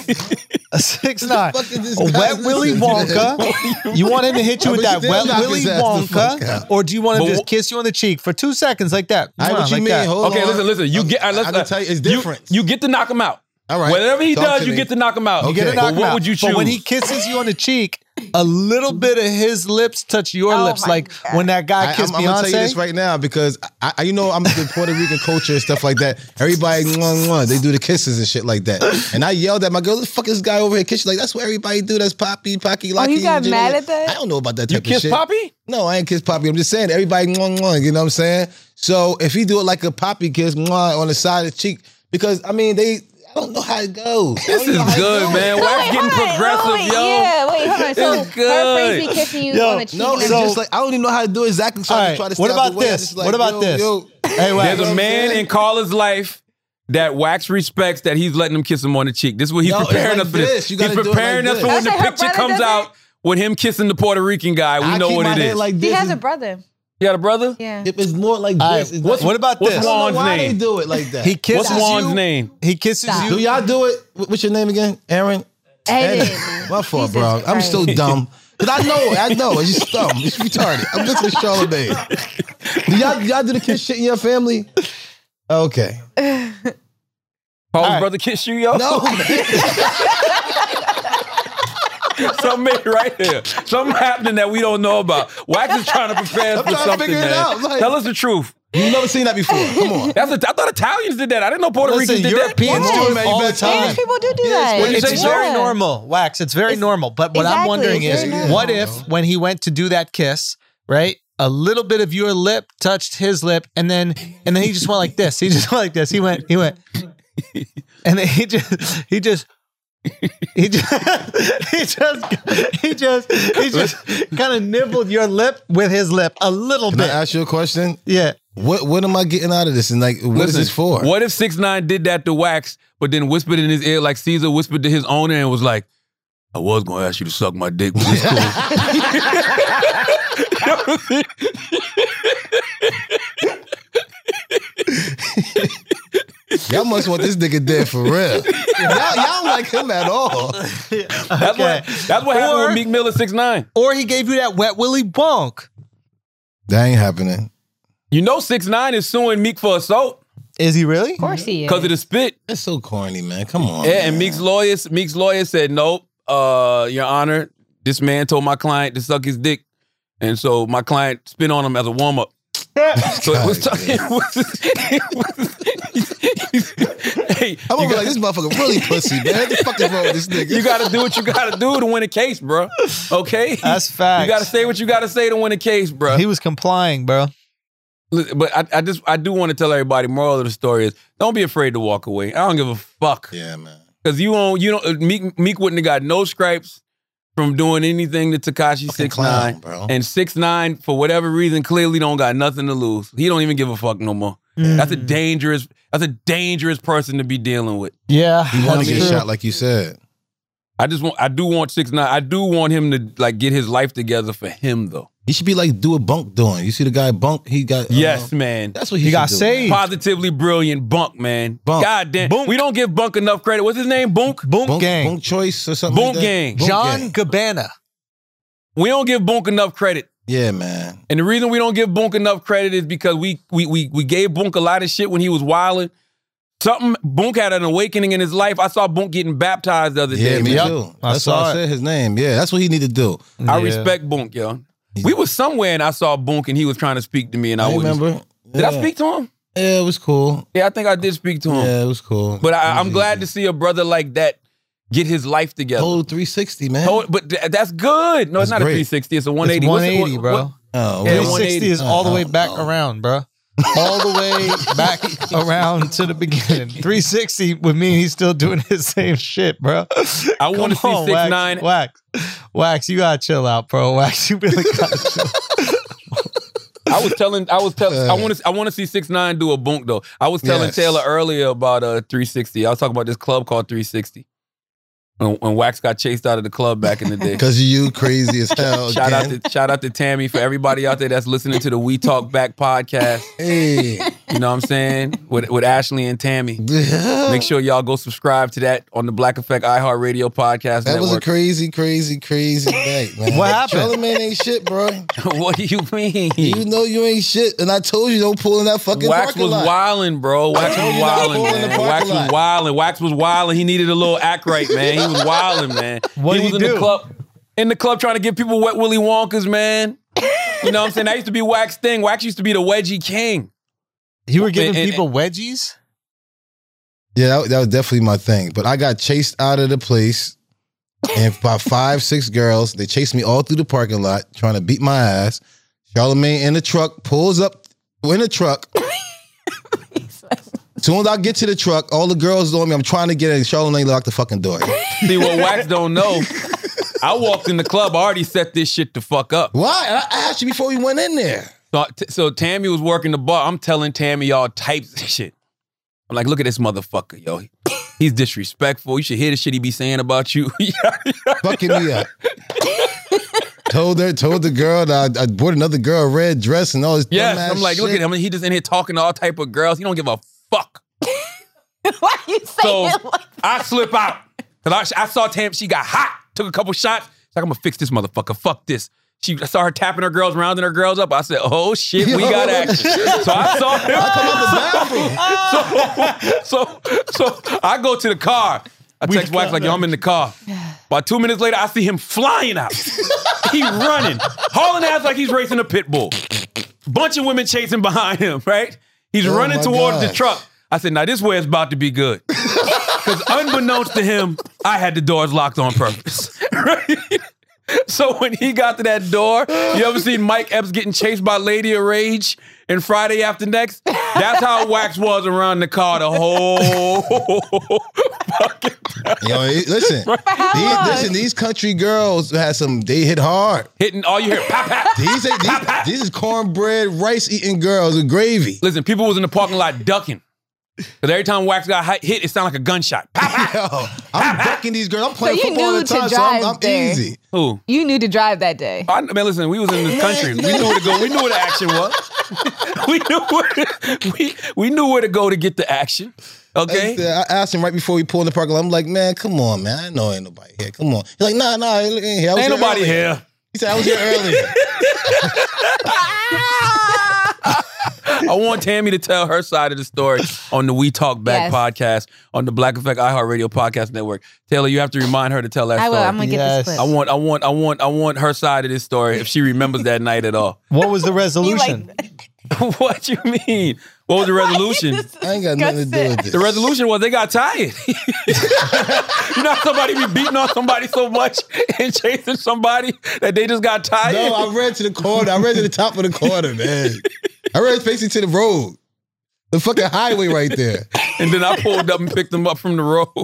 Speaker 3: A six nine.
Speaker 4: fuck is this
Speaker 3: A
Speaker 4: guy
Speaker 3: wet Willy
Speaker 4: listening to?
Speaker 3: Wonka. you want him to hit
Speaker 4: I
Speaker 3: you with
Speaker 4: mean,
Speaker 3: that
Speaker 4: still
Speaker 3: wet
Speaker 4: knock
Speaker 3: Willy
Speaker 4: his ass the fuck
Speaker 3: Wonka,
Speaker 4: out.
Speaker 3: or do you want him to
Speaker 2: But
Speaker 3: just
Speaker 2: wh-
Speaker 3: kiss you on the cheek for two seconds like that?
Speaker 4: I
Speaker 3: Mwah,
Speaker 4: what you
Speaker 3: like
Speaker 4: mean?
Speaker 3: that.
Speaker 4: Hold
Speaker 2: Okay,
Speaker 4: on.
Speaker 2: listen, listen. You get. all right,
Speaker 4: I, I
Speaker 2: let's,
Speaker 4: can tell you, it's different.
Speaker 2: You, get to knock him out.
Speaker 4: All right.
Speaker 2: Whatever he
Speaker 4: Talk
Speaker 2: does,
Speaker 4: to
Speaker 2: you
Speaker 4: me.
Speaker 2: get to knock him out.
Speaker 4: You get to
Speaker 2: But
Speaker 4: knock
Speaker 3: him
Speaker 2: what
Speaker 3: out.
Speaker 2: would you choose?
Speaker 3: But when he kisses you on the cheek, a little bit of his lips touch your
Speaker 7: Oh
Speaker 3: lips,
Speaker 7: my
Speaker 3: like
Speaker 7: God.
Speaker 3: when that guy kissed
Speaker 4: I, am gonna tell you this
Speaker 3: Beyonce.
Speaker 4: right now because I, I you know I'm the Puerto Rican culture and stuff like that. Everybody, mwah, mwah, they do the kisses and shit like that. And I yelled at my girl, "Look, fuck this guy over here kissing." Like that's what everybody do. That's poppy, pocky, locky.
Speaker 7: Oh, you got
Speaker 4: you know?
Speaker 7: mad at that?
Speaker 4: I don't know about that type
Speaker 2: you
Speaker 4: of
Speaker 2: kiss
Speaker 4: shit.
Speaker 2: Poppy?
Speaker 4: No, I ain't kiss poppy. I'm just saying everybody, mwah, mwah, you know what I'm saying. So if he do it like a poppy kiss, mwah, on the side of the cheek, because I mean they, I don't know how it goes. I
Speaker 2: This
Speaker 4: don't know how
Speaker 2: is
Speaker 4: it
Speaker 2: good,
Speaker 4: goes.
Speaker 2: man. Wax
Speaker 7: Wait,
Speaker 2: getting
Speaker 7: hold on, wait,
Speaker 2: progressive, yo.
Speaker 7: Yeah, wait, hold on. So
Speaker 2: It's
Speaker 7: her phrase be
Speaker 2: good.
Speaker 7: kissing you
Speaker 3: Yo,
Speaker 7: on the cheek.
Speaker 4: No,
Speaker 7: and
Speaker 4: it's
Speaker 3: So-
Speaker 4: just like I don't even know how to do it exactly. So
Speaker 3: All
Speaker 4: I
Speaker 3: right,
Speaker 4: just try to.
Speaker 3: what
Speaker 4: stay out the
Speaker 3: about
Speaker 4: way. I'm
Speaker 3: this?
Speaker 4: just like,
Speaker 3: What about
Speaker 4: yo,
Speaker 3: this?
Speaker 4: yo.
Speaker 3: Hey, Wax.
Speaker 2: There's a man in Carla's life that Wax respects that he's letting him kiss him on the cheek. This is what he's
Speaker 4: No, it's
Speaker 2: preparing
Speaker 4: like
Speaker 2: us for.
Speaker 4: this. You
Speaker 2: he's
Speaker 4: gotta do it
Speaker 2: preparing
Speaker 4: like
Speaker 2: us for
Speaker 4: this.
Speaker 2: when the
Speaker 7: That's like her
Speaker 2: picture
Speaker 7: brother
Speaker 2: comes
Speaker 7: does
Speaker 2: out with him kissing the Puerto Rican guy. We
Speaker 4: I
Speaker 2: know
Speaker 4: keep
Speaker 2: what
Speaker 4: my
Speaker 2: it
Speaker 4: head
Speaker 2: is.
Speaker 4: Like
Speaker 7: She
Speaker 4: this
Speaker 7: has
Speaker 4: is-
Speaker 7: a brother.
Speaker 2: you got a brother?
Speaker 7: Yeah.
Speaker 4: It was more like
Speaker 3: All
Speaker 4: this.
Speaker 3: right,
Speaker 4: It's
Speaker 3: what's-
Speaker 4: not-
Speaker 3: what about
Speaker 2: what's
Speaker 3: this?
Speaker 4: I
Speaker 2: wrong?
Speaker 4: don't know why
Speaker 2: Juan's name?
Speaker 4: they do it like that.
Speaker 3: He kisses
Speaker 2: What's Juan's
Speaker 3: you.
Speaker 2: name?
Speaker 3: He kisses
Speaker 7: Stop.
Speaker 4: do
Speaker 3: you.
Speaker 4: y'all do it? Wh- What's your name again? Aaron.
Speaker 7: Aiden.
Speaker 4: My fault,
Speaker 7: Jesus
Speaker 4: bro. I'm
Speaker 7: Christ.
Speaker 4: still dumb. But I know, I know. It's just dumb. It's retarded. I'm listening to Charlemagne. Do y'all, y'all do the kiss shit in your family? Okay.
Speaker 2: Paul's
Speaker 3: right.
Speaker 2: brother kiss you, yo?
Speaker 4: No, man.
Speaker 2: Something made right here. Something happening that we don't know about. Wax is trying to prepare us
Speaker 4: I'm
Speaker 2: for
Speaker 4: trying to
Speaker 2: something,
Speaker 4: figure it
Speaker 2: man.
Speaker 4: out, like-
Speaker 2: Tell us the truth.
Speaker 4: You've never seen that before. Come on.
Speaker 2: That's a, I thought Italians did that. I didn't know Puerto
Speaker 3: Listen,
Speaker 2: Ricans did
Speaker 3: Europeans
Speaker 2: that.
Speaker 7: Yes.
Speaker 3: do it
Speaker 4: Man, you
Speaker 3: all the
Speaker 4: better
Speaker 3: time.
Speaker 7: Spanish people do do
Speaker 4: Yeah,
Speaker 7: that.
Speaker 4: Spanish
Speaker 3: It's
Speaker 2: It's
Speaker 3: very
Speaker 7: Yeah.
Speaker 3: normal, Wax. It's very
Speaker 7: It's-
Speaker 3: normal. But what I'm
Speaker 7: Exactly,
Speaker 3: wondering
Speaker 7: it's
Speaker 3: is,
Speaker 7: very
Speaker 3: what if
Speaker 7: normal.
Speaker 3: when he went to do that kiss, right? A little bit of your lip touched his lip, and then and then he just went like this. He just went like this. He went. He went. And then he just he just. He just, he just, he just, he just kind of nibbled your lip with his lip a little
Speaker 4: Can I
Speaker 3: bit.
Speaker 4: ask you a question?
Speaker 3: yeah.
Speaker 4: What What am I getting out of this? And like, what is
Speaker 2: Listen,
Speaker 4: this for?
Speaker 2: What if Six Nine did that to Wax, but then whispered in his ear like Caesar whispered to his owner and was like, "I was gonna ask you to suck my dick, but it's cool."
Speaker 4: Y'all must want this nigga dead for real. Y'all, y'all don't like him at all.
Speaker 2: That's what
Speaker 3: Okay.
Speaker 2: that's what happened
Speaker 3: Or-
Speaker 2: with Meek Mill and Six Nine.
Speaker 3: Or he gave you that wet willy bonk.
Speaker 4: That ain't happening.
Speaker 2: You know, Six Nine is suing Meek for assault
Speaker 3: Is he really?
Speaker 7: Of course he is.
Speaker 2: because of the spit.
Speaker 4: That's so corny, man. Come on.
Speaker 2: Yeah, and Meek's lawyer, Meek's lawyer said, "Nope, uh, Your Honor, this man told my client to suck his dick, and so my client spit on him as a warm up." so it was.
Speaker 4: God,
Speaker 2: it was- it was- hey,
Speaker 4: I'm
Speaker 2: you
Speaker 4: gonna be
Speaker 2: got,
Speaker 4: like, this motherfucker really pussy, man. What the fuck is wrong with this nigga?
Speaker 2: you got to do what you got to do to win a case, bro. Okay,
Speaker 3: That's facts.
Speaker 2: You got to say what you got to say to win a case, bro.
Speaker 3: He was complying, bro.
Speaker 2: Listen, But I, I just I do want to tell everybody. Moral of the story is don't be afraid to walk away. I don't give a fuck
Speaker 4: yeah, man.
Speaker 2: uh, because you don't you don't Meek Meek wouldn't have got no stripes. from doing anything to Takashi Six Nine.
Speaker 4: clown, bro.
Speaker 2: And Six Nine, for whatever reason, clearly don't got nothing to lose. He don't even give a fuck no more. That's a dangerous. That's a dangerous person to be dealing with.
Speaker 3: Yeah,
Speaker 4: You want
Speaker 3: that's
Speaker 4: to get
Speaker 3: true.
Speaker 4: shot, like you said.
Speaker 2: I just want. I do want Six Nine. I do want him to like get his life together for him though.
Speaker 4: He should be like do a bunk doing. You see the guy bunk? He got uh,
Speaker 2: Yes, man.
Speaker 4: That's what he,
Speaker 3: He
Speaker 4: should
Speaker 3: got
Speaker 4: do.
Speaker 3: saved.
Speaker 2: Positively brilliant Bunk, man.
Speaker 4: Bunk.
Speaker 2: God damn.
Speaker 3: Bunk.
Speaker 2: We don't give Bunk enough credit. What's his name? Bunk?
Speaker 3: Boom
Speaker 4: Bunk,
Speaker 3: gang.
Speaker 4: bunk choice or something.
Speaker 2: Bunk
Speaker 4: like that.
Speaker 2: gang.
Speaker 4: Bunk
Speaker 3: John
Speaker 4: gang.
Speaker 3: Cabana.
Speaker 2: We don't give Bunk enough credit.
Speaker 4: Yeah, man.
Speaker 2: And the reason we don't give Bunk enough credit is because we we we, we gave Bunk a lot of shit when he was wilding. Something Bunk had an awakening in his life. I saw Bunk getting baptized the other
Speaker 4: Yeah,
Speaker 2: day.
Speaker 4: me
Speaker 2: man.
Speaker 4: too.
Speaker 3: I
Speaker 4: That's why
Speaker 3: saw
Speaker 4: I
Speaker 3: it.
Speaker 4: said his name. Yeah, that's what he need to do.
Speaker 2: I
Speaker 3: Yeah.
Speaker 2: respect Bunk, yo. We was somewhere and I saw Bunk and he was trying to speak to me and I,
Speaker 4: I
Speaker 2: was
Speaker 4: remember.
Speaker 2: Did I
Speaker 4: Yeah.
Speaker 2: speak to him?
Speaker 4: Yeah, it was cool.
Speaker 2: Yeah, I think I did speak to him.
Speaker 4: Yeah, it was cool.
Speaker 2: But
Speaker 4: It
Speaker 2: I,
Speaker 4: was
Speaker 2: I'm glad to
Speaker 4: easy.
Speaker 2: see a brother like that get his life together.
Speaker 4: Total 360, man.
Speaker 2: Hold- Oh, but th- that's good. No,
Speaker 4: That's
Speaker 2: it's not a
Speaker 4: great.
Speaker 2: 360. It's a
Speaker 3: It's
Speaker 2: 180. What's it-
Speaker 3: 180,
Speaker 2: what-
Speaker 3: bro.
Speaker 2: what-
Speaker 4: Oh,
Speaker 2: Yeah,
Speaker 4: really?
Speaker 3: 360 is
Speaker 4: Oh,
Speaker 3: all the way
Speaker 4: no,
Speaker 3: back
Speaker 4: no.
Speaker 3: around, bro. All the way back around to the beginning. 360 with me, he's still doing his same shit, bro.
Speaker 2: I wanna
Speaker 3: Come
Speaker 2: see
Speaker 3: on,
Speaker 2: 6ix9ine.
Speaker 3: Wax, wax, wax. You gotta chill out, bro. Wax, you really gotta chill.
Speaker 2: I was telling, I was telling, I want to, I want to see six nine do a bunk though. I was telling
Speaker 4: Yes.
Speaker 2: Taylor earlier about uh 360. I was talking about this club called 360. When, when Wax got chased out of the club back in the day.
Speaker 4: Cause you crazy as hell.
Speaker 2: shout out
Speaker 4: again.
Speaker 2: to shout out to Tammy for everybody out there that's listening to the We Talk Back podcast.
Speaker 4: hey.
Speaker 2: You know what I'm saying? With with Ashley and Tammy. Make sure y'all go subscribe to that on the Black Effect iHeartRadio podcast
Speaker 4: That was a
Speaker 2: network.
Speaker 4: crazy, crazy, crazy night, man.
Speaker 3: What happened?
Speaker 4: Charlamagne ain't shit, bro.
Speaker 2: what do you mean?
Speaker 4: You know you ain't shit, and I told you don't pull in that fucking
Speaker 2: E. Wax
Speaker 4: parking
Speaker 2: was
Speaker 4: lot.
Speaker 2: wildin', bro. Wax was
Speaker 4: told you not to
Speaker 2: wildin',
Speaker 4: pull in the
Speaker 2: man.
Speaker 4: parking
Speaker 2: Wax was
Speaker 4: lot.
Speaker 2: wildin'. Wax was wildin'. He needed a little act right, man. He was wildin', man.
Speaker 3: What did he
Speaker 2: he was in the
Speaker 3: do?
Speaker 2: club, in the club trying to give people wet Willy Wonkas, man. You know what I'm saying? That used to be Wax thing. Wax used to be the wedgie king.
Speaker 3: You were giving
Speaker 2: And- and-
Speaker 3: people wedgies?
Speaker 4: Yeah, that, that was definitely my thing. But I got chased out of the place, and by five, six girls, they chased me all through the parking lot, trying to beat my ass. Charlamagne in the truck pulls up in the truck. Soon as I get to the truck, all the girls on me. I'm trying to get in. Charlamagne locked the fucking door.
Speaker 2: See what Wax don't know. I walked in the club. I already set this shit the fuck up.
Speaker 4: Why? And I I asked you before we went in there.
Speaker 2: So, so Tammy was working the bar. I'm telling Tammy all types of shit. I'm like, look at this motherfucker, yo. He's disrespectful. You should hear the shit he be saying about you.
Speaker 4: fucking me up. told her, told the girl that I, I bought another girl a red dress and all this.
Speaker 2: Yes,
Speaker 4: dumbass
Speaker 2: I'm like, look
Speaker 4: shit.
Speaker 2: at him. He just in here talking to all type of girls. He don't give a fuck.
Speaker 7: Why you say
Speaker 2: So
Speaker 7: it like
Speaker 2: I slip out. Cause I, I saw Tam, she got hot, took a couple shots. She's like, I'm gonna fix this motherfucker. Fuck this. She I saw her tapping her girls, rounding her girls up. I said, Oh shit, we got action. So I saw him. so, so, so I go to the car. I text wife like, yo, I'm in the car. About two minutes later, I see him flying out. he running, hauling ass like he's racing a pit bull. Bunch of women chasing behind him, right? He's
Speaker 4: Oh
Speaker 2: running
Speaker 4: my
Speaker 2: towards the
Speaker 4: gosh.
Speaker 2: truck. I said, now this way is about to be good. Because unbeknownst to him, I had the doors locked on purpose. right? So when he got to that door, you ever seen Mike Epps getting chased by Lady of Rage in Friday After Next? That's how Wax was around the car the whole.
Speaker 4: Yo, he- listen, these, listen. These country girls had some. They hit hard.
Speaker 2: hitting all you hear. Pop, pop.
Speaker 4: These, ain't- these, these is cornbread rice eating girls with gravy.
Speaker 2: Listen, people was in the parking lot ducking. Because every time Wax got hi- hit, it sounded like a gunshot. Pop, pop.
Speaker 4: Yo, I'm ducking these girls. I'm playing
Speaker 7: you
Speaker 4: football all the
Speaker 7: knew to
Speaker 4: time, so I'm,
Speaker 7: drive
Speaker 4: I'm
Speaker 7: there.
Speaker 4: easy.
Speaker 2: Who?
Speaker 7: you knew to drive that day?
Speaker 2: I, man, listen, we was in this country. We knew where to go. We knew where the action was. we knew where to, we, we knew where to go to get the action. Okay.
Speaker 4: I asked him right before we pulled in the parking lot. I'm like, man, come on, man. I know ain't nobody here. Come on. He's like, nah, nah, ain't here. I was
Speaker 2: Ain't
Speaker 4: here
Speaker 2: nobody
Speaker 4: earlier."
Speaker 2: here.
Speaker 4: He said, I was here earlier.
Speaker 2: I want Tammy to tell her side of the story on the We Talk Back
Speaker 7: Yes.
Speaker 2: podcast on the Black Effect iHeartRadio podcast network. Taylor, you have to remind her to tell that
Speaker 7: I will.
Speaker 2: story.
Speaker 7: I'm gonna get
Speaker 3: Yes.
Speaker 7: this
Speaker 2: I
Speaker 7: clip.
Speaker 2: want, I want, I want, I want her side of this story if she remembers that night at all.
Speaker 3: What was the
Speaker 7: You
Speaker 3: resolution?
Speaker 7: like
Speaker 2: what you mean? What was the resolution?
Speaker 4: I ain't got nothing to do with this.
Speaker 2: The resolution was they got tired. you know, how somebody be beating on somebody so much and chasing somebody that they just got tired.
Speaker 4: No, I ran to the corner. I ran to the top of the corner, man. I ran basically to the road. The fucking highway right there.
Speaker 2: And then I pulled up and picked them up from the road.
Speaker 7: Yo,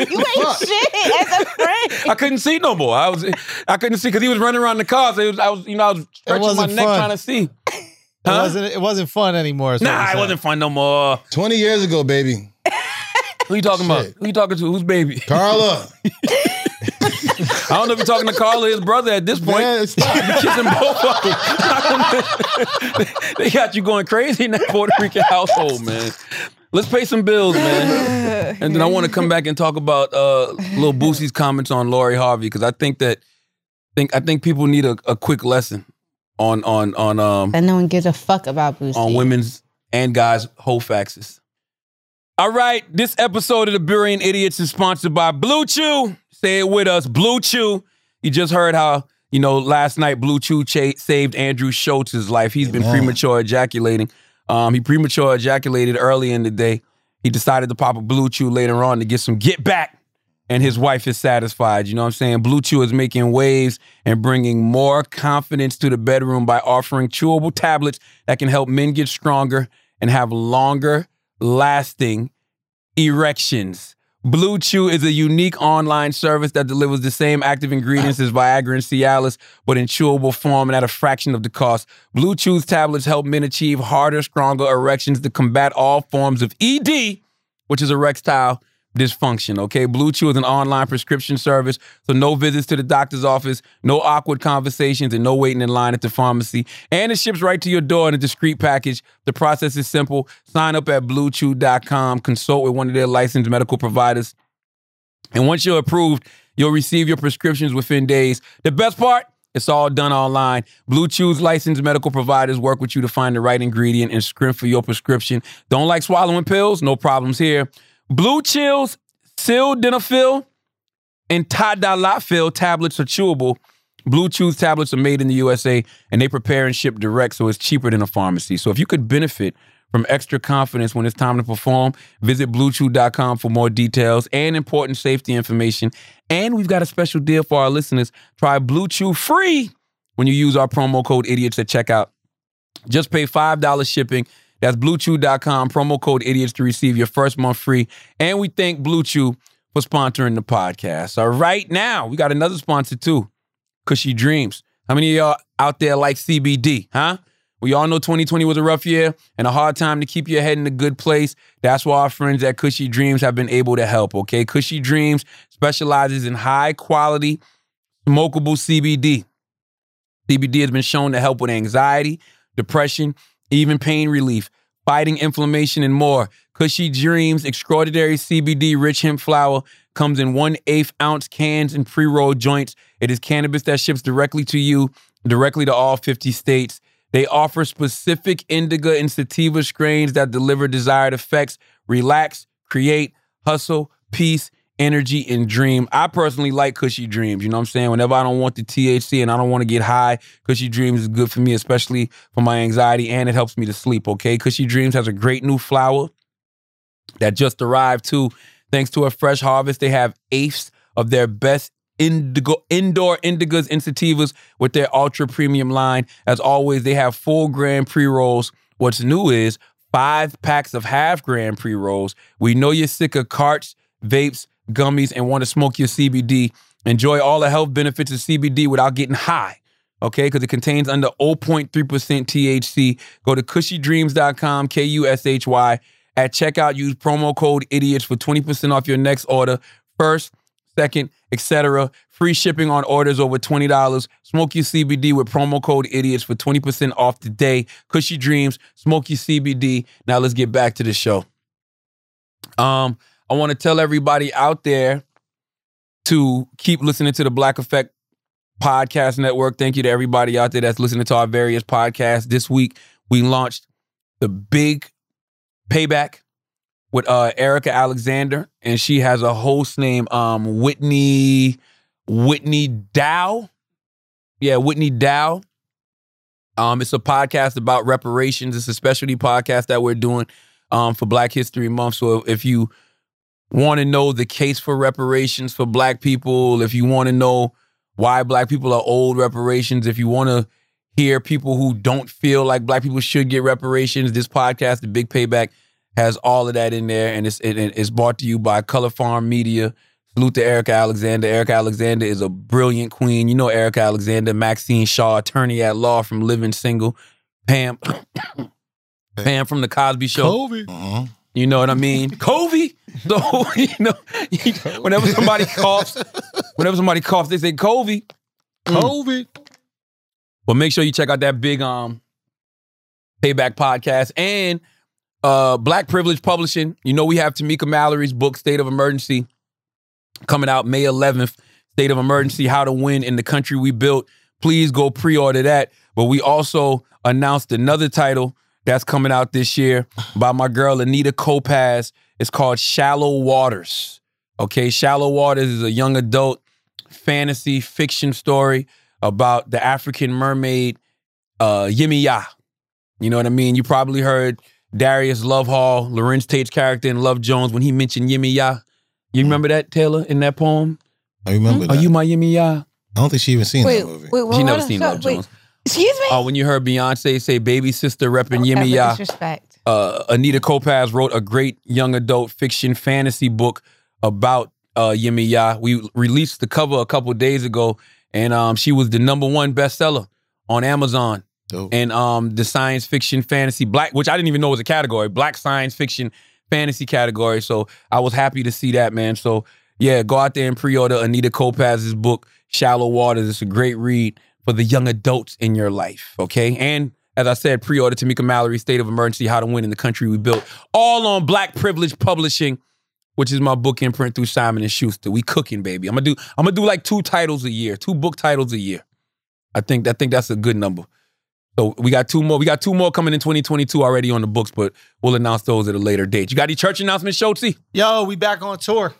Speaker 7: ain't shit as a friend.
Speaker 2: I couldn't see no more. I was, I couldn't see because he was running around the cars. It was, I was, you know, I was stretching my
Speaker 3: wasn't
Speaker 2: neck
Speaker 3: fun.
Speaker 2: trying to see.
Speaker 3: It wasn't it wasn't fun anymore. is what
Speaker 2: Nah,
Speaker 3: you're
Speaker 2: it
Speaker 3: saying.
Speaker 2: wasn't fun no more.
Speaker 4: 20 years ago, baby.
Speaker 2: Who you talking about? Who you talking to? Who's baby?
Speaker 4: Carla.
Speaker 2: I don't know if you're talking to Carl or his brother at this point.
Speaker 4: Man,
Speaker 2: You
Speaker 4: stop.
Speaker 2: kissing both of them. they got you going crazy in that Puerto Rican household, man. Let's pay some bills, man. And then I want to come back and talk about uh, Lil Boosie's comments on Lori Harvey because I think that think I think people need a, a quick lesson on on on um
Speaker 7: That no one gives a fuck about Boosie.
Speaker 2: on women's and guys' whole faxes. All right, this episode of the Burian Idiots is sponsored by Blue Chew. Say it with us, Blue Chew. You just heard how you know last night Blue Chew cha- saved Andrew Schultz's life. He's been premature ejaculating. Um, he premature ejaculated early in the day. He decided to pop a Blue Chew later on to get some get back, and his wife is satisfied. You know what I'm saying? Blue Chew is making waves and bringing more confidence to the bedroom by offering chewable tablets that can help men get stronger and have longer lasting erections. Blue Chew is a unique online service that delivers the same active ingredients as Viagra and Cialis, but in chewable form and at a fraction of the cost. Blue Chew's tablets help men achieve harder, stronger erections to combat all forms of E ED, which is erectile dysfunction. Okay, Blue Chew is an online prescription service, so no visits to the doctor's office, no awkward conversations, and no waiting in line at the pharmacy. And it ships right to your door in a discreet package. The process is simple. Sign up at BlueChew.com. Consult with one of their licensed medical providers. And once you're approved, you'll receive your prescriptions within days. The best part? It's all done online. Blue Chew's licensed medical providers work with you to find the right ingredient and script for your prescription. Don't like swallowing pills? No problems here. Blue Chill's Sildenafil and Tadalafil tablets are chewable. Blue Chew's tablets are made in the USA and they prepare and ship direct, so it's cheaper than a pharmacy. So if you could benefit from extra confidence when it's time to perform, visit bluechew.com for more details and important safety information. And we've got a special deal for our listeners. Try Blue Chew free when you use our promo code idiots at checkout. Just pay $5 shipping. That's bluechew.com, promo code idiots to receive your first month free. And we thank Blue Chew for sponsoring the podcast. All right, now we got another sponsor too, Cushy Dreams. How many of y'all out there like CBD, huh? We all know 2020 was a rough year and a hard time to keep your head in a good place. That's why our friends at Cushy Dreams have been able to help, okay? Cushy Dreams specializes in high quality, smokable CBD. CBD has been shown to help with anxiety, depression, even pain relief, fighting inflammation, and more. Cushy Dreams Extraordinary CBD Rich Hemp Flower comes in one eighth ounce cans and pre roll joints. It is cannabis that ships directly to you, directly to all 50 states. They offer specific indica and sativa strains that deliver desired effects relax, create, hustle, peace, energy, and dream. I personally like Cushy Dreams. You know what I'm saying? Whenever I don't want the THC and I don't want to get high, Cushy Dreams is good for me, especially for my anxiety, and it helps me to sleep, okay? Cushy Dreams has a great new flower that just arrived too. Thanks to a fresh harvest, they have eighths of their best indigo, indoor indicas and sativas with their ultra premium line. As always, they have full gram pre rolls. What's new is five packs of half gram pre rolls. We know you're sick of carts, vapes, gummies, and want to smoke your CBD. Enjoy all the health benefits of CBD without getting high okay? Because it contains under 0.3% THC. Go to cushydreams.com, K U S H Y. At checkout, use promo code IDIOTS for 20% off your next order. First, second, etc. Free shipping on orders over $20. Smoke your CBD with promo code IDIOTS for 20% off today. Cushy Dreams, smoke your CBD. Now let's get back to the show. Um, I want to tell everybody out there to keep listening to the Black Effect Podcast Network. Thank you to everybody out there that's listening to our various podcasts. This week we launched the big payback with uh, Erica Alexander, and she has a host name um, Whitney Whitney Dow. Yeah, Whitney Dow. Um, it's a podcast about reparations. It's a specialty podcast that we're doing um, for Black History Month. So if you want to know the case for reparations for Black people, if you want to know why black people are old reparations if you want to hear people who don't feel like black people should get reparations. This podcast, The Big Payback, has all of that in there, and it's it, it's brought to you by Color Farm Media. Salute to Erica Alexander. Erica Alexander is a brilliant queen. You know Erica Alexander, Maxine Shaw, attorney at law from Living Single, Pam, Pam from the Cosby Show.
Speaker 4: Mhm.
Speaker 2: You know what I mean? Kobe. So you know, whenever somebody coughs, whenever somebody coughs, they say Kobe.
Speaker 4: COVID.
Speaker 2: But make sure you check out that big um payback podcast and uh Black Privilege Publishing. You know we have Tamika Mallory's book State of Emergency coming out May 11th. State of Emergency: How to Win in the Country We Built. Please go pre-order that. But we also announced another title that's coming out this year by my girl Anita Kopaz. It's called Shallow Waters. Okay, Shallow Waters is a young adult fantasy fiction story about the African mermaid uh, Yimiya. You know what I mean? You probably heard Darius Lovehall, Lorenz Tate's character in Love Jones, when he mentioned Yimiya. You remember that, Taylor, in that poem?
Speaker 4: I remember
Speaker 2: Are
Speaker 4: that.
Speaker 2: you my Yimiya?
Speaker 4: I don't think she even seen
Speaker 7: Wait,
Speaker 4: that movie.
Speaker 7: wait,
Speaker 2: She
Speaker 7: what-
Speaker 2: never
Speaker 7: what-
Speaker 2: seen
Speaker 7: so-
Speaker 2: Love
Speaker 7: wait,
Speaker 2: Jones.
Speaker 7: Excuse me.
Speaker 2: Oh, when you heard Beyonce say baby sister repping
Speaker 7: Whatever
Speaker 2: Yimiya
Speaker 7: Disrespect.
Speaker 2: uh, Anita Kopaz wrote a great young adult fiction fantasy book about uh, Yemi Ya. We released the cover a couple days ago, and um, she was the number one bestseller on Amazon.
Speaker 4: Dope.
Speaker 2: And um, the science fiction fantasy black, which I didn't even know was a category, black science fiction fantasy category. So I was happy to see that, man. So yeah, go out there and pre-order Anita Kopaz's book, Shallow Waters. It's a great read for the young adults in your life. Okay. And as I said, pre-order Tamika Mallory, State of Emergency, How to Win in the Country We Built. All on Black Privilege Publishing, which is my book imprint through Simon and Schuster. We cooking, baby. I'm gonna do I'm gonna do like two titles a year, two book titles a year. I think I think that's a good number. So we got two more. We got two more coming in 2022 already on the books, but we'll announce those at a later date. You got any church announcements, Schultzy?
Speaker 3: Yo, we back on tour.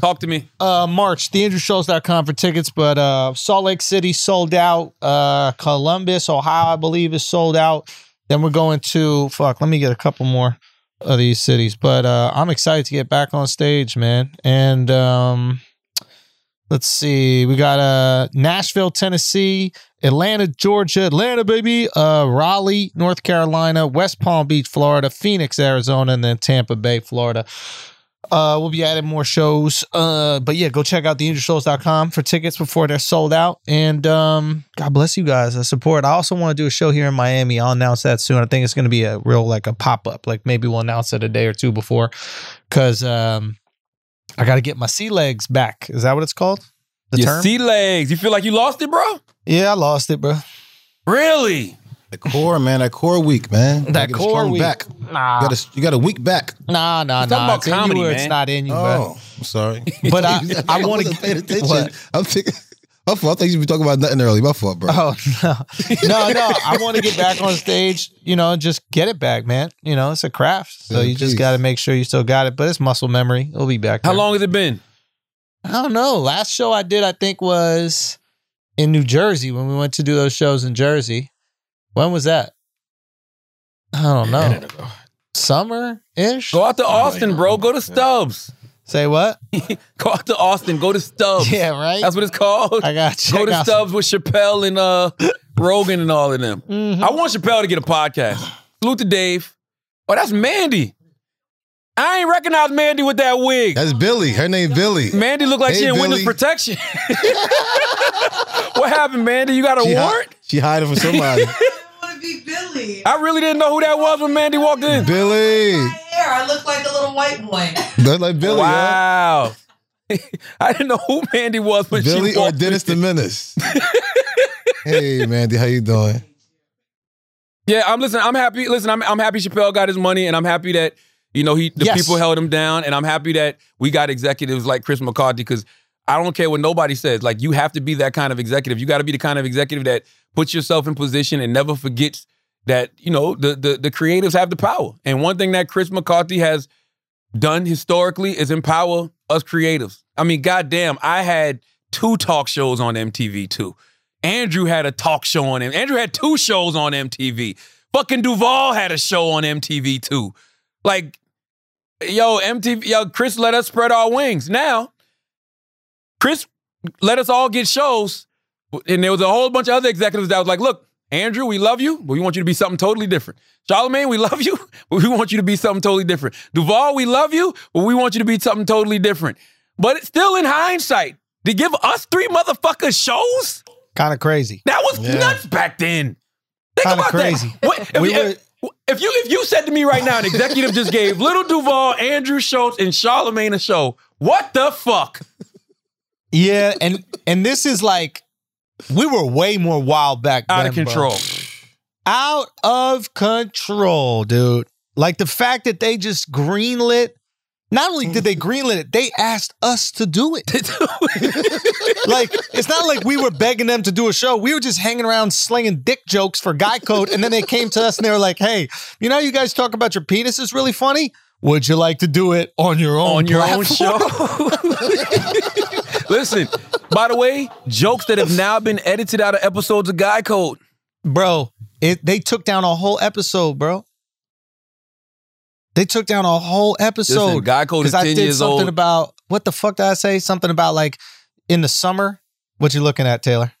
Speaker 2: Talk to me.
Speaker 3: uh, March, theandrewshows.com for tickets, but uh, Salt Lake City sold out. Uh, Columbus, Ohio, I believe, is sold out. Then we're going to, fuck, let me get a couple more of these cities. But uh, I'm excited to get back on stage, man. And um, let's see, we got uh, Nashville, Tennessee, Atlanta, Georgia, Atlanta, baby, uh, Raleigh, North Carolina, West Palm Beach, Florida, Phoenix, Arizona, and then Tampa Bay, Florida. Uh, we'll be adding more shows. Uh, but yeah, go check out theinjuredsouls.com for tickets before they're sold out. And um, God bless you guys. I support. I also want to do a show here in Miami. I'll announce that soon. I think it's going to be a real like a pop up. Like maybe we'll announce it a day or two before, because um, I got to get my sea legs back. Is that what it's called? The
Speaker 2: Your
Speaker 3: term?
Speaker 2: sea legs. You feel like you lost it, bro?
Speaker 3: yeah, I lost it, bro.
Speaker 2: Really?
Speaker 4: The core, man. That core week, man. Gotta
Speaker 3: That
Speaker 4: get a
Speaker 3: core
Speaker 4: strong
Speaker 3: week.
Speaker 4: Back.
Speaker 3: Nah,
Speaker 4: You got a, you got a week back.
Speaker 3: nah, nah,
Speaker 2: talking
Speaker 3: nah.
Speaker 2: about
Speaker 3: it's in you
Speaker 2: comedy,
Speaker 3: or It's
Speaker 2: man.
Speaker 3: not in you, bro.
Speaker 4: Oh, I'm sorry.
Speaker 3: But I, I
Speaker 4: I
Speaker 3: want
Speaker 4: wasn't
Speaker 3: to
Speaker 4: paying attention. I'm thinking. My fault. I thought you were talking about nothing early. My fault, bro.
Speaker 3: Oh no, no, no! I want to get back on stage. You know, and just get it back, man. You know, it's a craft, so
Speaker 4: Yeah,
Speaker 3: you just
Speaker 4: please.
Speaker 3: got to make sure you still got it. But it's muscle memory; it'll be back.
Speaker 2: How
Speaker 3: there.
Speaker 2: long has it been?
Speaker 3: I don't know. Last show I did, I think, was in New Jersey when we went to do those shows in Jersey. When was that? I don't know. Summer ish.
Speaker 2: Go out to Austin, bro. Go to Stubbs.
Speaker 3: Say what?
Speaker 2: Go out to Austin. Go to Stubbs.
Speaker 3: Yeah, right.
Speaker 2: That's what it's called.
Speaker 3: I got to
Speaker 2: Go to
Speaker 3: check out-
Speaker 2: Stubbs with Chappelle and uh, Rogan and all of them.
Speaker 3: Mhm.
Speaker 2: I want Chappelle to get a podcast. Salute to Dave. Oh, that's Mandy. I ain't recognize Mandy with that wig.
Speaker 4: That's Billy. Her name Billy.
Speaker 2: Mandy looked like
Speaker 4: Hey,
Speaker 2: she in
Speaker 4: Billy.
Speaker 2: witness protection. what happened, Mandy? You got a
Speaker 4: She, hi-
Speaker 2: warrant?
Speaker 4: she hiding from somebody.
Speaker 12: want to be Billy.
Speaker 2: I really didn't know who that was when Mandy walked in.
Speaker 4: Billy.
Speaker 12: My hair, I look like a little white boy.
Speaker 4: That's like Billy. Wow.
Speaker 2: Wow. I didn't know who Mandy was when
Speaker 4: Billy
Speaker 2: she
Speaker 4: or
Speaker 2: walked
Speaker 4: Dennis the
Speaker 2: in.
Speaker 4: Menace. hey, Mandy, how you doing?
Speaker 2: Yeah, I'm listen. I'm happy. Listen, I'm I'm happy Chappelle got his money, and I'm happy that you know he the
Speaker 3: Yes.
Speaker 2: people held him down, and I'm happy that we got executives like Chris McCarthy because I don't care what nobody says. Like you have to be that kind of executive. You got to be the kind of executive that puts yourself in position and never forgets that you know the the the creatives have the power. And one thing that Chris McCarthy has done historically is empower us creatives. I mean, goddamn, I had two talk shows on MTV too. Andrew had a talk show on him. Andrew had two shows on MTV. Fucking Duvall had a show on MTV too. Like, yo, MTV, yo, Chris let us spread our wings. Now, Chris let us all get shows. And there was a whole bunch of other executives that was like, look, Andrew, we love you, but we want you to be something totally different. Charlemagne, we love you, but we want you to be something totally different. Duval, we love you, but we want you to be something totally different. But it's still in hindsight, to give us three motherfucker shows,
Speaker 3: Kind of crazy.
Speaker 2: that was nuts back then. Think
Speaker 3: Kinda
Speaker 2: about
Speaker 3: crazy.
Speaker 2: that. What, if,
Speaker 3: We
Speaker 2: if- if you if you said to me right now, an executive just gave Little Duval, Andrew Schultz, and Charlemagne a show, what the fuck?
Speaker 3: Yeah, and and this is like we were way more wild back
Speaker 2: Out of
Speaker 3: then, bro.
Speaker 2: control.
Speaker 3: out of control, dude. Like the fact that they just greenlit. Not only
Speaker 2: Mm.
Speaker 3: did they greenlit it, they asked us to do it. like it's not like we were begging them to do a show. We were just hanging around slinging dick jokes for Guy Code, and then they came to us and they were like, "Hey, you know, how you guys talk about your penis is really funny. Would you like to do it on your own
Speaker 2: on your own
Speaker 3: platform?"
Speaker 2: show. Listen, by the way, jokes that have now been edited out of episodes of Guy Code.
Speaker 3: bro. It they took down a whole episode, bro. They took down a whole episode.
Speaker 2: Listen, Guy Code is
Speaker 3: Because
Speaker 2: 10
Speaker 3: I did
Speaker 2: years
Speaker 3: something
Speaker 2: old.
Speaker 3: about what the fuck did I say? Something about like in the summer. What you looking at, Taylor?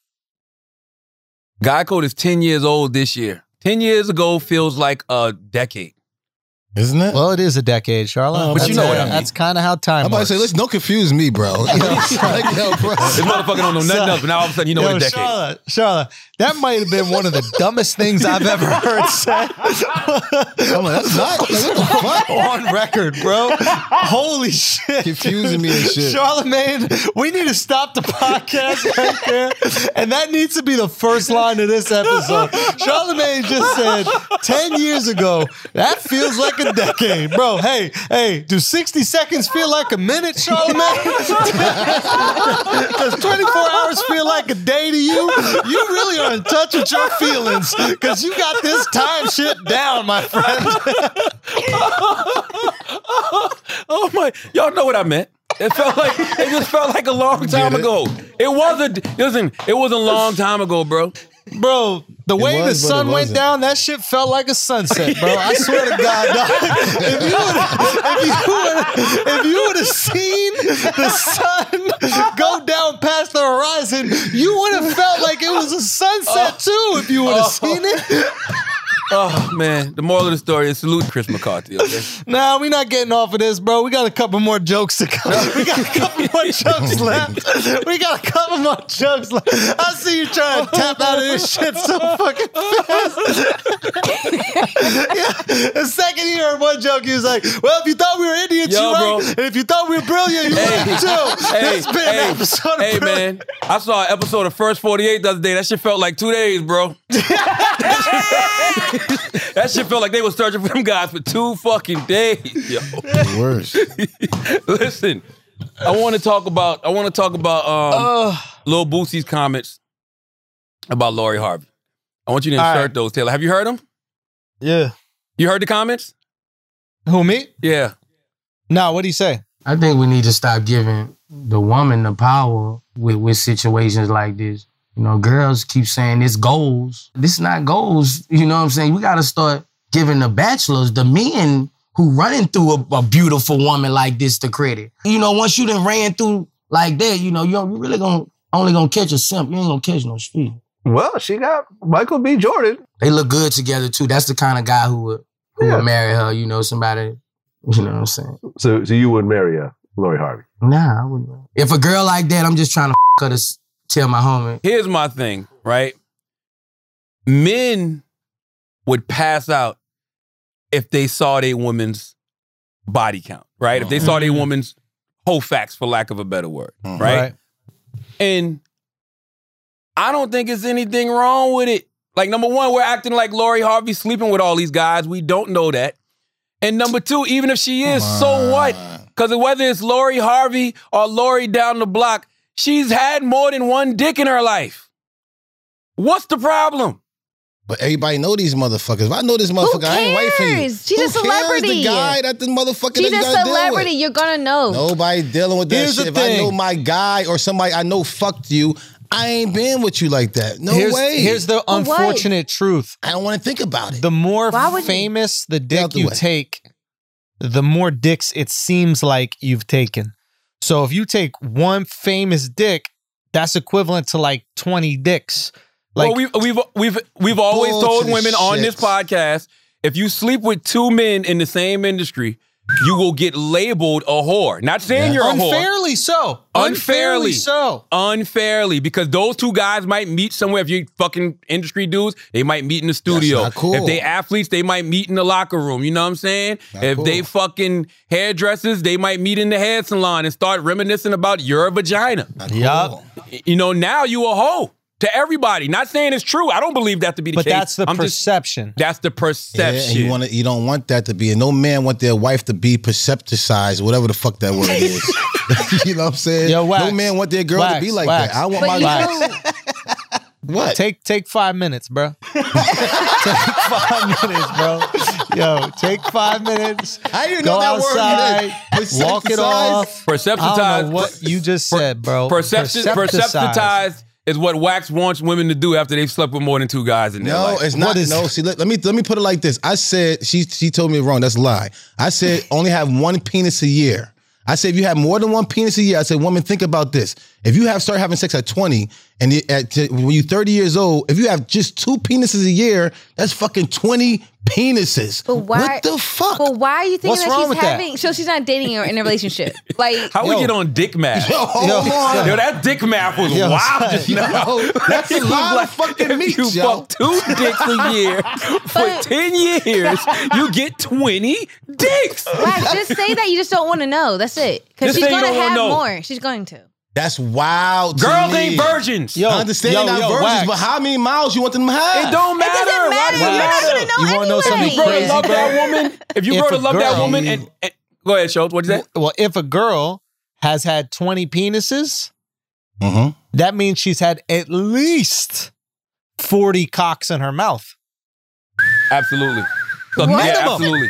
Speaker 2: Guy Code is 10 years old this year. 10 years ago feels like a decade.
Speaker 4: Isn't it?
Speaker 3: Well, it is a decade, Charlotte.
Speaker 2: But you know what I mean.
Speaker 3: Oh, That's kind of how time.
Speaker 4: I'm about to say, listen, don't confuse me, bro. You know what I'm saying? Yo, bro.
Speaker 2: This motherfucker don't know nothing
Speaker 3: So-
Speaker 2: else, but now all of a sudden you know
Speaker 3: Yo,
Speaker 2: a decade.
Speaker 3: Charlotte, Charlotte, that might have been one of the dumbest things I've ever heard said
Speaker 4: I'm like, that's not. Like, what the fuck?
Speaker 3: on record, bro. Holy shit.
Speaker 4: Confusing me and shit.
Speaker 3: Charlemagne, we need to stop the podcast right there. And that needs to be the first line of this episode. Charlemagne just said 10 years ago, that feels like a decade. Bro, hey, hey, do 60 seconds feel like a minute, Charlemagne? Does 24 hours feel like a day to you? You really are in touch with your feelings because you got this time shit down, my friend.
Speaker 2: Oh my, y'all know what I meant. It felt like it just felt like a long time ago. It wasn't listen, it was a long time ago, bro.
Speaker 3: Bro, the way
Speaker 4: was,
Speaker 3: the
Speaker 4: but it
Speaker 3: sun went
Speaker 4: wasn't.
Speaker 3: down, that shit felt like a sunset, bro. I swear to God, dog. If you would, if you would, if you would have seen the sun go down past the horizon, you would have felt like it was a sunset too. If you would have seen it.
Speaker 2: Oh man, the moral of the story is salute Chris McCarthy. Okay?
Speaker 3: Nah, we're not getting off of this, bro. We got a couple more jokes to come. We got a couple
Speaker 2: Oh
Speaker 3: more jokes left. We got a couple more jokes left. I see you trying to tap out of this shit so fucking fast. yeah. The second you heard one joke, you was like, well, if you thought we were idiots,
Speaker 2: Yo,
Speaker 3: you right.
Speaker 2: bro.
Speaker 3: And if you thought we were brilliant, you
Speaker 2: Hey.
Speaker 3: right too.
Speaker 2: Hey,
Speaker 3: That's been an episode of
Speaker 2: hey
Speaker 3: Brilliant.
Speaker 2: man, I saw an episode of First 48 the other day. That shit felt like two days, bro. that shit felt like they were searching for them guys for two fucking days. Yo.
Speaker 4: Worse.
Speaker 2: Listen, I want to talk about I want to talk about
Speaker 3: Uh,
Speaker 2: um, Lil Boosie's comments about Lori Harvey. I want you to
Speaker 3: All
Speaker 2: insert
Speaker 3: right.
Speaker 2: those, Taylor. Have you heard them?
Speaker 3: Yeah.
Speaker 2: You heard the comments?
Speaker 3: Who, me?
Speaker 2: Yeah.
Speaker 3: Nah, what do you say?
Speaker 13: I think we need to stop giving the woman the power with, with situations like this. You know, girls keep saying it's goals. This not goals. You know what I'm saying? We got to start giving the bachelors, the men who running through a, a beautiful woman like this, the credit. You know, once you done ran through like that, you know, you're, you really gonna only gonna catch a simp. You ain't gonna catch no street.
Speaker 14: Well, she got Michael B. Jordan.
Speaker 13: They look good together too. That's the kind of guy who would who
Speaker 14: Yeah.
Speaker 13: would marry her. You know, somebody. You know what I'm saying?
Speaker 14: So, so you would marry a Lori Harvey?
Speaker 13: Nah, I wouldn't. If a girl like that, I'm just trying to her to s- tell my homie.
Speaker 2: Here's my thing, right? Men would pass out if they saw their woman's body count, right? If they saw their woman's whole facts, for lack of a better word, right? And I don't think it's anything wrong with it. Like, number one, we're acting like Lori Harvey sleeping with all these guys. We don't know that. And number two, even if she is, so what? Because whether it's Lori Harvey or Lori down the block, she's had more than one dick in her life. What's the problem?
Speaker 4: But everybody know these motherfuckers. If I know this motherfucker, I ain't waiting for you.
Speaker 7: cares? She's
Speaker 4: Who
Speaker 7: a
Speaker 4: cares
Speaker 7: celebrity.
Speaker 4: The guy that the motherfucker
Speaker 7: She's
Speaker 4: that
Speaker 7: a
Speaker 4: you gotta deal with?
Speaker 7: celebrity. You're gonna know.
Speaker 4: Nobody dealing with that
Speaker 3: Here's the
Speaker 4: shit. If I
Speaker 3: thing.
Speaker 4: know my guy or somebody I know fucked you, I ain't been with you like that. No
Speaker 3: here's,
Speaker 4: way.
Speaker 3: here's the
Speaker 7: But why?
Speaker 3: unfortunate truth.
Speaker 4: I don't want to think about it.
Speaker 3: The more
Speaker 7: Why would you-
Speaker 3: famous the dick
Speaker 4: out the
Speaker 3: you
Speaker 4: way.
Speaker 3: take, the more dicks it seems like you've taken. So if you take one famous dick, that's equivalent to like 20 dicks.
Speaker 2: well, we've we've we've we've always told women on this podcast: if you sleep with two men in the same industry, you will get labeled a whore. Not saying you're a whore.
Speaker 3: Unfairly so.
Speaker 2: Unfairly,
Speaker 3: so.
Speaker 2: Unfairly, because those two guys might meet somewhere. If you fucking industry dudes, they might meet in the studio.
Speaker 4: not cool.
Speaker 2: If they athletes, they might meet in the locker room. You know what I'm saying? if they fucking hairdressers, they might meet in the hair salon and start reminiscing about your vagina.
Speaker 3: Yup.
Speaker 2: You know, now you a hoe to everybody. Not saying it's true. I don't believe that to be the
Speaker 15: But
Speaker 2: case.
Speaker 15: that's the
Speaker 3: perception.
Speaker 2: that's the perception.
Speaker 4: Yeah, and you want you don't want that to be, and no man want their wife to be percepticized, whatever the fuck that word is. you know what I'm saying? no man want their girl to be like that. I want my
Speaker 3: What? Take take five minutes, bro. take five minutes, bro. Yo, take five minutes.
Speaker 4: I didn't
Speaker 3: go
Speaker 4: know that word
Speaker 3: outside,
Speaker 4: meant.
Speaker 3: Walk it
Speaker 4: Percepticized?
Speaker 3: off. I don't
Speaker 2: Perceptitized.
Speaker 3: know what you just said, bro.
Speaker 2: Perception,
Speaker 3: Percepticized.
Speaker 2: perceptitized is what Wax wants women to do after they've slept with more than two guys in their
Speaker 4: No,
Speaker 2: life.
Speaker 4: it's not. no, see, let, let me let me put it like this. I said she she told me wrong. That's a lie. I said only have one penis a year. I said if you have more than one penis a year, I said woman think about this. If you have start having sex at twenty and you- at t- when you're thirty years old, if you have just two penises a year, that's fucking twenty penises.
Speaker 8: But why?
Speaker 4: What the fuck?
Speaker 8: But why are you thinking
Speaker 4: What's
Speaker 8: that
Speaker 4: wrong
Speaker 8: she's
Speaker 4: with that?
Speaker 8: having? So she's not dating or in a relationship. Like
Speaker 2: How we get on dick math?
Speaker 4: Yo, hold Yo, on.
Speaker 2: Yo, that dick math was
Speaker 4: Yo,
Speaker 2: wild
Speaker 4: son,
Speaker 2: just now.
Speaker 4: yo, that's a
Speaker 2: It was
Speaker 4: lot of fucking
Speaker 2: if
Speaker 4: meat,
Speaker 2: You
Speaker 4: yo.
Speaker 2: fuck two dicks a year for
Speaker 8: But-
Speaker 2: 10 years, you get 20 dicks.
Speaker 8: Wax, just say that you just don't want to know. That's it. Because
Speaker 2: Just
Speaker 8: she's
Speaker 2: say you
Speaker 8: gonna
Speaker 2: don't wanna
Speaker 8: have
Speaker 2: know.
Speaker 8: more. She's going to.
Speaker 4: That's wild. to
Speaker 2: Girls
Speaker 4: me.
Speaker 2: ain't virgins.
Speaker 4: I understand
Speaker 2: yo,
Speaker 4: they're not
Speaker 2: yo,
Speaker 4: virgins,
Speaker 2: Wax.
Speaker 4: but how many miles you want them to have?
Speaker 2: It don't matter. Why does
Speaker 4: Why
Speaker 2: it matter?
Speaker 3: You want to know something
Speaker 2: If you grow
Speaker 3: crazy,
Speaker 2: to love
Speaker 3: bro?
Speaker 2: that woman, if you
Speaker 3: If
Speaker 2: grow to
Speaker 3: a
Speaker 2: love that
Speaker 3: girl-
Speaker 2: woman, and, and go ahead, Schultz, what is that?
Speaker 3: Well, if a girl has had 20 penises,
Speaker 4: Mhm.
Speaker 3: that means she's had at least 40 cocks in her mouth.
Speaker 2: Absolutely. So,
Speaker 3: What?
Speaker 2: yeah,
Speaker 3: Minimum.
Speaker 2: absolutely.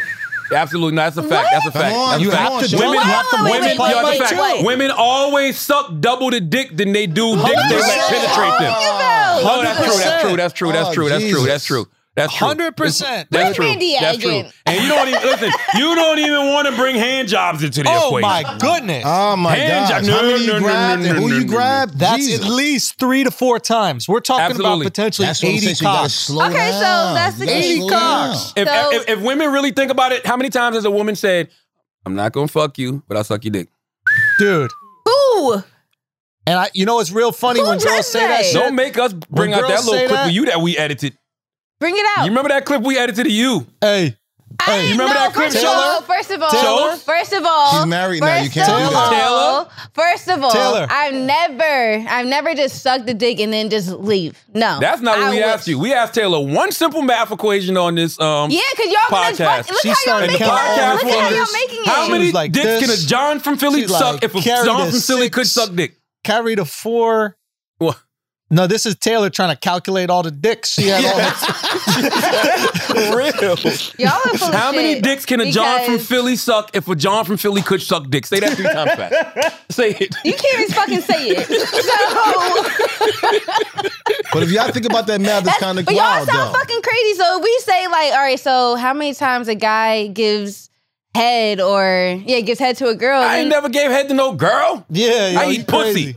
Speaker 2: Absolutely, no, that's a fact. That's a
Speaker 4: Come
Speaker 2: fact.
Speaker 4: on,
Speaker 2: that's
Speaker 4: you
Speaker 2: a fact.
Speaker 4: have to- Wait, wait, wait,
Speaker 2: women, women,
Speaker 4: wait,
Speaker 2: yeah,
Speaker 4: wait,
Speaker 2: that's a
Speaker 4: wait.
Speaker 2: fact. women always suck double the dick than they do dick they let penetrate them. No, that's true. Oh, That's true. That's
Speaker 3: Oh,
Speaker 2: true. That's true. That's true. That's true. That's true.
Speaker 3: 100%.
Speaker 2: That's true.
Speaker 3: Bring me the
Speaker 2: That's true.
Speaker 3: agent.
Speaker 2: And you don't even listen. You don't even want to bring hand jobs into the
Speaker 3: Oh
Speaker 2: equation.
Speaker 3: my goodness.
Speaker 4: Oh my
Speaker 2: Hand
Speaker 4: gosh.
Speaker 2: job.
Speaker 4: How
Speaker 2: No,
Speaker 4: many you
Speaker 2: no, no,
Speaker 4: grabbed
Speaker 2: no,
Speaker 4: and
Speaker 2: no,
Speaker 4: who
Speaker 2: no,
Speaker 4: you
Speaker 2: no,
Speaker 4: grabbed?
Speaker 3: That's
Speaker 4: Jesus.
Speaker 3: at least three to four times. We're talking
Speaker 2: Absolutely.
Speaker 3: about potentially
Speaker 4: That's what I'm
Speaker 3: 80
Speaker 4: saying, so you gotta
Speaker 3: cocks.
Speaker 4: slow
Speaker 8: Okay, so
Speaker 4: down.
Speaker 8: that's
Speaker 4: You
Speaker 8: the
Speaker 4: gotta
Speaker 8: case.
Speaker 4: slow
Speaker 3: cocks.
Speaker 4: down.
Speaker 2: If,
Speaker 8: So-
Speaker 2: if, if women really think about it, how many times has a woman said, "I'm not gonna fuck you, but I'll suck your dick"?
Speaker 3: Dude.
Speaker 8: Who?
Speaker 3: And I, you know, it's real funny
Speaker 8: Who
Speaker 3: when girls
Speaker 8: does
Speaker 3: say that
Speaker 8: that?
Speaker 3: shit.
Speaker 2: Don't make us bring
Speaker 3: When
Speaker 2: out that
Speaker 3: girls
Speaker 2: little
Speaker 3: say
Speaker 2: clip
Speaker 3: that-
Speaker 2: of you that we edited.
Speaker 8: Bring it out.
Speaker 2: You remember that clip we edited of you?
Speaker 3: Hey,
Speaker 8: I
Speaker 3: hey,
Speaker 8: didn't
Speaker 2: remember
Speaker 8: know,
Speaker 2: that clip,
Speaker 8: first of
Speaker 2: Taylor?
Speaker 8: all, first of all,
Speaker 2: Taylor?
Speaker 8: first of all,
Speaker 4: She's married now, you
Speaker 8: first
Speaker 4: can't
Speaker 8: of
Speaker 4: do that.
Speaker 8: all- First of all,
Speaker 3: Taylor.
Speaker 8: I've never, I've never just sucked the dick and then just leave. No,
Speaker 2: That's not what
Speaker 8: I
Speaker 2: we
Speaker 8: would-
Speaker 2: asked you. um, We asked Taylor one simple math equation on this. Um,
Speaker 8: Yeah, because y'all gonna
Speaker 2: podcast.
Speaker 8: fuck- look
Speaker 3: She
Speaker 8: how y'all
Speaker 3: started
Speaker 2: and the
Speaker 8: making
Speaker 3: counting all
Speaker 8: it.
Speaker 2: podcast
Speaker 8: Look how y'all
Speaker 2: was,
Speaker 8: making it.
Speaker 2: how
Speaker 3: She
Speaker 2: many
Speaker 3: was like
Speaker 2: dicks
Speaker 3: this.
Speaker 2: can a John from Philly
Speaker 3: She
Speaker 2: suck
Speaker 3: like
Speaker 2: if a
Speaker 3: carried
Speaker 2: John
Speaker 3: a
Speaker 2: from Philly could
Speaker 3: six.
Speaker 2: suck dick?
Speaker 3: carried a four.
Speaker 2: What?
Speaker 3: No, this is Taylor trying to calculate all the dicks she had. on.
Speaker 2: For real.
Speaker 8: Y'all are full of
Speaker 2: How many
Speaker 8: shit
Speaker 2: dicks can a John from
Speaker 8: because
Speaker 2: Philly suck if a John from Philly could suck dick? Say that three times fast. Say it.
Speaker 8: You can't even fucking say it. So,
Speaker 4: But if y'all think about that math, it's kind of
Speaker 8: but y'all
Speaker 4: wild,
Speaker 8: sound
Speaker 4: though.
Speaker 8: fucking crazy. So if we say like, all right, so how many times a guy gives head or yeah gives head to a girl?
Speaker 2: I
Speaker 8: then-
Speaker 2: ain't never gave head to no girl.
Speaker 3: yeah, yo,
Speaker 2: I
Speaker 3: you
Speaker 2: eat
Speaker 3: crazy.
Speaker 2: pussy.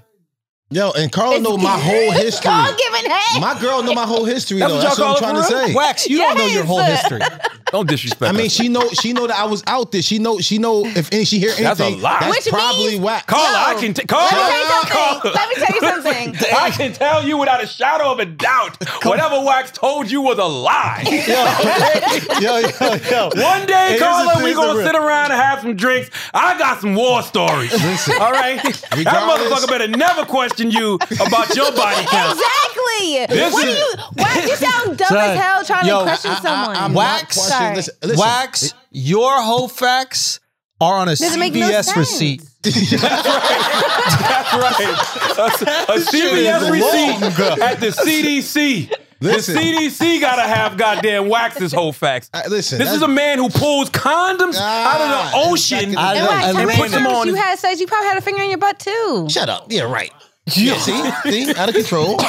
Speaker 4: Yo, and Carl know my whole history.
Speaker 8: Y'all giving head.
Speaker 4: My girl know my whole history
Speaker 2: That's
Speaker 4: though.
Speaker 2: what
Speaker 4: That's
Speaker 2: y'all
Speaker 4: what
Speaker 2: call
Speaker 4: I'm
Speaker 2: it
Speaker 4: trying to
Speaker 2: for real?
Speaker 4: say.
Speaker 3: Wax, you don't know your whole
Speaker 8: Yes.
Speaker 3: history.
Speaker 2: Don't disrespect
Speaker 4: I mean,
Speaker 2: us.
Speaker 4: she know she know that I was out there. She know she know if any she hear anything.
Speaker 2: That's a lie.
Speaker 4: That's
Speaker 8: Which
Speaker 4: probably
Speaker 8: means-
Speaker 4: whack.
Speaker 2: Carla, I
Speaker 8: No.
Speaker 2: can t- Carla,
Speaker 8: Let me tell you
Speaker 2: Carla.
Speaker 8: something. Let me tell you something.
Speaker 2: I can tell you without a shadow of a doubt, whatever Wax told you was a lie.
Speaker 3: yo, yo, yo.
Speaker 2: One day,
Speaker 3: Here's the
Speaker 2: Carla,
Speaker 3: thing,
Speaker 2: we
Speaker 3: the
Speaker 2: gonna
Speaker 3: real-
Speaker 2: sit around and have some drinks. I got some war stories. all right, that
Speaker 4: regardless-
Speaker 2: motherfucker better never question you about your body count.
Speaker 8: Exactly. What do
Speaker 2: is-
Speaker 8: you? Why you sound dumb
Speaker 3: Son,
Speaker 8: as hell trying
Speaker 3: yo,
Speaker 8: to question someone?
Speaker 4: I'm not
Speaker 3: Wax.
Speaker 4: questioning-
Speaker 8: Sorry.
Speaker 4: Listen, listen.
Speaker 3: Wax, your whole facts are on a
Speaker 8: Doesn't make no
Speaker 3: CVS
Speaker 8: sense.
Speaker 3: receipt.
Speaker 2: That's right. A, a
Speaker 3: is
Speaker 2: CVS
Speaker 3: long.
Speaker 2: receipt at the CDC.
Speaker 4: Listen.
Speaker 2: The CDC gotta have goddamn Wax's whole facts.
Speaker 4: Uh, listen,
Speaker 2: this is
Speaker 4: that's-
Speaker 2: a man who pulls condoms
Speaker 4: Ah,
Speaker 2: out of the ocean
Speaker 4: exactly.
Speaker 3: I
Speaker 8: And
Speaker 3: know.
Speaker 8: why?
Speaker 3: And
Speaker 8: How many
Speaker 3: put them
Speaker 8: times
Speaker 2: on-
Speaker 8: you had sex? You probably had a finger in your butt too.
Speaker 4: Shut up. Yeah, right. Yeah, see, see, out of control.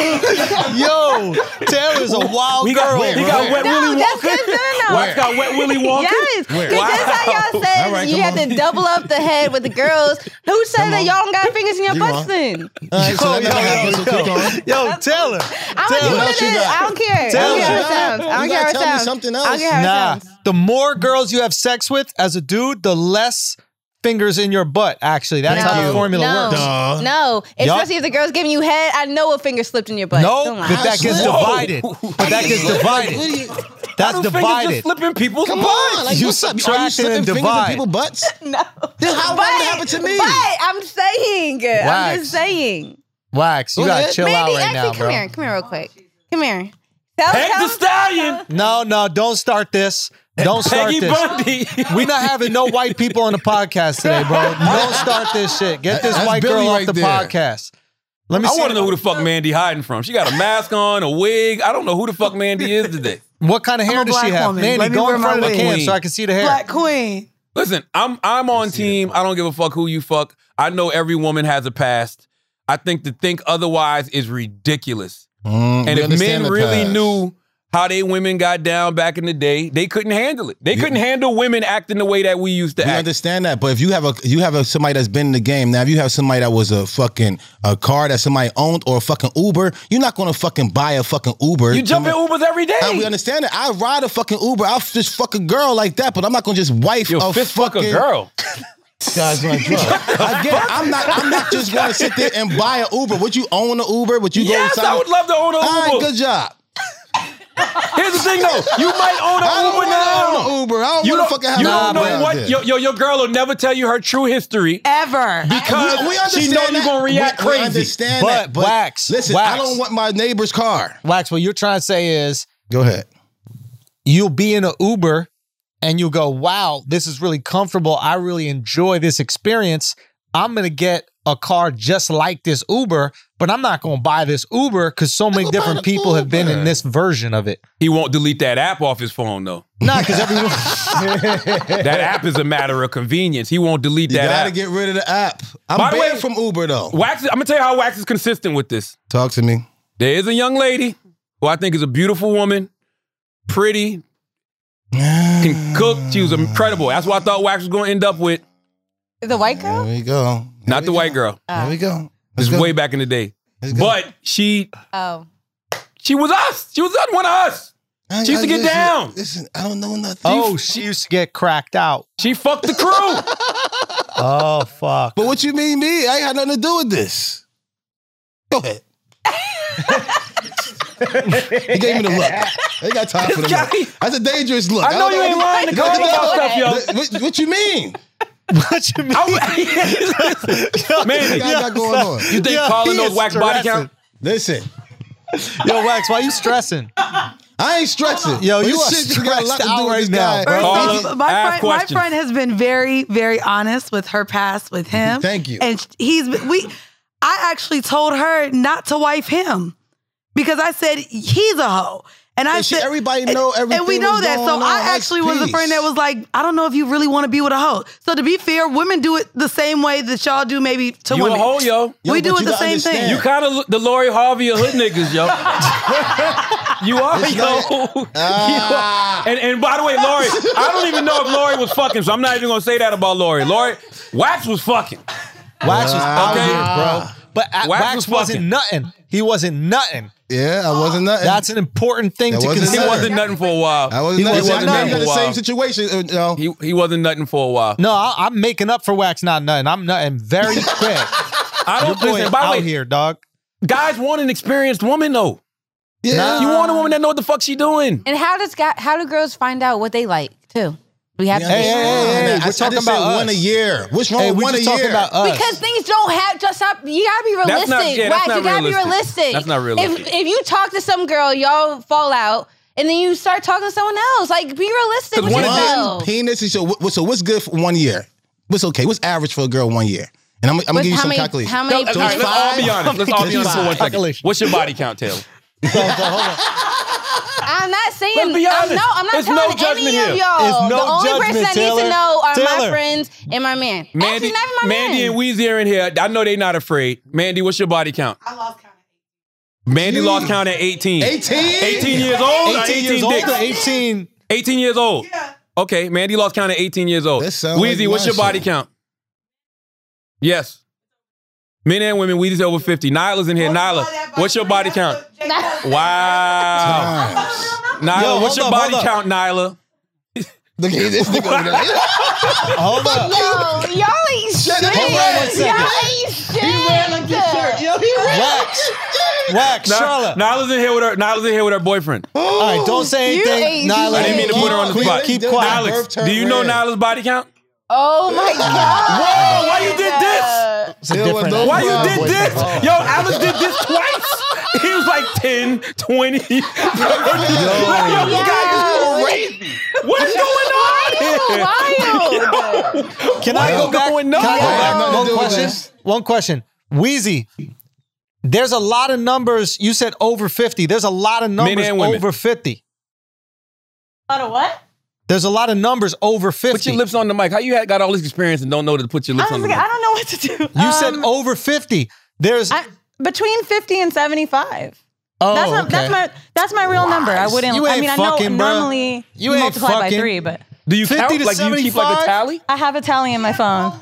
Speaker 3: Yo, Taylor's a wild
Speaker 2: He
Speaker 3: girl.
Speaker 2: got, he got
Speaker 4: Where?
Speaker 2: wet
Speaker 8: No,
Speaker 2: Willy
Speaker 8: that's
Speaker 2: Wonka.
Speaker 8: good. No, no, no.
Speaker 2: Wax got wet Willy Wonka.
Speaker 8: Yes, 'cause
Speaker 2: Wow.
Speaker 8: just how Why y'all said you have to double up the head with the girls? Who said that y'all don't got fingers in your
Speaker 4: You
Speaker 8: butts
Speaker 4: on.
Speaker 8: then?
Speaker 4: right, so that never happened, so keep going.
Speaker 3: yo, tell her.
Speaker 8: I'm gonna
Speaker 3: Tell
Speaker 8: do
Speaker 3: her.
Speaker 8: what it is. I don't care.
Speaker 3: Tell
Speaker 8: I don't care
Speaker 3: her.
Speaker 8: how it sounds. I don't
Speaker 4: You
Speaker 8: care
Speaker 4: gotta
Speaker 8: how it
Speaker 4: tell me
Speaker 8: sounds.
Speaker 4: something
Speaker 8: I don't
Speaker 4: else.
Speaker 8: care how it
Speaker 3: Nah.
Speaker 8: sounds.
Speaker 3: The more girls you have sex with as a dude, the less fingers in your butt. Actually, that's
Speaker 8: no,
Speaker 3: how the formula
Speaker 8: no,
Speaker 3: works.
Speaker 8: No,
Speaker 3: Yup.
Speaker 8: especially if the girl's giving you head, I know a finger slipped in your butt.
Speaker 3: No,
Speaker 8: Don't lie.
Speaker 3: but that gets
Speaker 4: Whoa.
Speaker 3: divided. But that gets divided. That's divided.
Speaker 2: flipping people's
Speaker 4: Come
Speaker 2: butts.
Speaker 4: on, like
Speaker 3: You
Speaker 4: what's up?
Speaker 3: subtract
Speaker 4: Are you
Speaker 3: and
Speaker 4: slipping fingers in
Speaker 3: divide.
Speaker 4: people's butts?
Speaker 8: no.
Speaker 4: Then how would that happen to me?
Speaker 8: But I'm saying, I'm
Speaker 3: Wax.
Speaker 8: just saying.
Speaker 3: Wax, you
Speaker 4: Go
Speaker 3: gotta
Speaker 4: ahead.
Speaker 3: chill out
Speaker 8: Mandy,
Speaker 3: right
Speaker 8: actually,
Speaker 3: now,
Speaker 8: come
Speaker 3: bro.
Speaker 8: here, come here, real quick. Come here. Tell,
Speaker 2: Hank
Speaker 8: tell,
Speaker 2: the Stallion.
Speaker 3: No, no, don't start this. Don't start
Speaker 2: Peggy
Speaker 3: this.
Speaker 2: Bundy.
Speaker 3: We're not having no white people on the podcast today, bro. Don't start this shit. Get this
Speaker 4: That's
Speaker 3: white
Speaker 4: Billy
Speaker 3: girl
Speaker 4: right
Speaker 3: off the
Speaker 4: there.
Speaker 3: podcast. Let me
Speaker 2: I
Speaker 3: see.
Speaker 2: want to know who the fuck Mandy hiding from. She got a mask on, a wig. I don't know who the fuck Mandy is today.
Speaker 3: what kind of
Speaker 12: I'm
Speaker 3: hair
Speaker 12: a
Speaker 3: does she
Speaker 12: black
Speaker 3: have?
Speaker 12: woman.
Speaker 3: Mandy,
Speaker 12: Let me
Speaker 3: go
Speaker 12: wear
Speaker 3: in
Speaker 12: my
Speaker 3: front of the
Speaker 12: wig.
Speaker 3: cam so I can see the hair.
Speaker 12: Black Queen.
Speaker 2: Listen, I'm I'm on team. I don't give a fuck who you fuck. I know every woman has a past. I think to think otherwise is ridiculous.
Speaker 4: Mm,
Speaker 2: And
Speaker 4: we
Speaker 2: if
Speaker 4: understand
Speaker 2: men
Speaker 4: the
Speaker 2: really
Speaker 4: past.
Speaker 2: knew how they women got down back in the day, they couldn't handle it. They couldn't handle women acting the way that we used to
Speaker 4: We
Speaker 2: act.
Speaker 4: understand that, but if you have a you have a somebody that's been in the game now, if you have somebody that was a fucking a car that somebody owned or a fucking Uber, you're not gonna fucking buy a fucking Uber.
Speaker 2: You jump in Ubers every day.
Speaker 4: And we understand that. I ride a fucking Uber. I'll just fuck a girl like that, but I'm not gonna just wife
Speaker 2: Yo,
Speaker 4: a
Speaker 2: fist fuck
Speaker 4: fucking
Speaker 2: a girl.
Speaker 4: Guys, when I drunk. I get it. I'm not. I'm not just gonna sit there and buy an Uber. Would you own an Uber? Would you
Speaker 2: Yes,
Speaker 4: go? inside-
Speaker 2: I would love to own an
Speaker 4: All right,
Speaker 2: Uber.
Speaker 4: good job.
Speaker 2: Here's the thing though, you might own
Speaker 4: I
Speaker 2: an
Speaker 4: don't
Speaker 2: Uber
Speaker 4: want
Speaker 2: now.
Speaker 4: to own an Uber. I don't
Speaker 2: You
Speaker 4: want
Speaker 2: don't,
Speaker 4: to fucking have
Speaker 2: you
Speaker 4: an
Speaker 2: don't
Speaker 4: Uber
Speaker 2: know
Speaker 4: out
Speaker 2: what
Speaker 4: there.
Speaker 2: yo, yo, your girl will never tell you her true history
Speaker 12: Ever.
Speaker 2: because
Speaker 4: we, we
Speaker 2: she
Speaker 4: understand
Speaker 2: know
Speaker 4: that.
Speaker 2: you're gonna react
Speaker 4: we, We
Speaker 2: crazy.
Speaker 4: understand
Speaker 3: But
Speaker 4: that. But
Speaker 3: Wax,
Speaker 4: listen,
Speaker 3: Wax.
Speaker 4: I don't want my neighbor's car.
Speaker 3: Wax, what you're trying to say is
Speaker 4: Go ahead.
Speaker 3: you'll be in an Uber and you'll go, wow, this is really comfortable. I really enjoy this experience. I'm going to get a car just like this Uber, but I'm not going to buy this Uber because so many
Speaker 4: I'll buy
Speaker 3: different
Speaker 4: the
Speaker 3: people have been in
Speaker 4: Uber.
Speaker 3: this version of it.
Speaker 2: He won't delete that app off his phone though.
Speaker 3: Nah, because everyone.
Speaker 2: That app is a matter of convenience. He won't delete
Speaker 4: You
Speaker 2: that
Speaker 4: gotta
Speaker 2: app.
Speaker 4: get rid of the app. I'm
Speaker 2: By the way-
Speaker 4: banned from Uber though.
Speaker 2: Wax, I'm gonna tell you how Wax is consistent with this.
Speaker 4: Talk to me.
Speaker 2: There is a young lady who I think is a beautiful woman, pretty, can cook. She was incredible. That's what I thought Wax was gonna end up with.
Speaker 8: the white
Speaker 4: There
Speaker 8: girl?
Speaker 4: we go. There
Speaker 2: Not
Speaker 4: we
Speaker 2: the
Speaker 4: go.
Speaker 2: white girl.
Speaker 4: There we go.
Speaker 2: This
Speaker 4: Let's
Speaker 2: is
Speaker 4: go.
Speaker 2: way back in the day.
Speaker 4: Let's go.
Speaker 2: But she
Speaker 8: Oh.
Speaker 2: she was us. She was one of us.
Speaker 4: I-
Speaker 2: she used
Speaker 4: I-
Speaker 2: to get
Speaker 4: listen,
Speaker 2: down.
Speaker 4: Listen, I don't know nothing.
Speaker 3: oh, she used to get cracked out.
Speaker 2: She fucked the crew.
Speaker 3: Oh, fuck.
Speaker 4: But what you mean me? I ain't got nothing to do with this. Go ahead. he gave me the look. They got time for the
Speaker 2: guy-
Speaker 4: look. That's a dangerous look.
Speaker 2: I know you ain't lying to Cardi about stuff, yo.
Speaker 4: What, what you mean?
Speaker 3: what you mean?
Speaker 2: I,
Speaker 4: What
Speaker 2: man,
Speaker 4: guy got going on?
Speaker 2: you think
Speaker 3: Yo,
Speaker 2: calling
Speaker 3: he
Speaker 2: those
Speaker 3: is
Speaker 2: wax body count?
Speaker 4: Listen,
Speaker 3: Yo, Wax, why you stressing?
Speaker 4: I ain't stressing.
Speaker 3: Yo,
Speaker 4: But
Speaker 3: you
Speaker 4: this
Speaker 3: are
Speaker 4: shit got a lot to
Speaker 3: stressed
Speaker 4: do
Speaker 3: out
Speaker 4: with this
Speaker 3: right
Speaker 4: guy.
Speaker 3: now, bro.
Speaker 12: First
Speaker 2: Call
Speaker 12: off,
Speaker 2: him,
Speaker 12: my
Speaker 2: ask
Speaker 12: friend,
Speaker 2: questions.
Speaker 12: my friend has been very, very honest with her past with him.
Speaker 4: Thank you.
Speaker 12: And he's we. I actually told her not to wife him because I said he's a hoe, and I
Speaker 4: And she-
Speaker 12: said
Speaker 4: everybody know everything.
Speaker 12: And we know
Speaker 4: that's
Speaker 12: that. So
Speaker 4: going on.
Speaker 12: I
Speaker 4: That's
Speaker 12: actually was the
Speaker 4: peace.
Speaker 12: friend that was like, I don't know if you really want to be with a hoe. So to be fair, women do it the same way that y'all do maybe to
Speaker 2: You a
Speaker 12: women.
Speaker 2: hoe, yo.
Speaker 4: Yo,
Speaker 12: we do
Speaker 4: but you
Speaker 12: it the
Speaker 4: gotta
Speaker 12: same thing.
Speaker 4: understand.
Speaker 2: You kind of the Lori Harvey of hood niggas, yo. you are,
Speaker 4: It's ah.
Speaker 2: yo.
Speaker 4: not-
Speaker 2: You are. And and by the way, Lori, I don't even know if Lori was fucking, so I'm not even gonna say that about Lori. Lori, Wax was fucking.
Speaker 3: Wax was
Speaker 4: Oh,
Speaker 3: out
Speaker 2: Okay.
Speaker 3: here, bro. But uh,
Speaker 2: Wax
Speaker 3: Wax,
Speaker 2: was
Speaker 3: wasn't
Speaker 2: fucking.
Speaker 3: nothing. He wasn't nothing.
Speaker 4: Yeah, I wasn't nothing.
Speaker 3: That's an important thing
Speaker 4: That
Speaker 3: to
Speaker 4: wasn't
Speaker 2: He
Speaker 3: consider.
Speaker 4: nothing.
Speaker 2: wasn't nothing for a while.
Speaker 4: I wasn't
Speaker 3: He
Speaker 4: nothing.
Speaker 3: wasn't
Speaker 4: I know you're
Speaker 2: nothing.
Speaker 4: in the
Speaker 2: Wow.
Speaker 4: same situation. uh, You know.
Speaker 2: He he wasn't nothing for a while.
Speaker 3: No, I, I'm making up for wax, not nothing. I'm nothing very quick.
Speaker 2: I
Speaker 3: Your
Speaker 2: don't
Speaker 3: boy
Speaker 2: listen. By
Speaker 3: out
Speaker 2: the way,
Speaker 3: here, dog.
Speaker 2: guys want an experienced woman though.
Speaker 4: Yeah.
Speaker 2: You want a woman that know what the fuck she doing.
Speaker 8: And how does guy, how do girls find out what they like too? We have to
Speaker 4: Hey,
Speaker 3: Hey, hey, hey, hey,
Speaker 4: I- I
Speaker 3: we're
Speaker 4: just
Speaker 3: talking
Speaker 4: said
Speaker 3: about us.
Speaker 4: one a year. What's wrong
Speaker 3: Hey,
Speaker 4: with
Speaker 3: we're
Speaker 4: one a
Speaker 3: just
Speaker 4: year?
Speaker 3: talking about us.
Speaker 8: Because things don't have just up. You gotta be
Speaker 2: That's
Speaker 8: realistic.
Speaker 2: not- yeah, that's
Speaker 8: Wax,
Speaker 2: not
Speaker 8: you gotta be
Speaker 2: realistic.
Speaker 8: realistic.
Speaker 2: That's not realistic.
Speaker 8: If, if you talk to some girl, y'all fall out, and then you start talking to someone else. Like, be realistic with
Speaker 2: One
Speaker 8: yourself.
Speaker 4: one penis is so, wh- so what's good for one year? What's okay? What's average for a girl one year? And I'm, I'm gonna
Speaker 8: What's-
Speaker 4: give you
Speaker 8: how
Speaker 4: some
Speaker 8: many-
Speaker 4: calculations.
Speaker 8: how many-
Speaker 2: All right, let's all be honest. Let's all be honest for one second. What's your body count, Taylor?
Speaker 8: I'm not saying.
Speaker 2: Let's be
Speaker 8: I'm,
Speaker 2: honest.
Speaker 8: no, I'm not
Speaker 2: There's no
Speaker 8: telling any
Speaker 2: judgment
Speaker 8: of
Speaker 2: here.
Speaker 8: y'all.
Speaker 3: There's no
Speaker 8: the only person
Speaker 3: judgment,
Speaker 8: that needs
Speaker 3: Taylor.
Speaker 8: to know are
Speaker 3: Taylor.
Speaker 8: my friends and my man.
Speaker 2: Mandy,
Speaker 8: Actually, not even my
Speaker 2: Mandy
Speaker 8: man.
Speaker 2: and Weezy are in here. I know they not afraid. Mandy, what's your body count?
Speaker 12: I lost count.
Speaker 2: Mandy lost count at 18.
Speaker 4: 18?
Speaker 2: 18 years old.
Speaker 3: 18 years old
Speaker 2: dicks.
Speaker 3: to 18.
Speaker 2: 18 years old.
Speaker 12: Yeah.
Speaker 2: Okay, Mandy lost count at 18 years old.
Speaker 4: sound
Speaker 2: Weezy,
Speaker 4: like
Speaker 2: what's
Speaker 4: my
Speaker 2: your body
Speaker 4: shit.
Speaker 2: count? Yes. Men and women, Weezy's over 50. Nyla's in here. Nyla, what's your body count? Wow. Nyla,
Speaker 4: Yo, hold
Speaker 2: what's your
Speaker 4: up,
Speaker 2: body
Speaker 4: hold up.
Speaker 2: count, Nyla?
Speaker 4: Look at this nigga over there.
Speaker 3: Hold up.
Speaker 8: Yo, y'all ain't shit.
Speaker 4: Shut up, hold on a second.
Speaker 8: Y'all ain't shit.
Speaker 4: He ran like this shirt. Yo, he ran like
Speaker 3: Wax. Wax, Charlotte.
Speaker 2: Nyla's in here with her. Nyla's in here with her boyfriend.
Speaker 3: All right, don't say
Speaker 8: You
Speaker 3: anything.
Speaker 8: ain't
Speaker 3: Nyla.
Speaker 2: I didn't mean to put her on the
Speaker 3: Keep-
Speaker 2: spot.
Speaker 3: Keep quiet.
Speaker 2: Alex, do you know Nyla's body count?
Speaker 8: Oh my god.
Speaker 2: Whoa! Why you did this?
Speaker 3: It's a different.
Speaker 2: Why you did this? Yo, Alex did this twice. He was like 10, 20. Yo, you guys is crazy. What's going on here?
Speaker 8: Wild.
Speaker 3: Can I
Speaker 2: What's
Speaker 3: go back?
Speaker 2: going
Speaker 3: Can I go
Speaker 2: on?
Speaker 3: back?
Speaker 4: Nothing to do
Speaker 3: One
Speaker 4: with
Speaker 3: question.
Speaker 4: this.
Speaker 3: One question. Wheezy, there's a lot of numbers. You said over 50. There's a lot of numbers
Speaker 2: and women.
Speaker 3: over 50.
Speaker 7: Out of what?
Speaker 3: There's a lot of numbers over 50.
Speaker 2: Put your lips on the mic. How you had got all this experience and don't know to put your
Speaker 7: I
Speaker 2: lips
Speaker 7: was
Speaker 2: on the
Speaker 7: like, I
Speaker 2: mic?
Speaker 7: don't know what to do.
Speaker 3: You said over 50. There's
Speaker 7: Um, I, between fifty and seventy-five.
Speaker 3: oh,
Speaker 7: that's, not,
Speaker 3: okay.
Speaker 7: that's my that's my real number. I wouldn't.
Speaker 3: You
Speaker 7: I
Speaker 3: ain't
Speaker 7: mean, I
Speaker 3: fucking,
Speaker 7: know
Speaker 3: bruh.
Speaker 7: normally
Speaker 3: You
Speaker 7: you
Speaker 3: ain't
Speaker 7: multiply by
Speaker 3: fucking.
Speaker 7: three, but
Speaker 2: Do you
Speaker 3: 50
Speaker 2: count?
Speaker 3: to
Speaker 2: Like do you keep like a
Speaker 3: 75?
Speaker 2: tally?
Speaker 7: I have a tally in my phone.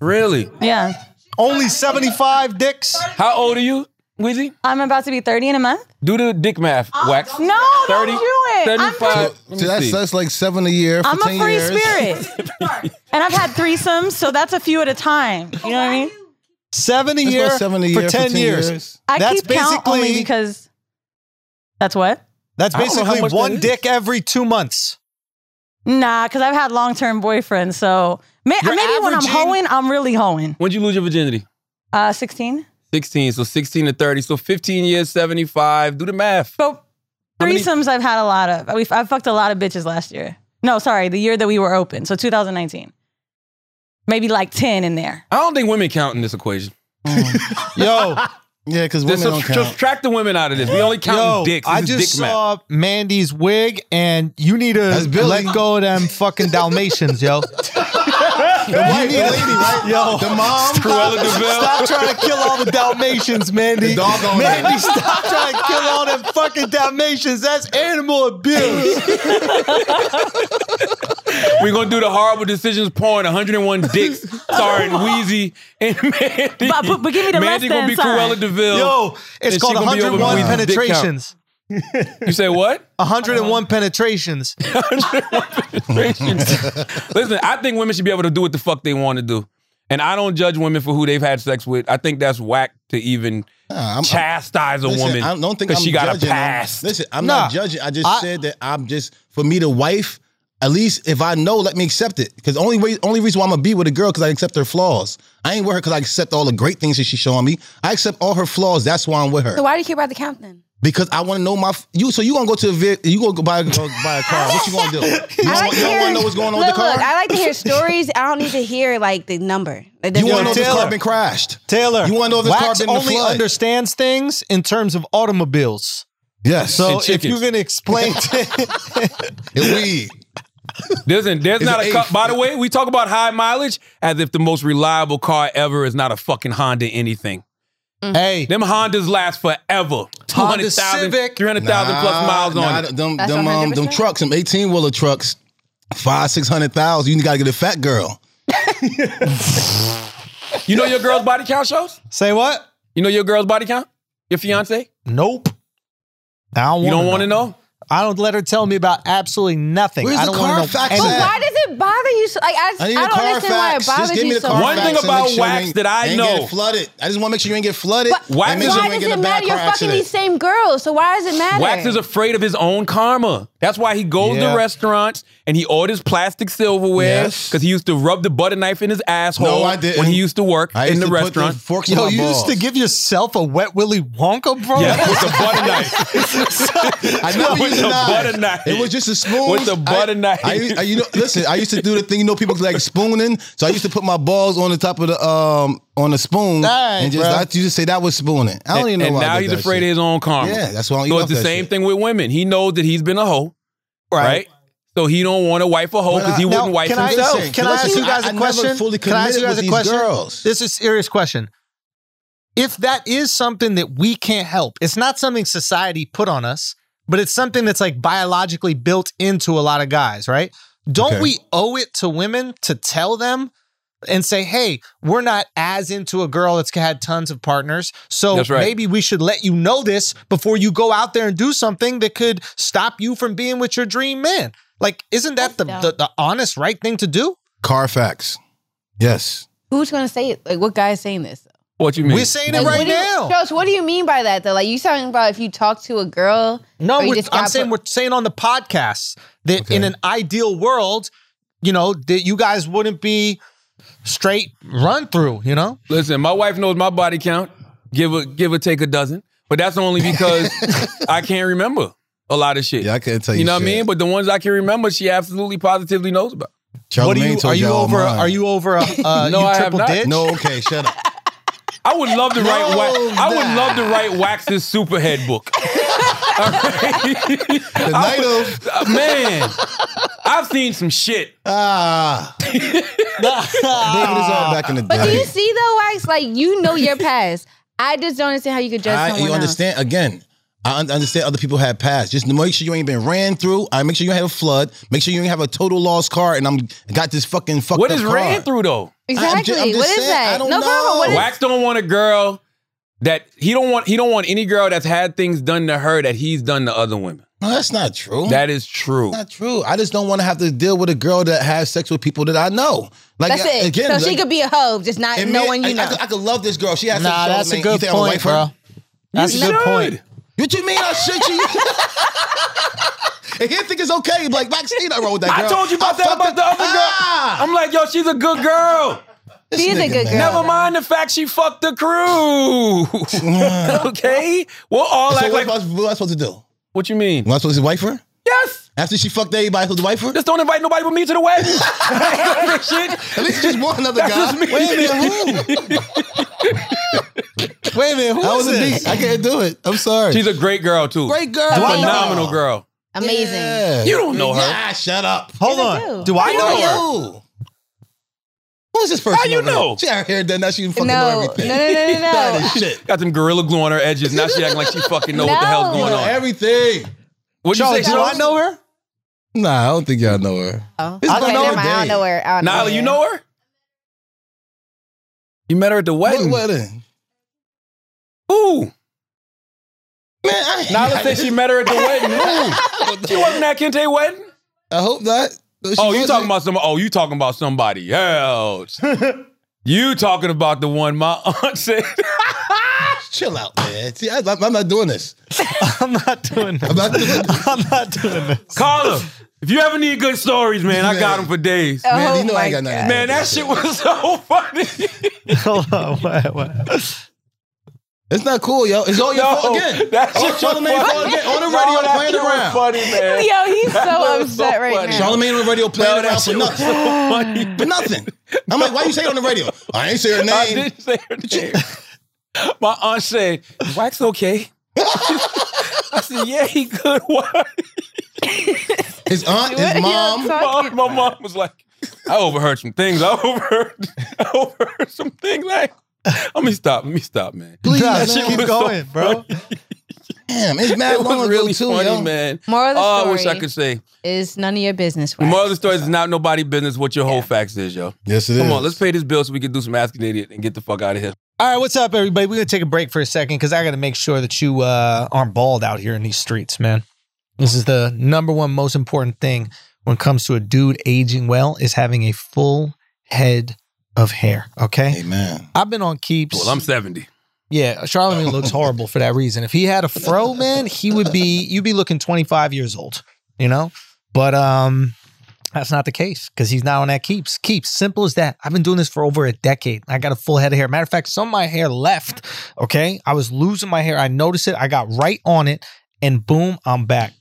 Speaker 2: Really?
Speaker 7: Yeah,
Speaker 3: only 75 dicks.
Speaker 2: How old are you, Wheezy?
Speaker 7: I'm about to be thirty in a month.
Speaker 2: Do the dick math, Wax.
Speaker 7: Oh, No, don't do it. I'm
Speaker 2: 35. Let me
Speaker 4: So that's,
Speaker 2: see.
Speaker 4: that's like seven a year for
Speaker 7: Uh, I'm
Speaker 4: 10
Speaker 7: a free
Speaker 4: years.
Speaker 7: spirit, and I've had threesomes, so that's a few at a time. You know what I mean?
Speaker 3: 70
Speaker 4: That's
Speaker 3: year,
Speaker 4: about 70
Speaker 3: for
Speaker 4: year
Speaker 3: 10 years.
Speaker 7: I
Speaker 3: That's
Speaker 7: keep count only
Speaker 3: basically-
Speaker 7: because that's what.
Speaker 3: That's
Speaker 2: I don't know how
Speaker 3: basically
Speaker 2: much
Speaker 3: one
Speaker 2: that is.
Speaker 3: dick every two months.
Speaker 7: Nah, because I've had long term boyfriends, so may-
Speaker 3: You're
Speaker 7: maybe when I'm
Speaker 3: averaging-
Speaker 7: hoeing, I'm really hoeing.
Speaker 2: When'd you lose your virginity?
Speaker 7: Uh, sixteen.
Speaker 2: 16. So 16 to 30. So 15 years, 75. Do the math.
Speaker 7: But
Speaker 2: How many-
Speaker 7: threesomes I've had a lot of. We've, I fucked a lot of bitches last year. No, sorry, the year that we were open, so 2019. Maybe like 10 in there.
Speaker 2: I don't think women count in this equation.
Speaker 3: Yo,
Speaker 4: Yeah, because women
Speaker 2: Just
Speaker 4: don't
Speaker 2: subtract
Speaker 4: count.
Speaker 2: the women out of this. We only count
Speaker 3: yo,
Speaker 2: dicks. This
Speaker 3: I
Speaker 2: is
Speaker 3: just
Speaker 2: dick math.
Speaker 3: saw Mandy's wig, and you need to
Speaker 4: That's Billy.
Speaker 3: let go of them fucking Dalmatians, yo.
Speaker 4: The white lady, right?
Speaker 3: Yo.
Speaker 4: the mom.
Speaker 2: Cruella DeVille.
Speaker 3: Stop trying to kill all the Dalmatians, Mandy.
Speaker 4: The dog on
Speaker 3: Mandy,
Speaker 4: it.
Speaker 3: stop trying to kill all them fucking Dalmatians. That's animal abuse.
Speaker 2: We're going to do the horrible decisions porn 101 dicks starring Wheezy and Mandy.
Speaker 7: But- but- but give me the
Speaker 2: Mandy
Speaker 7: less
Speaker 2: gonna be
Speaker 7: than sign.
Speaker 2: Cruella DeVille.
Speaker 3: Yo, it's
Speaker 2: And she
Speaker 3: called
Speaker 2: gonna be over
Speaker 3: 101
Speaker 2: Wheezy's dick count.
Speaker 3: penetrations.
Speaker 2: You say what?
Speaker 3: 101 penetrations.
Speaker 2: Listen, I think women should be able to do what the fuck they want to do. And I don't judge women for who they've had sex with. I think that's whack to even
Speaker 4: Nah, I'm-
Speaker 2: chastise a
Speaker 4: Listen,
Speaker 2: woman.
Speaker 4: I don't think
Speaker 2: 'cause
Speaker 4: I'm
Speaker 2: she got
Speaker 4: judging
Speaker 2: a
Speaker 4: them.
Speaker 2: pass.
Speaker 4: Listen, I'm
Speaker 3: Nah.
Speaker 4: not judging. I just
Speaker 3: I-
Speaker 4: said that I'm just for me, the wife. At least if I know, let me accept it. Because only way, only reason why I'm gonna be with a girl because I accept her flaws. I ain't with her because I accept all the great things that she's showing me. I accept all her flaws. That's why I'm with her.
Speaker 7: So why do you care about the count then?
Speaker 4: Because I want to know my f- you. So you gonna go to a vi- you gonna go buy a, go buy a car? What you gonna do? You,
Speaker 7: I
Speaker 4: don't-
Speaker 7: like
Speaker 4: you don't
Speaker 7: to
Speaker 4: want
Speaker 7: hear-
Speaker 4: to know what's going on with
Speaker 7: look,
Speaker 4: the car?
Speaker 7: Look, I like to hear stories. I don't need to hear like the number. Like, there's
Speaker 4: you want to
Speaker 7: no-
Speaker 4: know if this
Speaker 3: Taylor.
Speaker 4: car been crashed?
Speaker 3: Taylor,
Speaker 4: You wanna know if this car
Speaker 3: Wax
Speaker 4: been in the
Speaker 3: only
Speaker 4: flood?
Speaker 3: understands things in terms of automobiles.
Speaker 4: Yes.
Speaker 3: So
Speaker 2: And
Speaker 3: if
Speaker 2: chickens.
Speaker 3: you can explain,
Speaker 4: and weed.
Speaker 2: There's, an, there's
Speaker 4: It's
Speaker 2: not
Speaker 4: an
Speaker 2: a cup.
Speaker 4: eighth.
Speaker 2: By the way, we talk about high mileage as if the most reliable car ever is not a fucking Honda anything.
Speaker 3: hey,
Speaker 2: Them Hondas last forever. 200,000,
Speaker 3: Civic.
Speaker 2: 300,000 plus miles
Speaker 4: nah,
Speaker 2: on it.
Speaker 4: Them,
Speaker 7: That's
Speaker 4: them, um, them
Speaker 7: 100%?
Speaker 4: trucks, them 18 wheeler trucks, five, 600,000. You got to get a fat girl.
Speaker 2: You know your girl's body count shows?
Speaker 3: say what?
Speaker 2: You know your girl's body count? Your fiance?
Speaker 3: Nope. I don't
Speaker 2: You don't
Speaker 3: want to
Speaker 2: know?
Speaker 3: I don't let her tell me about absolutely nothing.
Speaker 4: Where's
Speaker 3: I
Speaker 4: the
Speaker 3: don't wanna know
Speaker 4: Carfax
Speaker 3: anything.
Speaker 4: at?
Speaker 8: Why does it bother you? So, like I,
Speaker 4: I
Speaker 8: I,
Speaker 4: need a
Speaker 8: don't
Speaker 4: car
Speaker 8: understand why it
Speaker 4: fax.
Speaker 8: bothers
Speaker 4: Just give me
Speaker 8: you
Speaker 4: the
Speaker 8: so
Speaker 4: car
Speaker 2: One
Speaker 4: fax and
Speaker 2: thing
Speaker 4: make
Speaker 2: about
Speaker 4: sure you
Speaker 2: wax
Speaker 4: ain't-
Speaker 2: that I
Speaker 4: ain't getting
Speaker 2: know-
Speaker 4: flooded. I just want to make sure you ain't get flooded.
Speaker 8: But
Speaker 2: Wax
Speaker 4: and
Speaker 2: is-
Speaker 4: make sure
Speaker 8: Why
Speaker 4: you ain't
Speaker 8: does
Speaker 4: get in
Speaker 8: it
Speaker 4: a bad
Speaker 8: matter? You're
Speaker 4: car
Speaker 8: fucking
Speaker 4: accident.
Speaker 8: these same girls, so why does it matter?
Speaker 2: Wax is afraid of his own karma. That's why he goes
Speaker 3: Yeah.
Speaker 2: to restaurants and he orders plastic silverware
Speaker 4: Yes.
Speaker 2: because he used to rub the butter knife in his asshole
Speaker 4: No, I didn't.
Speaker 2: when he used to work
Speaker 4: I
Speaker 2: in
Speaker 4: used
Speaker 2: the
Speaker 4: to put
Speaker 2: restaurant.
Speaker 4: the forks in
Speaker 3: Yo,
Speaker 4: my
Speaker 3: you used
Speaker 4: balls.
Speaker 3: to give yourself a wet Willy Wonka, bro.
Speaker 2: yeah, with the butter knife.
Speaker 4: I never
Speaker 2: With
Speaker 4: used a
Speaker 2: the
Speaker 4: knife.
Speaker 2: butter knife.
Speaker 4: It was just a spoon.
Speaker 2: With the butter
Speaker 4: I,
Speaker 2: knife.
Speaker 4: I, used- I- you know, listen, I used to do the thing. You know, people like spooning. So I used to put my balls on the top of the um on the spoon,
Speaker 3: All right,
Speaker 4: and just
Speaker 3: bro.
Speaker 4: I, you just say that was spooning. I don't even know
Speaker 2: and
Speaker 4: why. I
Speaker 2: now
Speaker 4: did
Speaker 2: he's
Speaker 4: that
Speaker 2: afraid
Speaker 4: shit.
Speaker 2: of his own karma.
Speaker 4: Yeah, that's why I don't
Speaker 2: So
Speaker 4: eat
Speaker 2: it's
Speaker 4: off
Speaker 2: the
Speaker 4: that
Speaker 2: same
Speaker 4: shit.
Speaker 2: thing with women. He knows that he's been a hoe, right? So he don't want to wife a hoe because he
Speaker 3: Now,
Speaker 2: wouldn't wife
Speaker 3: can I-
Speaker 2: himself.
Speaker 4: Listen,
Speaker 3: Can I ask you
Speaker 4: listen,
Speaker 3: guys
Speaker 4: I-
Speaker 3: a
Speaker 4: I never
Speaker 3: question?
Speaker 4: fully
Speaker 3: Can I ask you
Speaker 4: committed
Speaker 3: guys
Speaker 4: with
Speaker 3: a
Speaker 4: these
Speaker 3: question?
Speaker 4: girls.
Speaker 3: This is a serious question. If that is something that we can't help, it's not something society put on us, but it's something that's like biologically built into a lot of guys, right? Don't
Speaker 4: Okay.
Speaker 3: we owe it to women to tell them and say, hey, we're not as into a girl that's had tons of partners. So
Speaker 2: That's right.
Speaker 3: maybe we should let you know this before you go out there and do something that could stop you from being with your dream man. Like, isn't that the, the, the honest, right thing to do?
Speaker 4: Carfax. Yes.
Speaker 7: Who's gonna say it? Like, what guy's saying this?
Speaker 2: What you
Speaker 4: mean?
Speaker 3: We're saying it
Speaker 7: Like,
Speaker 3: right
Speaker 7: what do you-
Speaker 3: now.
Speaker 7: Josh, what do you mean by that though? Like, you talking about if you talk to a girl?
Speaker 3: No,
Speaker 7: or you
Speaker 3: we're,
Speaker 7: just
Speaker 3: I'm
Speaker 7: got
Speaker 3: saying
Speaker 7: put-
Speaker 3: we're saying on the podcast that in an ideal world, you know, that you guys wouldn't be straight run through. You know,
Speaker 2: Listen, my wife knows my body count. Give a give or take a dozen, but that's only because I can't remember a lot of shit. Yeah, I
Speaker 4: can't tell
Speaker 2: you.
Speaker 4: you
Speaker 2: know what I
Speaker 4: shit.
Speaker 2: mean? But the ones I can remember, she absolutely positively knows about.
Speaker 3: what are you? Are you over? Are you over? A, uh,
Speaker 2: No,
Speaker 3: you
Speaker 2: I have
Speaker 3: triple
Speaker 2: not.
Speaker 3: ditch?
Speaker 2: No,
Speaker 4: okay, shut up.
Speaker 2: I would love to write.
Speaker 3: No,
Speaker 2: Wa- I would
Speaker 3: nah.
Speaker 2: love to write Wax's Superhead book. All right? I would- Uh, man, I've seen some shit.
Speaker 4: Ah,
Speaker 2: Oh.
Speaker 4: back in the
Speaker 7: But do
Speaker 4: day.
Speaker 7: you see though, Wax? Like, you know your past. I just don't understand how you could judge
Speaker 4: I,
Speaker 7: someone
Speaker 4: you understand again. I un- understand other people have passed. Just make sure you ain't been ran through. I make sure you ain't have a flood. Make sure you ain't have a total loss car. And I'm got this fucking fucked
Speaker 2: What
Speaker 4: up
Speaker 2: is
Speaker 4: car.
Speaker 2: ran through though?
Speaker 7: Exactly. What is that?
Speaker 4: I don't
Speaker 7: No,
Speaker 4: know.
Speaker 7: Barbara, what is-
Speaker 2: Wax don't want a girl that he don't want. He don't want any girl that's had things done to her that he's done to other women.
Speaker 4: No, that's not true.
Speaker 2: That is true.
Speaker 4: Not true. I just don't want to have to deal with a girl that has sex with people that I know. Like
Speaker 7: That's it.
Speaker 4: again,
Speaker 7: so she
Speaker 4: like,
Speaker 7: could be a hoe, just not
Speaker 4: and me-
Speaker 7: knowing
Speaker 4: I,
Speaker 7: you know.
Speaker 4: I, could, I could love this girl. She has
Speaker 3: Nah,
Speaker 4: sex with
Speaker 3: that's a
Speaker 4: me.
Speaker 3: good
Speaker 4: you think I'm
Speaker 3: point,
Speaker 4: wife her?
Speaker 3: bro. That's
Speaker 4: You
Speaker 3: a good
Speaker 4: should.
Speaker 3: point.
Speaker 4: What you mean? I should you? and he think it's okay. Like Max, you know, wrong with that
Speaker 2: I
Speaker 4: girl.
Speaker 2: told you about that about the other girl.
Speaker 4: Ah!
Speaker 2: I'm like, yo, she's a good girl.
Speaker 7: She is a good girl.
Speaker 2: Never mind the fact she fucked the crew. okay, we'll all
Speaker 4: So what,
Speaker 2: act like.
Speaker 4: am I, supposed- what am I supposed to do?
Speaker 2: What you mean?
Speaker 4: Am I supposed to wife her?
Speaker 2: Yes.
Speaker 4: After she fucked everybody, who's wife her?
Speaker 2: Just don't invite nobody but me to the wedding. Shit.
Speaker 4: At least just one other
Speaker 2: That's
Speaker 4: guy.
Speaker 2: just me.
Speaker 4: Wait a minute, who?
Speaker 3: Wait a minute, who
Speaker 4: I was
Speaker 3: is
Speaker 4: a
Speaker 3: this?
Speaker 4: beast. I can't do it. I'm sorry.
Speaker 2: She's a great girl too.
Speaker 4: Great girl. Do I know
Speaker 2: Phenomenal
Speaker 4: her?
Speaker 2: girl.
Speaker 7: Amazing.
Speaker 4: Yeah.
Speaker 2: You don't know her.
Speaker 4: Nah, shut up.
Speaker 3: Hold
Speaker 7: Yes, I do.
Speaker 3: on. Do I know her?
Speaker 4: Who? Who is this person?
Speaker 2: How you
Speaker 4: over here?
Speaker 2: know?
Speaker 4: She out here done now. She fucking know
Speaker 7: No, no, no,
Speaker 4: everything.
Speaker 7: no, no, no.
Speaker 4: That is shit.
Speaker 2: Got some gorilla glue on her edges. Now she acting like she fucking know what the
Speaker 7: No.
Speaker 2: hell's going
Speaker 4: Know
Speaker 2: on.
Speaker 4: everything.
Speaker 2: What you
Speaker 3: Charlie,
Speaker 2: say?
Speaker 3: do I
Speaker 2: Charles?
Speaker 3: know her?
Speaker 4: Nah, I don't think y'all know her.
Speaker 7: Oh,
Speaker 4: It's
Speaker 7: okay,
Speaker 4: been all
Speaker 7: never mind. I
Speaker 4: day.
Speaker 7: don't know her. I don't
Speaker 2: Nala,
Speaker 7: her.
Speaker 2: you know her? You met her at the
Speaker 4: What
Speaker 2: wedding.
Speaker 4: wedding?
Speaker 2: Ooh.
Speaker 4: Man, I,
Speaker 2: Nala said she met her at the wedding. Ooh. She wasn't at Kente wedding.
Speaker 4: I hope not. She
Speaker 2: Oh, you
Speaker 4: wasn't.
Speaker 2: talking about some? Oh, you talking about somebody else? you talking about the one my aunt said?
Speaker 4: Chill out, man. See, I, I'm not doing this.
Speaker 3: I'm not doing
Speaker 4: I'm
Speaker 3: this.
Speaker 4: not doing this.
Speaker 3: I'm not doing this.
Speaker 2: Call her. If you ever need good stories, man, I got them for days.
Speaker 7: Oh
Speaker 4: Man, you know I
Speaker 7: my
Speaker 4: ain't got nothing.
Speaker 7: God.
Speaker 2: Man, that shit was so funny.
Speaker 3: Hold on. What, what?
Speaker 4: It's not cool, yo. It's all your
Speaker 2: No,
Speaker 4: fault again.
Speaker 2: that
Speaker 4: All
Speaker 2: shit
Speaker 4: Charlamagne
Speaker 2: was-
Speaker 4: fault again. On the
Speaker 2: No,
Speaker 4: radio
Speaker 2: that
Speaker 4: playing
Speaker 2: shit was
Speaker 4: around.
Speaker 2: Funny, man.
Speaker 7: Yo, he's so
Speaker 2: That was so
Speaker 7: upset right
Speaker 2: funny.
Speaker 7: now.
Speaker 4: Charlamagne on the radio
Speaker 2: No,
Speaker 4: playing
Speaker 2: that
Speaker 4: around for
Speaker 2: shit was
Speaker 4: nothing.
Speaker 2: so funny. man.
Speaker 4: For nothing. I'm like, why you say it on the radio? I ain't say her
Speaker 2: I
Speaker 4: name.
Speaker 2: didn't say her name. My aunt said, "Wax okay." I said, "Yeah, he good." Why?
Speaker 4: His aunt,
Speaker 7: What are
Speaker 4: his
Speaker 7: you
Speaker 4: mom.
Speaker 7: talking-
Speaker 2: My, my mom was like, "I overheard some things. I overheard, I overheard some things." Like, let me stop. Let me stop, man.
Speaker 4: Please,
Speaker 3: Nah,
Speaker 4: that shit
Speaker 3: keep
Speaker 4: was
Speaker 2: so
Speaker 3: going, bro.
Speaker 4: Damn, it's mad
Speaker 2: It
Speaker 4: long
Speaker 2: was
Speaker 4: ago
Speaker 2: really
Speaker 4: too,
Speaker 2: funny,
Speaker 4: yo.
Speaker 2: man.
Speaker 7: Moral of the
Speaker 2: oh, I
Speaker 7: story
Speaker 2: wish I could say.
Speaker 7: is none of your business.
Speaker 2: The
Speaker 7: Wax.
Speaker 2: moral of the story is not nobody business what your whole facts is, yo.
Speaker 4: Yes, it is.
Speaker 2: Come on, let's pay this bill so we can do some asking idiot and get the fuck out of here.
Speaker 3: All right, what's up, everybody? We're gonna take a break for a second because I gotta make sure that you uh, aren't bald out here in these streets, man. This is the number one most important thing when it comes to a dude aging well is having a full head of hair. Okay,
Speaker 4: Amen.
Speaker 3: I've been on keeps.
Speaker 2: Well, I'm 70.
Speaker 3: yeah, Charlemagne looks horrible for that reason. If he had a fro, man, he would be you'd be looking 25 years old, you know? But um that's not the case because he's not on that keeps. Keeps, simple as that. I've been doing this for over a decade. I got a full head of hair. Matter of fact, some of my hair left. Okay. I was losing my hair. I noticed it. I got right on it, and boom, I'm back.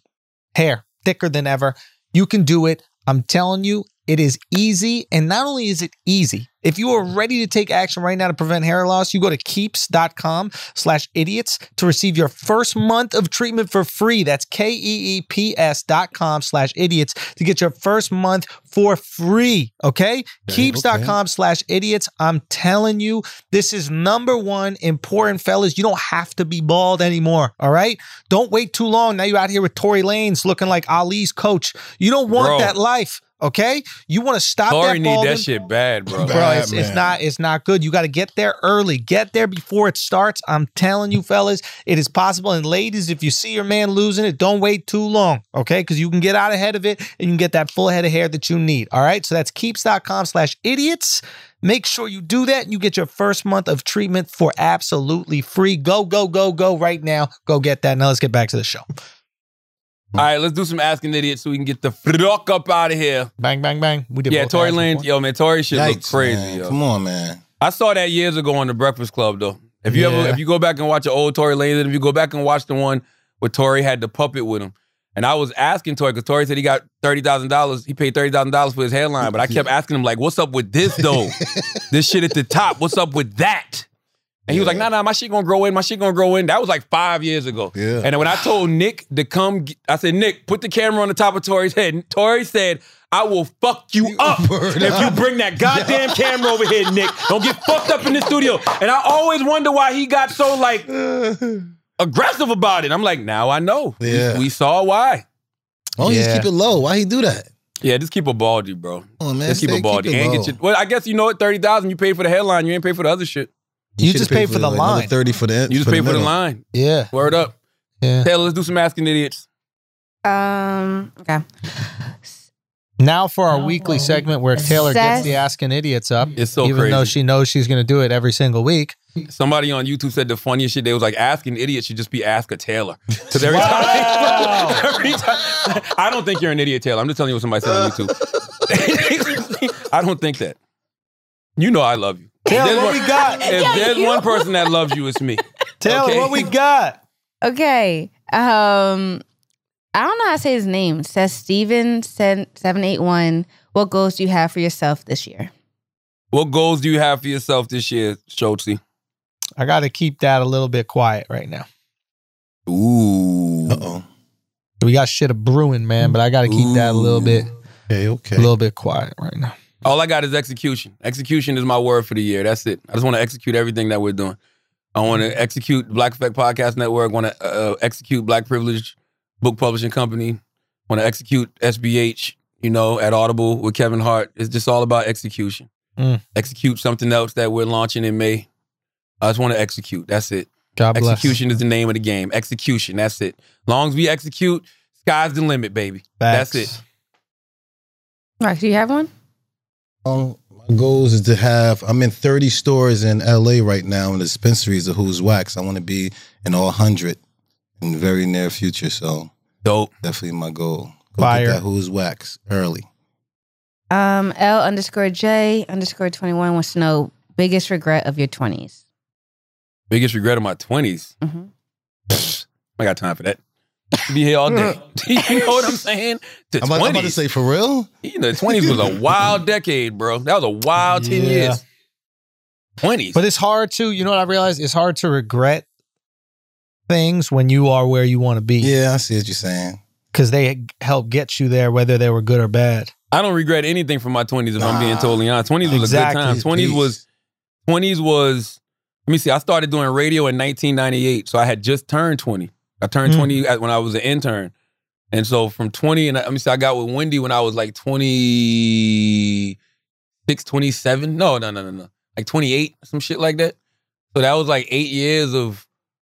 Speaker 3: Hair thicker than ever. You can do it. I'm telling you, it is easy. And not only is it easy, if you are ready to take action right now to prevent hair loss, you go to keeps.com slash idiots to receive your first month of treatment for free. That's E K-E-E-P-S dot com slash idiots to get your first month for free. Okay? Keeps.com slash idiots. I'm telling you, this is number one important, fellas. You don't have to be bald anymore. All right? Don't wait too long. Now you're out here with Tory Lanes looking like Ali's coach. You don't want
Speaker 2: Bro.
Speaker 3: that life. Okay, you want to stop that
Speaker 2: Corey need
Speaker 3: ball
Speaker 2: that
Speaker 3: in-
Speaker 2: shit bad, bro.
Speaker 3: bro. It's, it's not. It's not good. You got to get there early. Get there before it starts. I'm telling you, fellas, it is possible. And ladies, if you see your man losing it, don't wait too long. Okay, because you can get out ahead of it and you can get that full head of hair that you need. All right. So that's keeps.com/slash/idiots. Make sure you do that and you get your first month of treatment for absolutely free. Go, go, go, go right now. Go get that. Now let's get back to the show.
Speaker 2: All right, let's do some asking idiots so we can get the fuck up out of here.
Speaker 3: Bang, bang, bang. We did
Speaker 2: Yeah,
Speaker 3: both
Speaker 2: Tory
Speaker 3: ask
Speaker 2: Lanez, yo man, Tory shit look
Speaker 3: Yikes,
Speaker 2: crazy.
Speaker 3: man.
Speaker 2: Yo.
Speaker 3: Come
Speaker 4: on, man.
Speaker 2: I saw that years ago on the Breakfast Club though. If you ever,
Speaker 4: Yeah.
Speaker 2: if you go back and watch an old Tory Lanez, and if you go back and watch the one where Tory had the puppet with him, and I was asking Tory because Tory said he got thirty thousand dollars, he paid thirty thousand dollars for his headline, but I kept asking him like, "What's up with this though? this shit at the top. What's up with that?" And he was like, "Nah, nah, my shit gonna grow in. My shit gonna grow in." That was like five years ago. Yeah. And when I told Nick to come, get- I said, "Nick, put the camera on the top of Tori's head." And Tori said, "I will fuck you up if you bring that goddamn camera over here, Nick. Don't get fucked up in the studio." And I always wonder why he got so like aggressive about it. I'm like, now I know. We-
Speaker 4: Yeah.
Speaker 2: We, saw why.
Speaker 4: Oh, you just keep it low. Why he do that?
Speaker 2: Yeah, just keep a baldy, bro.
Speaker 4: Oh, man,
Speaker 2: just keep
Speaker 4: stay-
Speaker 2: a
Speaker 4: keep
Speaker 2: baldy
Speaker 4: it
Speaker 2: and
Speaker 4: low.
Speaker 2: get your. Well, I guess you know what, thirty thousand. You paid for the headline. You ain't paid for the other shit.
Speaker 4: should've paid another Thirty for the.
Speaker 2: You just
Speaker 4: for
Speaker 2: pay for the
Speaker 4: middle.
Speaker 2: line.
Speaker 3: Yeah.
Speaker 2: Word up.
Speaker 3: Yeah.
Speaker 2: Taylor, let's do some asking idiots.
Speaker 7: Um. Okay.
Speaker 3: Now for our weekly segment where Taylor gets the asking idiots up.
Speaker 2: It's so
Speaker 3: even
Speaker 2: crazy.
Speaker 3: though she knows she's going to do it every single week.
Speaker 2: Somebody on YouTube said the funniest shit. They was like, asking idiots should just be ask a Taylor. Because every time, every time, I don't think you're an idiot, Taylor. I'm just telling you what somebody said on YouTube. I don't think that. You know I love you. If
Speaker 3: Taylor,
Speaker 2: there's
Speaker 3: what
Speaker 2: one-
Speaker 3: we got?
Speaker 2: If
Speaker 3: Yeah,
Speaker 2: there's
Speaker 3: you-
Speaker 2: one person that loves you, it's me.
Speaker 3: Taylor,
Speaker 2: Okay.
Speaker 3: what we got?
Speaker 7: Okay. Um, I don't know how to say his name. It says Steven sen- 781. What goals do you have for yourself this year?
Speaker 2: What goals do you have for yourself this year, Schultzy?
Speaker 3: I got to keep that a little bit quiet right now.
Speaker 2: Ooh.
Speaker 4: Uh-oh.
Speaker 3: We got shit a brewing, man, but I got to keep that a little bit, okay, okay, a little bit quiet right now.
Speaker 2: All I got is execution. Execution is my word for the year. That's it. I just want to execute everything that we're doing. I want to execute Black Effect Podcast Network. Want to uh, execute Black Privilege Book Publishing Company. Want to execute SBH. You know, at Audible with Kevin Hart. It's just all about execution.
Speaker 3: Mm.
Speaker 2: Execute something else that we're launching in May. I just want to execute. That's it.
Speaker 3: God bless.
Speaker 2: Execution is the name of the game. Execution. That's it. Long as we execute, sky's the limit, baby.
Speaker 3: Facts.
Speaker 2: That's it.
Speaker 7: Rock, do you have one?
Speaker 4: Um, my goals is to have. I'm in 30 stores in LA right now in the dispensaries of Who's Wax. I want to be in all 100 in the very near future. So
Speaker 2: dope.
Speaker 4: Definitely my goal. Go
Speaker 3: Fire.
Speaker 4: Get that Who's Wax early.
Speaker 7: Um, L underscore J underscore 21 wants to know biggest regret of your 20s.
Speaker 2: Biggest regret of my 20s.
Speaker 7: Mm-hmm.
Speaker 2: I got time for that. Be here all day. you know what I'm saying? The
Speaker 4: I'm about, I'm about to
Speaker 2: 20s.
Speaker 4: say for real.
Speaker 2: You know, the 20s was a wild decade, bro. That was a wild 10
Speaker 3: Yeah.
Speaker 2: years. 20s.
Speaker 3: But it's hard to, you know what I realized? It's hard to regret things when you are where you want to be.
Speaker 4: Yeah, I see what you're saying.
Speaker 3: Because they help get you there, whether they were good or bad.
Speaker 2: I don't regret anything from my 20s if I'm being totally honest. 20s was
Speaker 3: Exactly.
Speaker 2: a good time. 20s was 20s was let me see. I started doing radio in 1998, so I had just turned 20. I turned
Speaker 4: Hmm.
Speaker 3: Mm.
Speaker 2: 20 at- when I was an intern. And so from 20 and I, let me see I got with Wendy when I was like 26, 27. No, no, no, no, no. Like 28, some shit like that. So that was like 8 years of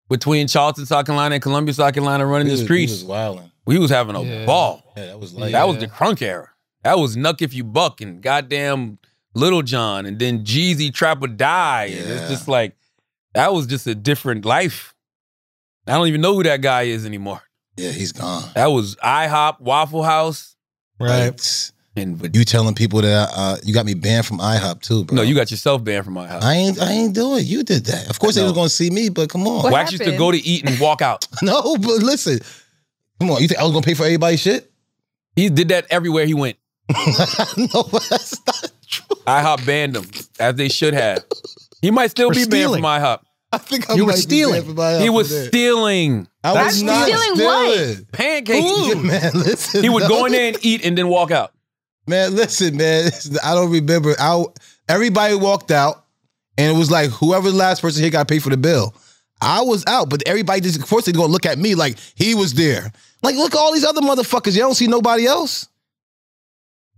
Speaker 2: between Charleston, South Carolina and Columbia, South Carolina running the
Speaker 4: was- we was
Speaker 2: streets.
Speaker 4: wildin'.
Speaker 2: We was having a
Speaker 4: Yeah.
Speaker 2: ball.
Speaker 4: Yeah, that was light.
Speaker 2: That was
Speaker 4: Yeah.
Speaker 2: the crunk era. That was Nuck If You Buck and goddamn Little John and then Jeezy Trap or Die. And
Speaker 4: Yeah.
Speaker 2: it's just like, that was just a different life. I don't even know who that guy is anymore.
Speaker 4: Yeah, he's gone.
Speaker 2: That was IHOP, Waffle House.
Speaker 4: Right.
Speaker 2: And
Speaker 4: you telling people that uh, you got me banned from IHOP too, bro.
Speaker 2: No, you got yourself banned from IHOP.
Speaker 4: I ain't. I ain't doing. it. You did that. Of course, they was gonna see me, but come on.
Speaker 2: Wax used to go to eat and walk out.
Speaker 4: no, but listen. Come on, you think I was gonna pay for everybody's shit?
Speaker 2: He did that everywhere he went.
Speaker 4: no, that's not
Speaker 2: true. IHOP banned him, as they should have. He might still
Speaker 4: For
Speaker 2: be
Speaker 4: stealing.
Speaker 2: banned from IHOP.
Speaker 4: I think I You were might be stealing. banned from IHOP
Speaker 2: He
Speaker 4: for
Speaker 2: was
Speaker 4: that.
Speaker 2: stealing.
Speaker 4: I was That's not stealing what? stealing.
Speaker 2: Pancakes.
Speaker 4: Ooh. Man, listen,
Speaker 2: he would go
Speaker 4: no.
Speaker 2: in there and eat and then walk out.
Speaker 4: Man, listen, man. I don't remember. I everybody walked out, and it was like whoever the last person here got paid for the bill. I was out, but everybody just of course they gonna look at me like he was there. Like look at all these other motherfuckers. You don't see nobody else.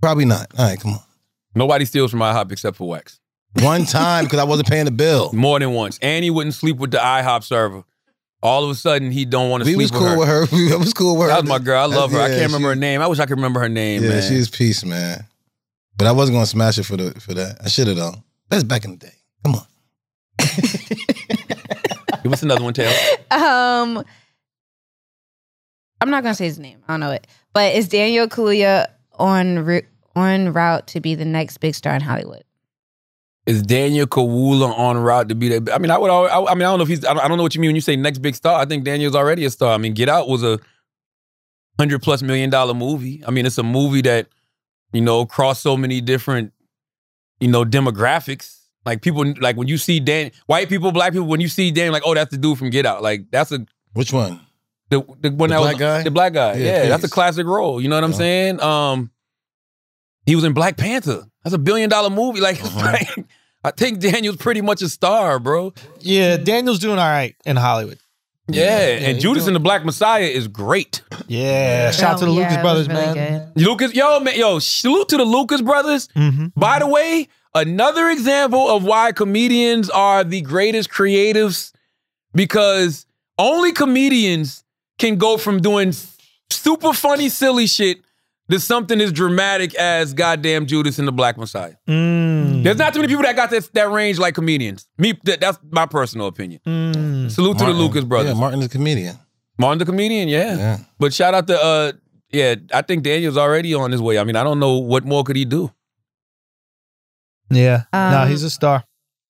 Speaker 4: Probably not. All right, come on.
Speaker 2: Nobody steals from IHOP except for Wax.
Speaker 4: One time because I wasn't paying the bill.
Speaker 2: More than once. And he wouldn't sleep with the IHOP server. All of a sudden, he don't want to
Speaker 4: We
Speaker 2: sleep
Speaker 4: was
Speaker 2: with
Speaker 4: cool
Speaker 2: her.
Speaker 4: with her. We was cool with her.
Speaker 2: That was my girl. I love her. I
Speaker 4: Yeah,
Speaker 2: can't remember
Speaker 4: she-
Speaker 2: her name. I wish I could remember her name,
Speaker 4: yeah,
Speaker 2: man.
Speaker 4: she was peace, man. But I wasn't gonna smash her for the for that. I should have though. That's back in the day.
Speaker 2: Give us another one, Taylor.
Speaker 7: um, I'm not gonna say his name. I don't know it, but it's Daniel Kaluuya on ru- on route to be the next big star in Hollywood.
Speaker 2: Is Daniel Kawula on route to be that? I mean, I would. al- I, I mean, I don't know if he's. I don't, I don't know what you mean when you say next big star. I think Daniel's already a star. I mean, Get Out was a hundred plus million dollar movie. I mean, it's a movie that you know crossed so many different you know demographics. Like people, like when you see Dan, white people, black people, when you see Dan, like, oh, that's the dude from Get Out. Like that's a
Speaker 4: which one?
Speaker 2: The the one
Speaker 4: The
Speaker 2: that
Speaker 4: black
Speaker 2: was
Speaker 4: guy?
Speaker 2: the black guy.
Speaker 4: Yeah,
Speaker 2: Yeah, that's a
Speaker 4: Phoenix.
Speaker 2: classic role. You know what I'm saying? Um, he was in Black Panther. That's a billion dollar movie. Like, like, I think Daniel's pretty much a star, bro.
Speaker 3: Yeah, Daniel's doing all right in Hollywood.
Speaker 2: Yeah, and Judas and the Black Messiah is great.
Speaker 3: Yeah, shout out to the Lucas brothers, man. Mm-hmm.
Speaker 2: Lucas, yo, man, yo, salute to the Lucas brothers. By the way, another example of why comedians are the greatest creatives because only comedians can go from doing super funny, silly shit to something as dramatic as goddamn Judas and the Black Messiah.
Speaker 4: Mm-hmm.
Speaker 2: There's not too many people that got that, that range like comedians. Me, that, that's my personal opinion.
Speaker 3: Mm.
Speaker 2: Salute to
Speaker 4: Mm-hmm. Martin.
Speaker 2: the Lucas brothers.
Speaker 4: Yeah, Martin the comedian.
Speaker 2: Martin the comedian, yeah.
Speaker 4: Yeah.
Speaker 2: But shout out to uh yeah, I think Daniel's already on his way. I mean, I don't know what more could he do.
Speaker 3: Yeah, no,
Speaker 7: Um,
Speaker 3: he's a star.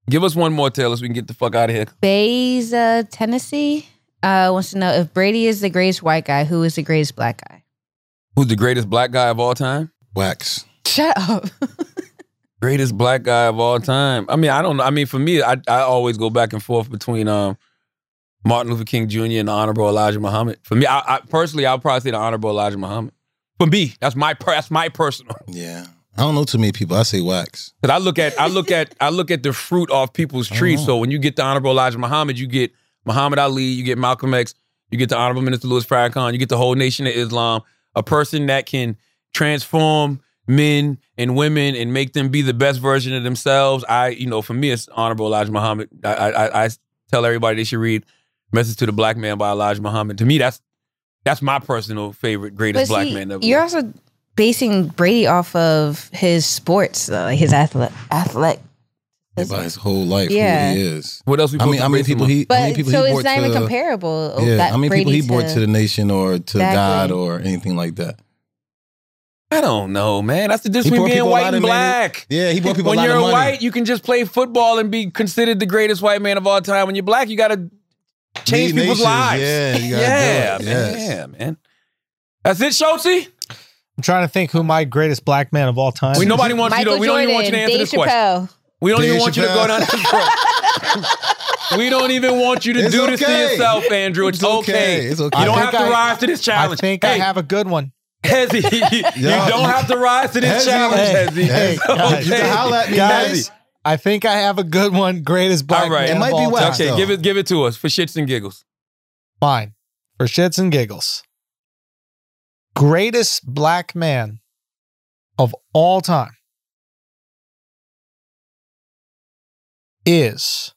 Speaker 2: Give us one more Taylor so we can get the fuck out of here.
Speaker 7: Bays, Tennessee, uh, wants to know if Brady is the greatest white guy, who is the greatest black guy?
Speaker 2: Who's the greatest black guy of all time?
Speaker 4: Wax.
Speaker 7: Shut up.
Speaker 2: Greatest black guy of all time. I mean, I don't know. I mean, for me, I I always go back and forth between um Martin Luther King Jr. and the Honorable Elijah Muhammad. For me, I, I personally, I'll probably say the Honorable Elijah Muhammad. For me, that's my per, that's my personal.
Speaker 4: Yeah. I don't know too many people. I say wax.
Speaker 2: Cause I look at I look at I look at the fruit off people's trees. So when you get the honorable Elijah Muhammad, you get Muhammad Ali, you get Malcolm X, you get the honorable Minister Louis Farrakhan, you get the whole nation of Islam, a person that can transform men and women and make them be the best version of themselves. I, you know, for me, it's honorable Elijah Muhammad. I I, I- I tell everybody they should read "Message to the Black Man" by Elijah Muhammad. To me, that's that's my personal favorite greatest black
Speaker 7: see,
Speaker 2: man ever.
Speaker 7: You're also basing Brady off of his sports, though, like his athlete, athletic.
Speaker 4: About his whole life,
Speaker 7: Yeah.
Speaker 4: who he is.
Speaker 2: What else?
Speaker 4: I mean, how many people he? how many
Speaker 7: But
Speaker 4: people
Speaker 7: so
Speaker 4: he
Speaker 7: it's
Speaker 4: brought
Speaker 7: not
Speaker 4: to,
Speaker 7: even comparable. oh,
Speaker 4: Yeah,
Speaker 7: that
Speaker 4: how many people
Speaker 7: Brady
Speaker 4: he brought to the nation or to
Speaker 7: Exactly.
Speaker 4: God or anything like that?
Speaker 2: I don't know, man. That's the difference
Speaker 4: He
Speaker 2: between
Speaker 4: brought
Speaker 2: being
Speaker 4: people a lot
Speaker 2: white and
Speaker 4: of money.
Speaker 2: black.
Speaker 4: Yeah, he brought people a
Speaker 2: When
Speaker 4: lot of
Speaker 2: you're
Speaker 4: money.
Speaker 2: white, you can just play football and be considered the greatest white man of all time. When you're black, you got to change
Speaker 4: Lead
Speaker 2: people's
Speaker 4: nations.
Speaker 2: lives.
Speaker 4: Yeah, you gotta
Speaker 2: yeah,
Speaker 4: do it.
Speaker 2: man.
Speaker 4: Yes.
Speaker 2: Yeah, man. That's it, Schultzy.
Speaker 3: I'm trying to think who my greatest black man of all time.
Speaker 2: We
Speaker 3: is.
Speaker 2: nobody wants you to. We don't even want you to answer this question. We don't
Speaker 3: Dave
Speaker 2: even want you to go
Speaker 3: Chappelle.
Speaker 2: down this road. We don't even want you to
Speaker 3: It's
Speaker 2: do this to
Speaker 3: okay.
Speaker 2: yourself, Andrew. It's, okay. You
Speaker 3: I
Speaker 2: don't
Speaker 3: think
Speaker 2: have to
Speaker 3: I-
Speaker 2: rise to this challenge.
Speaker 3: I think I have a good one.
Speaker 2: Hezzy, you
Speaker 3: Yo.
Speaker 2: don't have to rise to this
Speaker 3: Hezzy,
Speaker 2: challenge,
Speaker 3: hey,
Speaker 2: Hezzy.
Speaker 3: hey,
Speaker 2: It's
Speaker 3: guys.
Speaker 2: okay.
Speaker 3: guys. I think I have a good one. Greatest black
Speaker 2: All right.
Speaker 3: man. of all time.
Speaker 2: Okay, give it give it to us for shits and giggles.
Speaker 3: Fine. For shits and giggles. Greatest black man of all time is